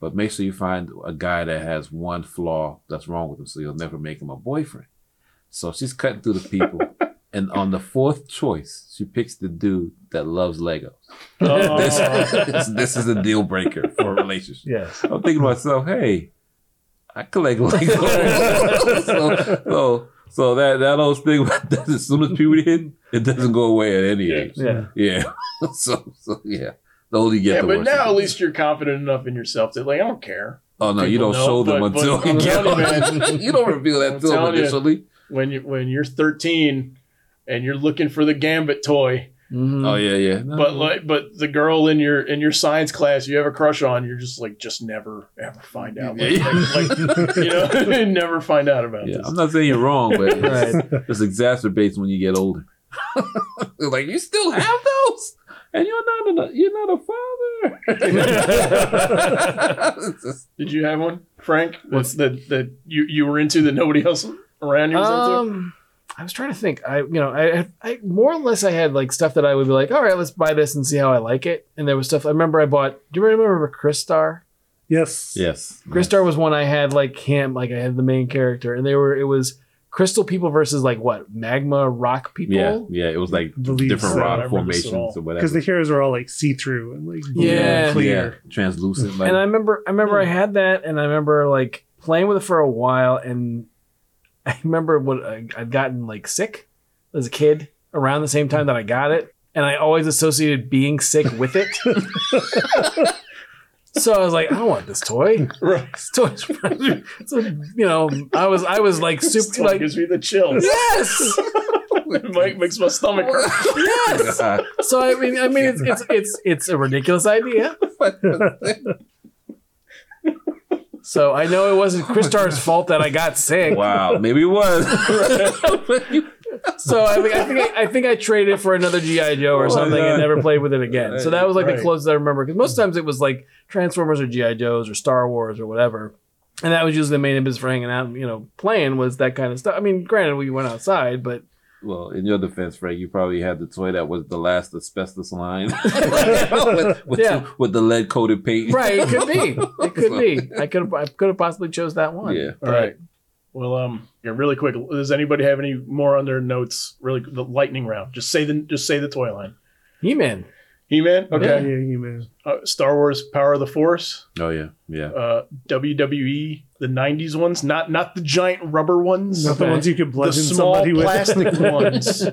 Speaker 3: but make sure you find a guy that has one flaw that's wrong with him so you'll never make him a boyfriend. So she's cutting through the people, and on the fourth choice, she picks the dude that loves Legos
Speaker 5: Oh.
Speaker 2: Oh.
Speaker 3: this, this <laughs> is a deal breaker for a relationship.
Speaker 2: Yes.
Speaker 3: I'm thinking to myself, hey, I
Speaker 2: <laughs>
Speaker 3: collect Legos. <laughs> so, so, so that, that old stigma, <laughs> that as soon as puberty hit, it doesn't go away at any age.
Speaker 2: Yeah.
Speaker 3: Yeah. <laughs> so, so, yeah. The older you get,
Speaker 5: yeah,
Speaker 3: the
Speaker 5: but
Speaker 3: worse.
Speaker 5: now
Speaker 3: it
Speaker 5: at
Speaker 3: is.
Speaker 5: least you're confident enough in yourself that like I don't care
Speaker 3: oh no, you
Speaker 5: people
Speaker 3: don't
Speaker 5: know,
Speaker 3: show them
Speaker 5: but-
Speaker 3: until
Speaker 5: but
Speaker 3: you
Speaker 5: I'm
Speaker 3: get
Speaker 5: telling you,
Speaker 3: them. <laughs> you don't reveal that
Speaker 5: I'm
Speaker 3: to them
Speaker 5: telling you.
Speaker 3: initially.
Speaker 5: when you when you're 13 and you're looking for the gambit toy,
Speaker 2: Mhm.
Speaker 3: Oh yeah, yeah. No,
Speaker 5: but
Speaker 3: no.
Speaker 5: like but the girl in your in your science class you have a crush on, you're just like just never ever find out. Like,
Speaker 3: Yeah. <laughs>
Speaker 5: <laughs> like, like, you know, <laughs> never find out about
Speaker 3: Yeah,
Speaker 5: this.
Speaker 3: I'm not saying you're wrong, but it's,
Speaker 2: Right.
Speaker 3: it's exacerbates when you get older. <laughs> like you still have those, and you're not a you're not a father. It's <laughs> just-
Speaker 5: Did you have one, Frank? That's that that you you were into that nobody else around you was into.
Speaker 2: Um, I was trying to think. I, you know, I, I more or less I had like stuff that I would be like, all right, let's buy this and see how I like it. And there was stuff. I remember I bought. Do you remember Crystar?
Speaker 4: <laughs> yes.
Speaker 3: yes,
Speaker 2: Crystar was one I had like him, like I had the main character, and they were it was crystal people versus like what magma rock people.
Speaker 3: Yeah, yeah. It was like
Speaker 4: Believe
Speaker 3: different
Speaker 4: so.
Speaker 5: I
Speaker 3: rock
Speaker 5: remember this at
Speaker 3: formations
Speaker 5: all.
Speaker 3: or whatever.
Speaker 4: Because uh, the heroes are all like see through and like blue
Speaker 2: Yeah.
Speaker 3: <laughs>
Speaker 4: and clear.
Speaker 3: Yeah, translucent. Like,
Speaker 2: and
Speaker 3: <laughs>
Speaker 2: I remember I remember I had that, and I remember like playing with it for a while, and <laughs> I remember what I, I'd gotten like sick as a kid around the same time that I got it, and I always associated being sick with
Speaker 5: <laughs>
Speaker 2: it. so I was like, I don't want this toy.
Speaker 5: <laughs> Right.
Speaker 2: This toy's so, you know, I was I was like
Speaker 5: This
Speaker 2: super
Speaker 5: toy
Speaker 2: like
Speaker 5: gives me
Speaker 3: <laughs>
Speaker 5: the chills.
Speaker 2: yes.
Speaker 5: it might, makes my stomach
Speaker 3: <laughs>
Speaker 5: hurt.
Speaker 2: Yes. So I mean, I mean, it's it's it's, it's a ridiculous idea. So I know it
Speaker 5: <laughs>
Speaker 2: wasn't
Speaker 5: Oh,
Speaker 2: Kristar's fault that I got sick.
Speaker 3: wow, maybe it <laughs> was.
Speaker 2: So I think I think I, I think I traded it for another GI Joe or
Speaker 3: Oh,
Speaker 2: something
Speaker 3: yeah.
Speaker 2: and never played with it again. So that was like
Speaker 5: Right.
Speaker 2: the closest I remember because most times it was like Transformers or GI Joes or Star Wars or whatever, and that was usually the main impetus for hanging out, and, you know, playing was that kind of stuff. I mean, granted, we went outside,
Speaker 3: <laughs>
Speaker 2: but
Speaker 3: Well, in your defense, Frank, you probably had the toy that was the last asbestos line <laughs> with, with,
Speaker 2: Yeah.
Speaker 3: the, with the lead coated paint.
Speaker 2: right, it could be, it could be. I could have I could have possibly chose that one.
Speaker 3: Yeah.
Speaker 5: All right. Well, um, yeah, really quick. Does anybody have any more on their notes? Really, the lightning round. Just say the just say the toy line.
Speaker 2: He Man.
Speaker 5: He Man. Okay.
Speaker 4: Yeah, you man.
Speaker 5: Uh, Star Wars: Power of the Force.
Speaker 3: Oh yeah, yeah.
Speaker 5: Uh, WWE. The '90s ones. Not not the giant rubber ones.
Speaker 4: Not
Speaker 2: Okay.
Speaker 4: the ones you could
Speaker 5: The
Speaker 4: bludgeon
Speaker 5: small
Speaker 4: somebody with. <laughs>
Speaker 5: plastic ones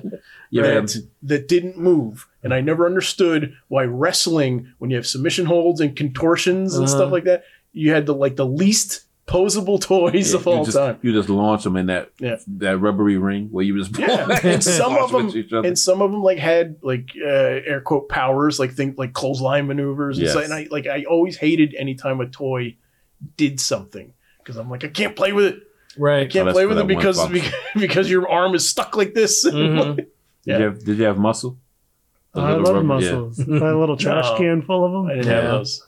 Speaker 3: Yeah, man.
Speaker 5: that, that didn't move. And I never understood why wrestling, when you have submission holds and contortions and
Speaker 2: Uh-huh.
Speaker 5: stuff like that, you had the like the least posable <laughs> toys
Speaker 3: Yeah,
Speaker 5: of all
Speaker 3: you just, <laughs>
Speaker 5: time.
Speaker 3: You just launch them in that
Speaker 5: Yeah.
Speaker 3: that rubbery ring where you just
Speaker 5: Yeah,
Speaker 3: <laughs>
Speaker 5: and some
Speaker 3: launch
Speaker 5: of 'em-
Speaker 3: with each other.
Speaker 5: And some of them like had like uh, air quote powers, like think like clothesline maneuvers. And, so,
Speaker 3: Yes.
Speaker 5: and I like I always hated anytime a toy did something because I'm like I can't play with it. I
Speaker 2: Right.
Speaker 5: can't
Speaker 3: Unless
Speaker 5: play
Speaker 3: Oh, for
Speaker 5: with it
Speaker 3: that one
Speaker 5: because <laughs>
Speaker 3: function.
Speaker 5: because your arm is stuck like this. <laughs>
Speaker 2: Mhm.
Speaker 3: Did,
Speaker 5: Yeah.
Speaker 3: you have, did you have muscle? The
Speaker 4: I
Speaker 3: little
Speaker 4: love
Speaker 3: rubber- yeah.
Speaker 4: muscles. My little trash
Speaker 5: No.
Speaker 4: can full of
Speaker 5: I
Speaker 4: them.
Speaker 5: didn't
Speaker 2: Yeah.
Speaker 5: have those.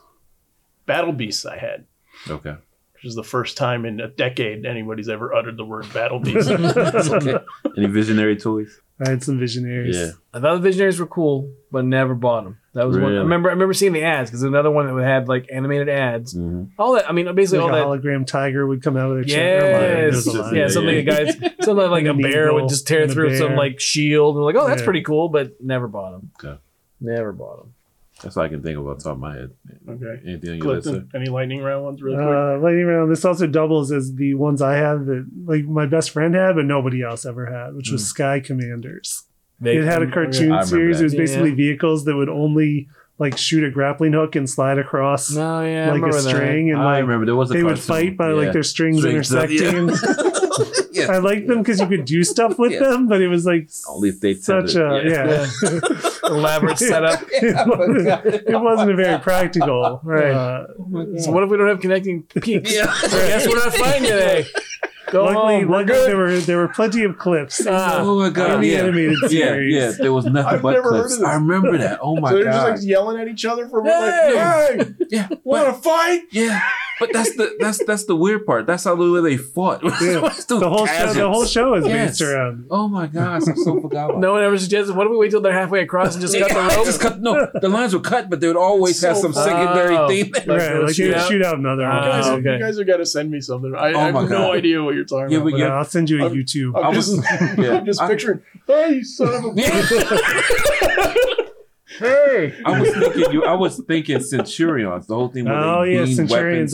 Speaker 5: Battle Beasts I had,
Speaker 3: Okay.
Speaker 5: which is the first time in a decade anybody's ever uttered the word Battle
Speaker 2: <laughs>
Speaker 3: <laughs>
Speaker 5: Beast.
Speaker 3: okay. Any visionary toys?
Speaker 4: I had some visionaries.
Speaker 3: Yeah.
Speaker 2: I thought the Visionaries were cool, but never bought them. That was one. I
Speaker 3: Really?
Speaker 2: remember. I remember seeing the ads because another one that had like animated ads.
Speaker 3: hmm
Speaker 2: All that. I mean, basically
Speaker 4: Like a
Speaker 2: all that.
Speaker 4: hologram tiger would come out of their chest.
Speaker 3: line.
Speaker 2: Yes.
Speaker 3: There's a
Speaker 2: Yeah,
Speaker 3: line. Yeah,
Speaker 2: something a
Speaker 3: yeah.
Speaker 4: <laughs>
Speaker 2: guy's something like a
Speaker 4: And an
Speaker 2: bear would
Speaker 4: eagle
Speaker 2: just tear
Speaker 4: and a
Speaker 2: through some
Speaker 4: bear.
Speaker 2: like shield and like, oh, that's
Speaker 4: Yeah.
Speaker 2: pretty cool, but never bought them.
Speaker 3: Okay.
Speaker 2: Never bought them.
Speaker 3: That's all I can think of off the top of my head.
Speaker 5: okay.
Speaker 3: Anything on your list? sir?
Speaker 5: Clifton, any lightning round ones really quick?
Speaker 4: Uh, lightning round. This also doubles as the ones I had that like my best friend had, but nobody else ever had, which
Speaker 2: Hmm.
Speaker 4: was
Speaker 3: Mm.
Speaker 4: Sky Commanders.
Speaker 2: They-
Speaker 4: it had a cartoon
Speaker 3: I remember
Speaker 4: series.
Speaker 3: that.
Speaker 4: It was basically
Speaker 2: Yeah.
Speaker 4: vehicles that would only like shoot a grappling hook and slide across
Speaker 2: No, Oh, yeah, I
Speaker 4: like a
Speaker 2: remember that.
Speaker 4: string, and
Speaker 3: I
Speaker 4: like
Speaker 3: remember there was a
Speaker 4: they would
Speaker 3: cartoon.
Speaker 4: fight by
Speaker 3: Yeah.
Speaker 4: like their strings,
Speaker 3: Strings up, yeah.
Speaker 4: intersecting. <laughs>
Speaker 2: <laughs>
Speaker 4: I liked them because you could do stuff with
Speaker 3: Yeah.
Speaker 4: them, but it was like <laughs>
Speaker 3: Only if they
Speaker 4: such a
Speaker 3: tended- yeah.
Speaker 4: yeah.
Speaker 2: <laughs> Elaborate
Speaker 4: <laughs>
Speaker 2: setup.
Speaker 4: it, wasn't, it wasn't very practical,
Speaker 2: <laughs>
Speaker 4: right? Uh,
Speaker 2: So what if we don't have connecting peaks?
Speaker 3: Yeah.
Speaker 2: I guess we're not fine today. Go
Speaker 4: luckily,
Speaker 2: home. We're
Speaker 4: luckily there
Speaker 2: good.
Speaker 4: were there were plenty of clips.
Speaker 2: Ah.
Speaker 3: Oh my
Speaker 4: in
Speaker 3: god!
Speaker 4: the
Speaker 3: Yeah,
Speaker 4: animated
Speaker 3: yeah,
Speaker 4: series.
Speaker 3: yeah. There was nothing
Speaker 5: I've
Speaker 3: but
Speaker 5: never heard of
Speaker 3: clips.
Speaker 5: this.
Speaker 3: I remember that.
Speaker 5: <laughs>
Speaker 3: Oh my
Speaker 5: so they're
Speaker 3: god!
Speaker 5: just like yelling at each other for
Speaker 2: Hey!
Speaker 5: like, hey,
Speaker 3: yeah,
Speaker 5: want to fight?
Speaker 3: yeah. But that's the that's that's the weird part. That's how the way they fought. <laughs>
Speaker 4: Yeah. <laughs> The whole show, the whole show is
Speaker 3: Yes.
Speaker 4: based around.
Speaker 3: Oh my gosh! I so forgot.
Speaker 5: <laughs>
Speaker 3: About
Speaker 2: No one ever suggested. What if we wait till they're halfway across and just cut the rope?
Speaker 3: Just cut- no, the lines were cut, but they would always have some
Speaker 2: funny.
Speaker 3: secondary
Speaker 2: Oh.
Speaker 3: <laughs> thing.
Speaker 2: Like,
Speaker 4: right,
Speaker 2: they would
Speaker 4: like they
Speaker 2: shoot
Speaker 4: would
Speaker 2: out.
Speaker 4: shoot out another
Speaker 2: Ah,
Speaker 5: You
Speaker 3: Uh,
Speaker 5: guys,
Speaker 4: one. Oh,
Speaker 2: okay.
Speaker 5: you guys have got to send me something. I,
Speaker 3: Oh
Speaker 5: I have
Speaker 3: my
Speaker 5: no
Speaker 3: God.
Speaker 5: idea what you're talking
Speaker 3: Yeah, Uh,
Speaker 5: about.
Speaker 3: but
Speaker 4: But I'll send you a
Speaker 5: I'm-
Speaker 4: YouTube.
Speaker 5: I'm
Speaker 3: I
Speaker 5: just,
Speaker 3: was- <laughs> yeah.
Speaker 5: <laughs> I'm just
Speaker 3: I-
Speaker 5: picturing, hey, you son of a
Speaker 2: Hey.
Speaker 3: I was thinking you. I was thinking centurions. The whole thing. Where
Speaker 4: Oh
Speaker 3: they
Speaker 4: yeah,
Speaker 3: beam
Speaker 4: Centurions.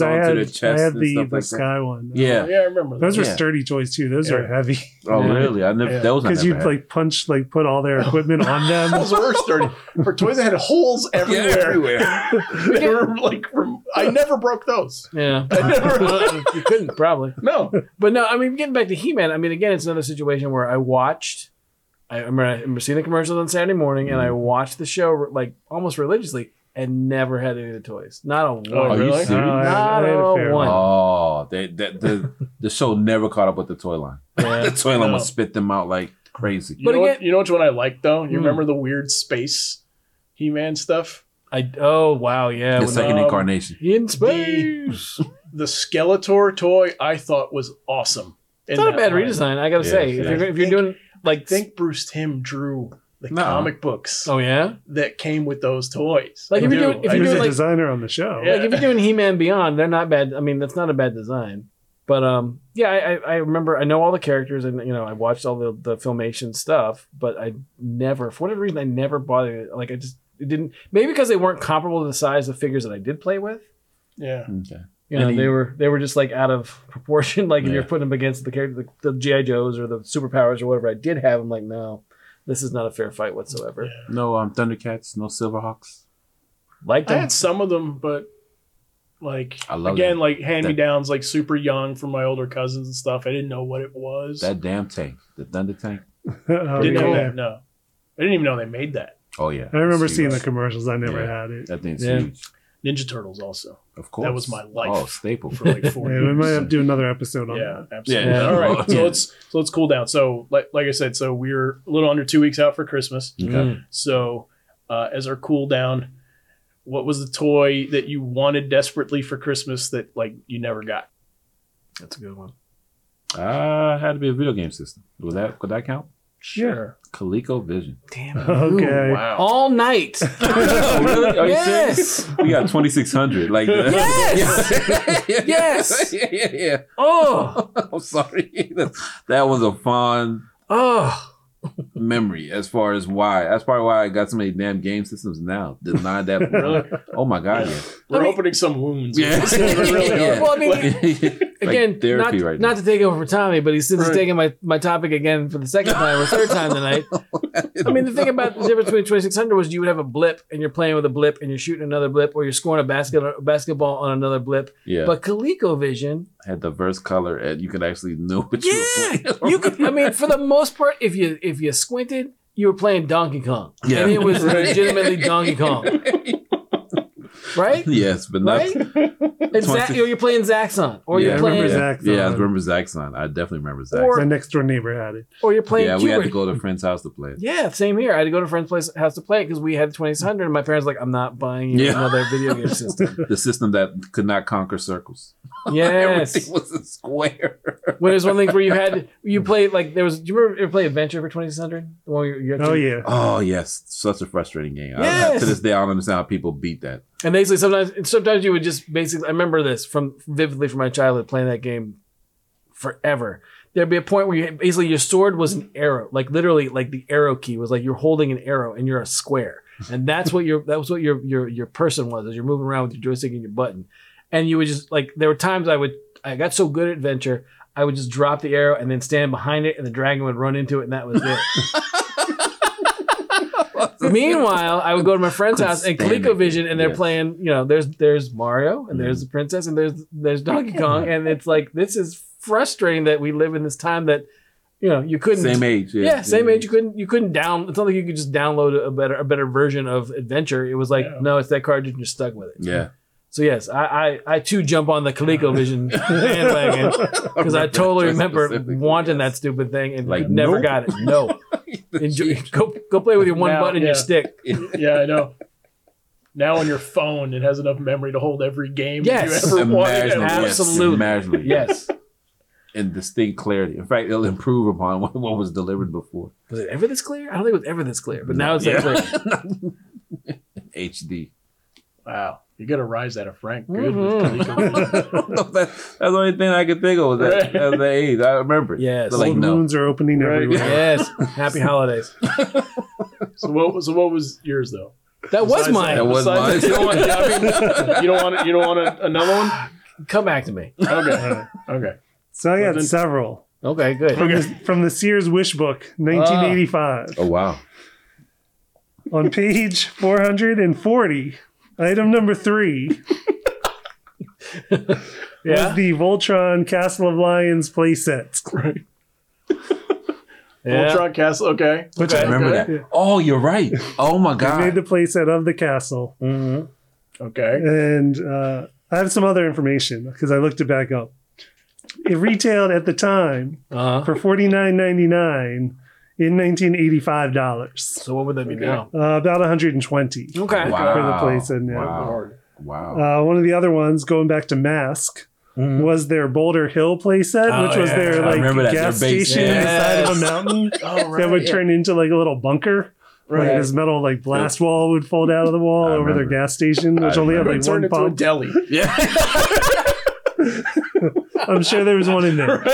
Speaker 3: Weapons
Speaker 4: I
Speaker 3: onto
Speaker 4: had
Speaker 3: their chest
Speaker 4: I had
Speaker 3: and
Speaker 4: the,
Speaker 3: stuff
Speaker 4: the
Speaker 3: like that.
Speaker 4: sky one.
Speaker 3: Yeah.
Speaker 5: Yeah, I remember
Speaker 4: Those were
Speaker 3: Yeah.
Speaker 4: sturdy toys too. Those are
Speaker 5: Yeah.
Speaker 4: heavy
Speaker 3: Oh
Speaker 2: Yeah.
Speaker 3: really? I never.
Speaker 5: Yeah.
Speaker 3: Those I
Speaker 4: because
Speaker 3: never
Speaker 4: you'd
Speaker 3: had.
Speaker 4: like punch, like put
Speaker 3: <laughs>
Speaker 4: all
Speaker 3: Oh.
Speaker 4: their equipment on them.
Speaker 5: Those were sturdy. For toys that had holes
Speaker 3: <laughs> yeah,
Speaker 5: everywhere.
Speaker 3: everywhere.
Speaker 5: They were like, from, I never broke those.
Speaker 2: Yeah.
Speaker 3: <laughs>
Speaker 5: I never,
Speaker 2: Well, you couldn't probably.
Speaker 5: no.
Speaker 2: But no, I mean, getting back to He Man, I mean, again, it's another situation where I watched. I remember, I remember seeing the commercials on Saturday morning, and
Speaker 3: Mm-hmm.
Speaker 2: I watched the show like almost religiously, and never had any of the toys. Not a one.
Speaker 5: Oh,
Speaker 3: Are
Speaker 5: really?
Speaker 3: you
Speaker 4: Uh,
Speaker 3: serious?
Speaker 4: I- I had a fair
Speaker 2: Not a one.
Speaker 3: Oh, they, that the the show never caught up with the toy line. The toy line
Speaker 5: No.
Speaker 3: would spit them out like crazy.
Speaker 5: You,
Speaker 2: But
Speaker 5: know what,
Speaker 2: again-
Speaker 5: you know which one I liked, though? You
Speaker 2: Hmm.
Speaker 5: remember the weird space He Man stuff?
Speaker 2: I oh wow yeah.
Speaker 3: The
Speaker 2: when
Speaker 3: second
Speaker 5: um,
Speaker 3: incarnation.
Speaker 2: they- in space.
Speaker 5: The Skeletor toy I thought was awesome. in
Speaker 2: It's not a
Speaker 5: that
Speaker 2: bad
Speaker 5: line.
Speaker 2: redesign, I gotta
Speaker 3: Yeah,
Speaker 2: say. If
Speaker 3: yeah.
Speaker 2: you're if you're doing
Speaker 5: I
Speaker 2: like
Speaker 5: think Bruce Tim drew the
Speaker 3: No.
Speaker 5: comic books
Speaker 2: oh yeah,
Speaker 5: that came with those toys.
Speaker 2: Like,
Speaker 5: I
Speaker 2: if you
Speaker 5: do,
Speaker 2: do- if
Speaker 5: I
Speaker 2: you
Speaker 4: He
Speaker 2: do
Speaker 4: was
Speaker 5: do.
Speaker 4: a
Speaker 2: like-
Speaker 4: designer on the show.
Speaker 5: Yeah.
Speaker 2: like if you're doing He Man Beyond, they're not bad. I mean, that's not a bad design. But um, yeah, I, I I remember I know all the characters and you know I watched all the the filmation stuff, but I never for whatever reason I never bothered. Like I just it didn't maybe because they weren't comparable to the size of figures that I did play with.
Speaker 5: yeah.
Speaker 3: Okay.
Speaker 2: You know,
Speaker 3: And
Speaker 2: they
Speaker 3: you-
Speaker 2: were they were just like out of <laughs> proportion. Like if
Speaker 3: Yeah.
Speaker 2: you're putting them against the character, the, the GI Joes or the superpowers or whatever, I did have. I'm like, no, this is not a fair fight whatsoever.
Speaker 5: Yeah.
Speaker 3: No um Thundercats, no Silverhawks.
Speaker 2: Like
Speaker 5: I
Speaker 2: them,
Speaker 5: had some of them, but like
Speaker 3: I love
Speaker 5: again,
Speaker 3: that.
Speaker 5: like hand me downs, like super young from my older cousins and stuff. I didn't know what it was.
Speaker 3: That damn tank. The Thunder Tank.
Speaker 4: <laughs> Oh,
Speaker 5: didn't know
Speaker 4: yeah.
Speaker 5: that. No, I didn't even know they made that.
Speaker 3: Oh yeah.
Speaker 4: I remember
Speaker 3: It's
Speaker 4: seeing the
Speaker 3: huge.
Speaker 4: commercials. I never
Speaker 3: Yeah.
Speaker 4: had it.
Speaker 3: that thing's
Speaker 2: Yeah.
Speaker 3: huge.
Speaker 5: Ninja Turtles also
Speaker 3: Of course.
Speaker 5: was my life.
Speaker 3: Oh, <laughs> staple
Speaker 5: for like
Speaker 4: <laughs>
Speaker 5: four
Speaker 4: Yeah, we might have
Speaker 5: years.
Speaker 4: to do another episode on
Speaker 5: Yeah,
Speaker 4: that.
Speaker 5: absolutely.
Speaker 2: Yeah.
Speaker 3: <laughs>
Speaker 5: All right,
Speaker 3: Yeah.
Speaker 5: so let's so let's cool down. So like like I said, so we're a little under two weeks out for Christmas.
Speaker 3: Okay.
Speaker 2: Mm.
Speaker 5: So, uh, as our cool down, what was the toy that you wanted desperately for Christmas that like you never got?
Speaker 2: that's a good one.
Speaker 3: Ah, had to be a video game system. Would that could that count?
Speaker 5: Sure.
Speaker 3: Coleco Vision.
Speaker 2: Damn. it.
Speaker 4: <laughs> Okay.
Speaker 5: Wow.
Speaker 2: All
Speaker 3: <laughs>
Speaker 2: night.
Speaker 3: Oh, really? Are you
Speaker 2: yes.
Speaker 3: We got twenty six hundred. Like <laughs>
Speaker 2: Yes!
Speaker 3: yeah.
Speaker 2: Yes!
Speaker 3: <laughs> yeah, yeah, yeah.
Speaker 2: Oh.
Speaker 3: <laughs> I'm sorry. <laughs> That- that was a fond
Speaker 2: Oh.
Speaker 3: memory as far as why. That's probably why I got so many damn game systems now. Denied that. from-
Speaker 5: Really?
Speaker 3: Oh my god,
Speaker 5: We're
Speaker 2: I mean-
Speaker 5: <laughs> opening some wounds.
Speaker 3: Yeah.
Speaker 5: We really are.
Speaker 2: Well, <laughs> I mean,
Speaker 3: yeah.
Speaker 2: again, not,
Speaker 3: therapy right
Speaker 2: not to take over for Tommy, but he's since
Speaker 5: Right.
Speaker 2: taking my, my topic again for the second time or third time
Speaker 3: <laughs>
Speaker 2: tonight. I mean, the thing about the difference between 2600 was you would have a blip and you're playing with a blip and you're shooting another blip or you're scoring a basket basketball on another blip.
Speaker 3: yeah,
Speaker 2: But ColecoVision,
Speaker 3: had diverse color, and you could actually know what you were
Speaker 2: yeah,
Speaker 3: playing.
Speaker 2: you could. I mean, for the most part, if you if you squinted, you were playing Donkey Kong,
Speaker 3: Yeah.
Speaker 2: and it
Speaker 3: <laughs>
Speaker 2: was legitimately Donkey Kong,
Speaker 3: <laughs>
Speaker 2: right?
Speaker 3: <laughs> yes, but not.
Speaker 2: Right? And Zach, or you're playing Zaxxon, or
Speaker 3: yeah,
Speaker 2: you're
Speaker 3: I remember
Speaker 2: playing,
Speaker 4: Zaxxon.
Speaker 3: Zaxxon. Yeah, I remember Zaxxon. I definitely remember
Speaker 2: Or-
Speaker 4: My
Speaker 3: Zaxxon.
Speaker 4: next door neighbor had it.
Speaker 2: or you're playing.
Speaker 3: Yeah, we had to
Speaker 2: Cubert.
Speaker 3: go to a friend's house to play it.
Speaker 2: Yeah, same here. I had to go to a friend's place house to play it because we had the 2600, and my parents were like, I'm not buying you
Speaker 3: Yeah.
Speaker 2: another video <laughs> game system.
Speaker 3: The system that could not conquer circles.
Speaker 2: Yes.
Speaker 3: Everything was a square.
Speaker 2: <laughs> when there's one thing where you had <laughs> you played like there was. Do you remember ever play Adventure for 2600? The one you, you had to-
Speaker 4: Oh yeah.
Speaker 3: Oh yes, such a frustrating game. I,
Speaker 2: Yes.
Speaker 3: to this day, I don't understand how people beat that.
Speaker 2: And basically, sometimes and sometimes you would just basically. I remember this from vividly from my childhood playing that game forever. There'd be a point where you basically your sword was an arrow, like literally, like the arrow key was like you're holding an arrow and you're a square, and that's what your that was what your your your person was as you're moving around with your joystick and your button, and you would just like there were times I would I got so good at adventure I would just drop the arrow and then stand behind it and the dragon would run into it and that was it. <laughs> Meanwhile, I would go to my friend's house and
Speaker 3: Standing.
Speaker 2: ColecoVision, and they're
Speaker 3: Yes.
Speaker 2: playing. You know, there's there's Mario and there's
Speaker 3: Mhm.
Speaker 2: the princess and there's there's Donkey Kong, and it's like this is frustrating that we live in this time that you know you couldn't.
Speaker 3: Same age.
Speaker 2: yeah, same age. You couldn't. You couldn't down. It's not like you could just download a better a better version of Adventure. It was like
Speaker 5: Yeah.
Speaker 2: no, it's that cartridge. and You're stuck with it. <laughs>
Speaker 3: Yeah,
Speaker 2: So yes, I I, I too jump on the
Speaker 3: <laughs>
Speaker 2: ColecoVision bandwagon because I totally remember
Speaker 3: Specifically,
Speaker 2: wanting
Speaker 3: yes.
Speaker 2: that stupid thing and
Speaker 3: Like,
Speaker 2: never
Speaker 3: nope.
Speaker 2: got it.
Speaker 3: <laughs>
Speaker 2: No, Enjoy, go go play with your one
Speaker 5: Now,
Speaker 2: button and
Speaker 5: yeah.
Speaker 2: your stick.
Speaker 5: yeah, I know. Now on your phone, it has enough memory to hold every game
Speaker 2: Yes.
Speaker 5: you ever wanted.
Speaker 3: Imaginable,
Speaker 5: ever.
Speaker 3: yes,
Speaker 2: Absolutely.
Speaker 3: imaginable,
Speaker 2: Yes.
Speaker 3: and distinct clarity. In fact, it'll improve upon <laughs> what, what was delivered before.
Speaker 2: Was it ever this clear? I don't think it was ever this clear, but now it's
Speaker 3: Yeah.
Speaker 2: like clear.
Speaker 3: HD.
Speaker 5: Wow, you got to rise out of Frank. Good.
Speaker 2: Mhm.
Speaker 5: with
Speaker 2: <laughs>
Speaker 3: That- <laughs>
Speaker 5: ColecoVision.
Speaker 3: that's the only thing I could think of was that, that was the age. I remember. it.
Speaker 2: Yes.
Speaker 3: But like
Speaker 4: Old
Speaker 3: no,
Speaker 4: wounds are opening
Speaker 5: Right.
Speaker 2: <laughs>
Speaker 4: everywhere.
Speaker 2: yes. Happy holidays.
Speaker 5: so what? was- So what was yours though?
Speaker 2: That was
Speaker 5: Besides
Speaker 2: mine.
Speaker 3: that was
Speaker 5: Besides- You
Speaker 3: mine.
Speaker 5: don't <laughs> want, yeah, I mean, you don't want, you don't want a, another one.
Speaker 2: Come back to me.
Speaker 5: Okay, okay.
Speaker 4: So I
Speaker 5: Well,
Speaker 4: got
Speaker 5: then-
Speaker 4: several
Speaker 2: Okay, Ah. good.
Speaker 4: from, the, from the Sears Wish Book, 1985.
Speaker 3: oh wow,
Speaker 4: On page 440, item number three was
Speaker 2: Yeah.
Speaker 4: the Voltron Castle of Lions playset.
Speaker 2: yeah.
Speaker 5: Voltron Castle. Okay.
Speaker 4: Which
Speaker 2: Okay.
Speaker 3: I remember
Speaker 5: Okay.
Speaker 3: that. Oh, you're right. Oh my
Speaker 4: I made
Speaker 3: god.
Speaker 4: the playset of the castle.
Speaker 2: Mhm.
Speaker 5: Okay.
Speaker 4: And uh, I have some other information because I looked it back up. It retailed at the time
Speaker 2: Uh-huh.
Speaker 4: for $49.99 in 1985 dollars,
Speaker 2: So what would that be
Speaker 5: Okay.
Speaker 2: now?
Speaker 4: uh, about 120
Speaker 5: <laughs>
Speaker 2: Okay.
Speaker 3: Wow.
Speaker 4: for the playset now.
Speaker 3: Wow.
Speaker 5: Lord.
Speaker 3: Wow.
Speaker 4: Uh, one of the other ones, going back to Mask,
Speaker 5: Uh,
Speaker 2: Mhm.
Speaker 4: was their Boulder Hill playset,
Speaker 2: Oh,
Speaker 4: which was
Speaker 2: yeah.
Speaker 4: their
Speaker 2: I
Speaker 3: remember
Speaker 4: like
Speaker 3: that,
Speaker 4: gas
Speaker 3: their base.
Speaker 4: station on the side of
Speaker 2: Yes.
Speaker 4: a mountain
Speaker 5: Oh,
Speaker 4: that would turn into like a little bunker. Like
Speaker 5: Right.
Speaker 4: this metal like blast wall would fold out of the wall
Speaker 3: I
Speaker 4: over their
Speaker 3: remember.
Speaker 4: gas station, which
Speaker 3: I
Speaker 4: only had
Speaker 5: It
Speaker 4: like
Speaker 5: would turn
Speaker 4: one
Speaker 5: into a
Speaker 4: pump.
Speaker 5: deli.
Speaker 3: yeah.
Speaker 4: <laughs> I'm sure there was one in there.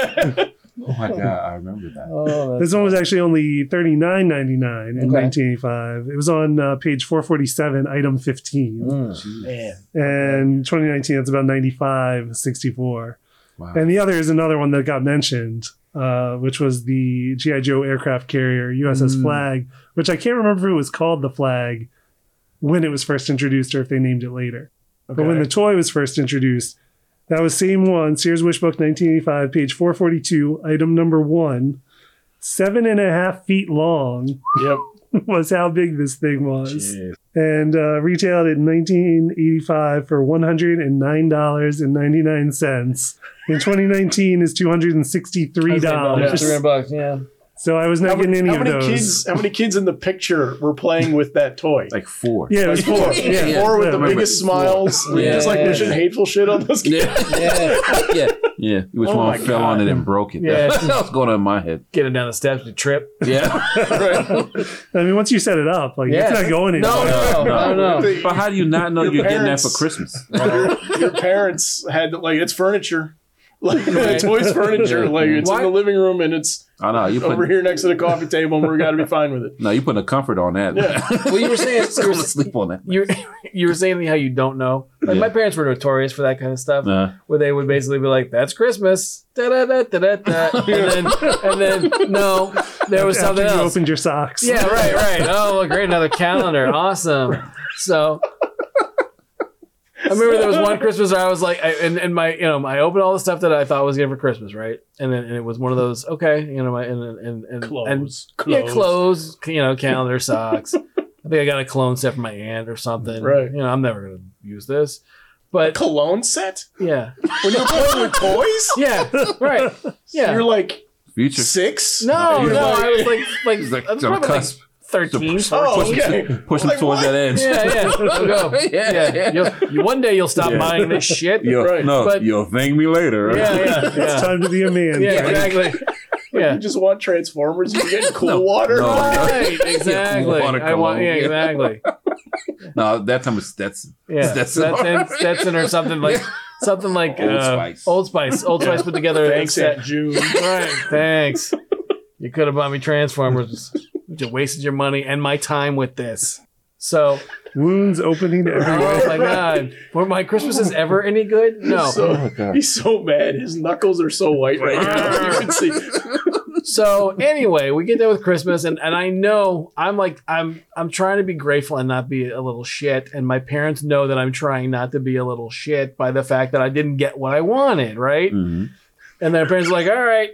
Speaker 3: Oh my god, I remember that.
Speaker 2: Oh,
Speaker 4: This one was actually only thirty nine ninety nine in
Speaker 2: Okay.
Speaker 4: nineteen eighty five. It was on uh, page four forty seven, item fifteen,
Speaker 2: Mm.
Speaker 5: Man.
Speaker 4: and twenty nineteen. It's about 95, 64.
Speaker 3: Wow.
Speaker 4: And the other is another one that got mentioned, uh, which was the GI Joe aircraft carrier USS
Speaker 2: Mm.
Speaker 4: Flag, which I can't remember if it was called the Flag when it was first introduced or if they named it later. But when the
Speaker 5: Okay.
Speaker 4: toy was first introduced, that was same one, Sears Wish Book 1985, page 442, item number one. Seven and a half feet long
Speaker 2: <laughs>
Speaker 4: <laughs>
Speaker 5: Yep.
Speaker 4: was how big this thing was. And uh, retailed in 1985 for $109.99. In 2019 is $263.
Speaker 2: bucks, yeah.
Speaker 4: So I was not
Speaker 5: How many,
Speaker 4: getting any
Speaker 5: how
Speaker 4: of
Speaker 5: many
Speaker 4: those.
Speaker 5: kids? How many kids in the picture were playing with that toy?
Speaker 3: Like four.
Speaker 4: Yeah, it was
Speaker 5: Like
Speaker 4: four.
Speaker 5: <laughs> four,
Speaker 4: Yeah,
Speaker 5: four with
Speaker 4: yeah,
Speaker 5: the
Speaker 4: remember.
Speaker 5: biggest smiles,
Speaker 3: Yeah.
Speaker 5: just like wishing hateful shit on those kids.
Speaker 3: Yeah.
Speaker 2: Yeah. <laughs> yeah.
Speaker 3: Yeah. Which
Speaker 5: Oh
Speaker 3: one
Speaker 5: my
Speaker 3: fell
Speaker 5: God.
Speaker 3: on it and broke it? <laughs>
Speaker 2: Yeah.
Speaker 3: That's what's going on in my head.
Speaker 2: Get it down the steps, you <laughs> trip.
Speaker 3: Yeah.
Speaker 4: I mean, once you set it up, like
Speaker 2: Yeah.
Speaker 4: it's not going anywhere.
Speaker 2: no, no, no. no.
Speaker 3: <laughs> But how do you not know
Speaker 5: Your
Speaker 3: you're getting that
Speaker 5: parents.
Speaker 3: for
Speaker 5: <laughs>
Speaker 3: Christmas?
Speaker 5: Your, your <laughs> parents had like it's furniture, like the toys furniture, like it's
Speaker 2: Why-
Speaker 5: in the living room and it's
Speaker 3: Oh no, you
Speaker 5: over
Speaker 3: put
Speaker 5: here next to the coffee table, and we're got to be fine
Speaker 3: <laughs>
Speaker 5: with it.
Speaker 3: no, you putting a comfort on that.
Speaker 5: Yeah.
Speaker 3: <laughs>
Speaker 2: Well, you were saying-
Speaker 3: I'm gonna sleep on that.
Speaker 2: You you were saying how you don't know. Like
Speaker 3: Yeah.
Speaker 2: my parents were notorious for that kind of stuff,
Speaker 3: Nah.
Speaker 2: where they would basically be like, "That's Christmas," da da da da da da,
Speaker 5: <laughs>
Speaker 2: and then and then no, there was
Speaker 4: After
Speaker 2: something
Speaker 4: you
Speaker 2: else.
Speaker 4: opened your socks.
Speaker 2: Yeah, right, right. Oh, well, great, another calendar. Awesome. So I remember there was one Christmas where I was like, I, and, and my, you know, I opened all the stuff that I thought I was getting for Christmas, right? And then and it was one of those, okay, you know, my, and, and, and,
Speaker 5: Clothes,
Speaker 2: and
Speaker 5: clothes.
Speaker 2: yeah, clothes, you know, calendar, socks. I think I got a cologne set for my aunt or something.
Speaker 5: Right.
Speaker 2: You know, I'm never going to use this.
Speaker 5: A
Speaker 2: But
Speaker 5: cologne set
Speaker 2: yeah.
Speaker 5: when you're playing with toys.
Speaker 2: Yeah. <laughs> Right. Yeah.
Speaker 5: You're like
Speaker 3: Future.
Speaker 5: six.
Speaker 2: No,
Speaker 5: You're
Speaker 2: no.
Speaker 5: like-
Speaker 2: I was like, like,
Speaker 3: He's like
Speaker 2: I was
Speaker 3: on the
Speaker 2: probably like
Speaker 3: cusp.
Speaker 2: 13,
Speaker 5: Oh,
Speaker 2: 14.
Speaker 5: okay.
Speaker 3: Push him
Speaker 5: Like,
Speaker 3: towards
Speaker 5: what?
Speaker 3: that edge.
Speaker 2: Yeah, <laughs> yeah. I'll go.
Speaker 3: Yeah,
Speaker 2: yeah. You'll, you, one day you'll stop
Speaker 3: Yeah.
Speaker 2: buying this shit. Yeah,
Speaker 3: You'll,
Speaker 5: Right.
Speaker 3: No,
Speaker 2: But-
Speaker 3: you'll thank me later.
Speaker 2: yeah,
Speaker 4: It's
Speaker 2: yeah.
Speaker 4: time to be a man.
Speaker 2: Yeah,
Speaker 4: Gary.
Speaker 2: exactly.
Speaker 5: You <laughs>
Speaker 2: Yeah.
Speaker 5: just want Transformers. You're getting cool
Speaker 3: No.
Speaker 5: water.
Speaker 3: No.
Speaker 2: Right, exactly.
Speaker 3: Water
Speaker 2: I want, yeah,
Speaker 3: cologne.
Speaker 2: exactly.
Speaker 3: <laughs> No, that time was that's
Speaker 2: Yeah,
Speaker 3: Stetson.
Speaker 2: Stetson, Stetson or something like something like
Speaker 3: Old
Speaker 2: uh,
Speaker 3: Spice.
Speaker 2: Old Spice. Old Spice put together. a
Speaker 5: Thanks,
Speaker 2: set.
Speaker 5: Aunt June.
Speaker 2: Right. Thanks. You could have bought me Transformers. You wasted your money and my time with this. So,
Speaker 4: Wounds opening everywhere.
Speaker 2: oh my god, were my Christmases ever any good? No.
Speaker 5: So-
Speaker 3: Oh my god.
Speaker 5: He's so mad. His knuckles are so white right now. You can see.
Speaker 2: So anyway, we get there with Christmas, and, and I know I'm like I'm I'm trying to be grateful and not be a little shit, and my parents know that I'm trying not to be a little shit by the fact that I didn't get what I wanted, right?
Speaker 5: Mm.
Speaker 3: Mhm.
Speaker 2: And their parents are like, "All right,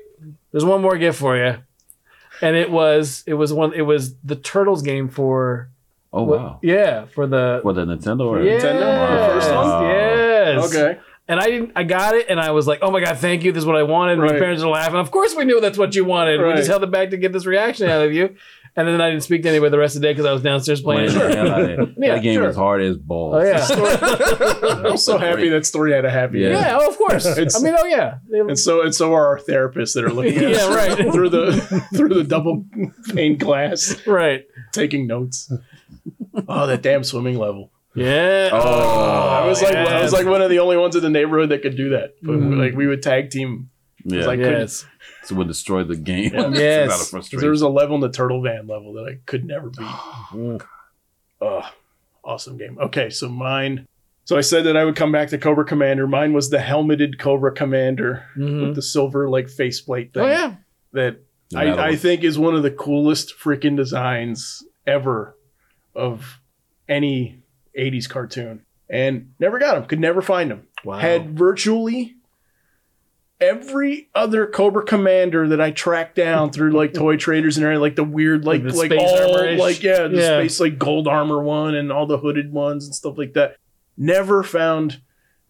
Speaker 2: there's one more gift for you," and it was it was one it was the Turtles game for
Speaker 3: Oh wow.
Speaker 2: yeah for the
Speaker 3: For the Nintendo or
Speaker 2: yes,
Speaker 5: Nintendo? The first
Speaker 3: one?
Speaker 2: yes
Speaker 5: Okay.
Speaker 2: and I didn't. I got it, and I was like, "Oh my god, thank you! This is what I wanted." And My
Speaker 5: Right.
Speaker 2: parents are laughing. Of course, we knew that's what you wanted. We
Speaker 5: Right.
Speaker 2: just held it back to get this reaction out of you. And then I didn't speak to anybody the rest of the day because I was downstairs playing.
Speaker 3: Playing
Speaker 2: <laughs>
Speaker 3: the hell out of
Speaker 5: <laughs>
Speaker 3: it.
Speaker 2: Yeah,
Speaker 3: that game
Speaker 2: sure.
Speaker 3: is hard as balls.
Speaker 2: Oh yeah,
Speaker 5: I'm so happy that story had a happy
Speaker 3: Yeah.
Speaker 5: end.
Speaker 2: yeah. Oh, of course.
Speaker 5: <laughs> It's-
Speaker 2: I mean, oh yeah.
Speaker 5: And so and so are our therapists that are looking at
Speaker 2: Yeah,
Speaker 5: us
Speaker 2: right.
Speaker 5: <laughs> through the through the double pane glass,
Speaker 2: right.
Speaker 5: taking notes. Oh, that damn swimming level!
Speaker 2: Yeah.
Speaker 3: <laughs> Oh,
Speaker 5: I was like, I
Speaker 2: yes.
Speaker 5: was like one of the only ones in the neighborhood that could do that. But
Speaker 3: Mm-hmm.
Speaker 2: Mm.
Speaker 5: like, we would tag team.
Speaker 3: Yeah.
Speaker 5: like- I couldn't-
Speaker 2: yes.
Speaker 3: so it would destroy the game. <laughs>
Speaker 5: Yeah.
Speaker 3: It's
Speaker 2: Yes.
Speaker 3: out of
Speaker 5: 'Cause
Speaker 3: frustration. <laughs>
Speaker 5: There was a level in the turtle van level that I could never
Speaker 3: <sighs>
Speaker 5: beat.
Speaker 1: <laughs>
Speaker 5: Ugh, awesome game. Okay, so mine. So I said that I would come back to Cobra Commander. Mine was the helmeted Cobra Commander
Speaker 2: Mhm.
Speaker 5: with the silver like faceplate thing
Speaker 2: Oh yeah.
Speaker 5: that
Speaker 3: The metal
Speaker 5: I, I
Speaker 3: one.
Speaker 5: think is one of the coolest freaking designs ever of any 80s cartoon. And never got them, could never find them.
Speaker 2: Wow.
Speaker 5: Had virtually every other Cobra Commander that I tracked down
Speaker 2: <laughs>
Speaker 5: through like toy traders and everything, like the weird, like,
Speaker 2: Like the
Speaker 5: like
Speaker 2: space
Speaker 5: all,
Speaker 2: armor-ish?
Speaker 5: like, yeah, the
Speaker 2: Yeah.
Speaker 5: space, like gold armor one and all the hooded ones and stuff like that. Never found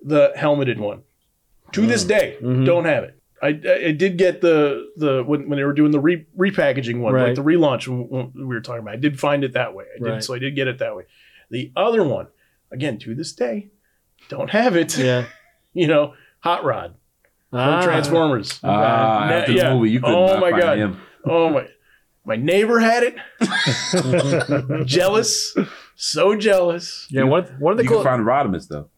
Speaker 5: the helmeted one. To this day,
Speaker 2: Mhm.
Speaker 5: don't have it. I, I I did get the the when, when they were doing the re, repackaging one,
Speaker 2: Right.
Speaker 5: like the relaunch w- w- we were talking about. I did find it that way. I
Speaker 2: Right.
Speaker 5: did, so I did get it that way. The other one, again, to this day, don't have it.
Speaker 2: Yeah.
Speaker 5: You know, Hot Rod from
Speaker 2: Ah.
Speaker 5: Transformers.
Speaker 3: Ah,
Speaker 5: Ne-
Speaker 3: after the
Speaker 5: yeah.
Speaker 3: movie, you could
Speaker 5: Oh
Speaker 3: not
Speaker 5: my
Speaker 3: find
Speaker 5: God.
Speaker 3: him.
Speaker 5: Oh my! My neighbor had it. jealous, so jealous.
Speaker 2: Yeah. One. One of the
Speaker 3: You
Speaker 2: cool.
Speaker 3: could find Rodimus though.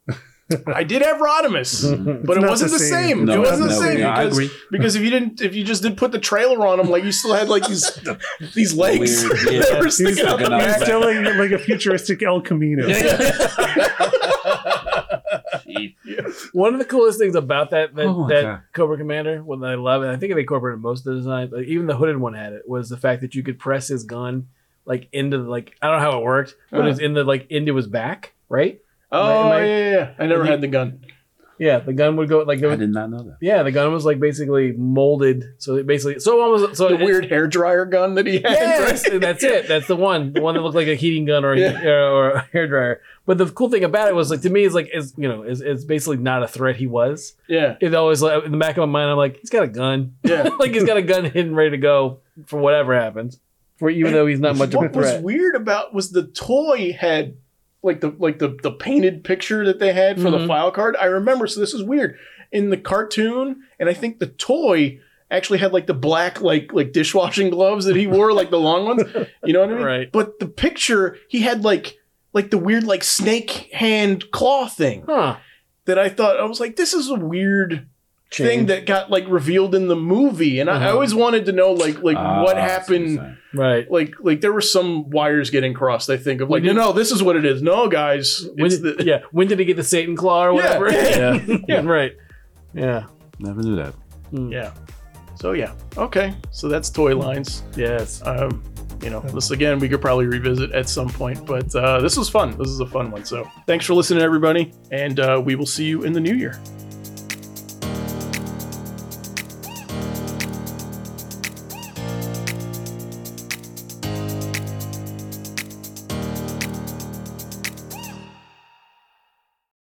Speaker 5: I did have Rodimus, but it
Speaker 4: not
Speaker 5: wasn't
Speaker 4: the
Speaker 5: the
Speaker 4: same.
Speaker 5: same.
Speaker 3: No,
Speaker 5: it Mm-hmm. wasn't
Speaker 3: no,
Speaker 5: the same
Speaker 3: yeah, I
Speaker 5: because,
Speaker 3: agree.
Speaker 5: because if you didn't, if you just did put the trailer on him, like you still had like
Speaker 3: <laughs>
Speaker 5: these these legs <laughs>
Speaker 3: Weird, yeah.
Speaker 5: that were
Speaker 3: He's
Speaker 5: sticking out the
Speaker 3: sticking out.
Speaker 5: back.
Speaker 4: It's still like, like a futuristic El Camino.
Speaker 2: One of the coolest things about that that,
Speaker 3: Oh my
Speaker 2: that
Speaker 3: God.
Speaker 2: Cobra Commander, what I love, and I think it incorporated most of the design, like even the hooded one had it, was the fact that you could press his gun like into the, like I don't know how it worked, but it was in the like into his back, right?
Speaker 5: Oh
Speaker 2: Am I-
Speaker 5: yeah, yeah, yeah. I never
Speaker 2: Am I-
Speaker 5: had the gun.
Speaker 2: Yeah, the gun would go like there
Speaker 3: I
Speaker 2: was,
Speaker 3: did not know that.
Speaker 2: yeah, the gun was like basically molded, so it basically so almost so
Speaker 5: The
Speaker 2: it-
Speaker 5: weird hair dryer gun that he
Speaker 2: <laughs>
Speaker 3: <laughs>
Speaker 5: had.
Speaker 2: Yes,
Speaker 5: right?
Speaker 2: that's it. That's the one. The one that looked like a heating gun or a,
Speaker 5: Yeah.
Speaker 2: or a <laughs> hairdryer. But the cool thing about it was like to me is like is you know is, is basically not a threat he was.
Speaker 5: <laughs> Yeah,
Speaker 2: It always like in the back of my mind I'm like he's got a gun.
Speaker 5: yeah.
Speaker 2: <laughs> like he's got a gun hidden ready to go for whatever happens. For even though he's not much of a
Speaker 5: what was
Speaker 2: threat.
Speaker 5: weird about was the toy had like the like the the painted picture that they had for
Speaker 2: Mhm.
Speaker 5: the file card. I remember. So this is weird in the cartoon, and I think the toy actually had like the black like like dishwashing gloves that he wore, like the long ones. You know what I mean?
Speaker 2: Right.
Speaker 5: But the picture he had like like the weird like snake hand claw thing
Speaker 2: Huh.
Speaker 5: that I thought I was like, this is a weird thing that got like revealed in the movie, and I, I
Speaker 2: Uh-huh.
Speaker 5: always wanted to know like like
Speaker 3: Ah,
Speaker 5: what
Speaker 3: I see
Speaker 5: happened.
Speaker 3: you're saying.
Speaker 2: right.
Speaker 5: Like like there were some wires getting crossed. I think of like no
Speaker 2: did-
Speaker 5: no this is what it is. No guys,
Speaker 2: When
Speaker 5: it's
Speaker 2: did-
Speaker 5: the-
Speaker 2: yeah, when did he get the Satan claw or
Speaker 5: <laughs> Yeah.
Speaker 2: whatever?
Speaker 3: Yeah.
Speaker 2: yeah, right. Yeah,
Speaker 3: Never knew that.
Speaker 5: yeah. So yeah, okay. So that's toy lines.
Speaker 2: yes.
Speaker 5: Um, you know this again we could probably revisit at some point, but uh, this was fun. This is a fun one. So thanks for listening, everybody, and uh, we will see you in the new year.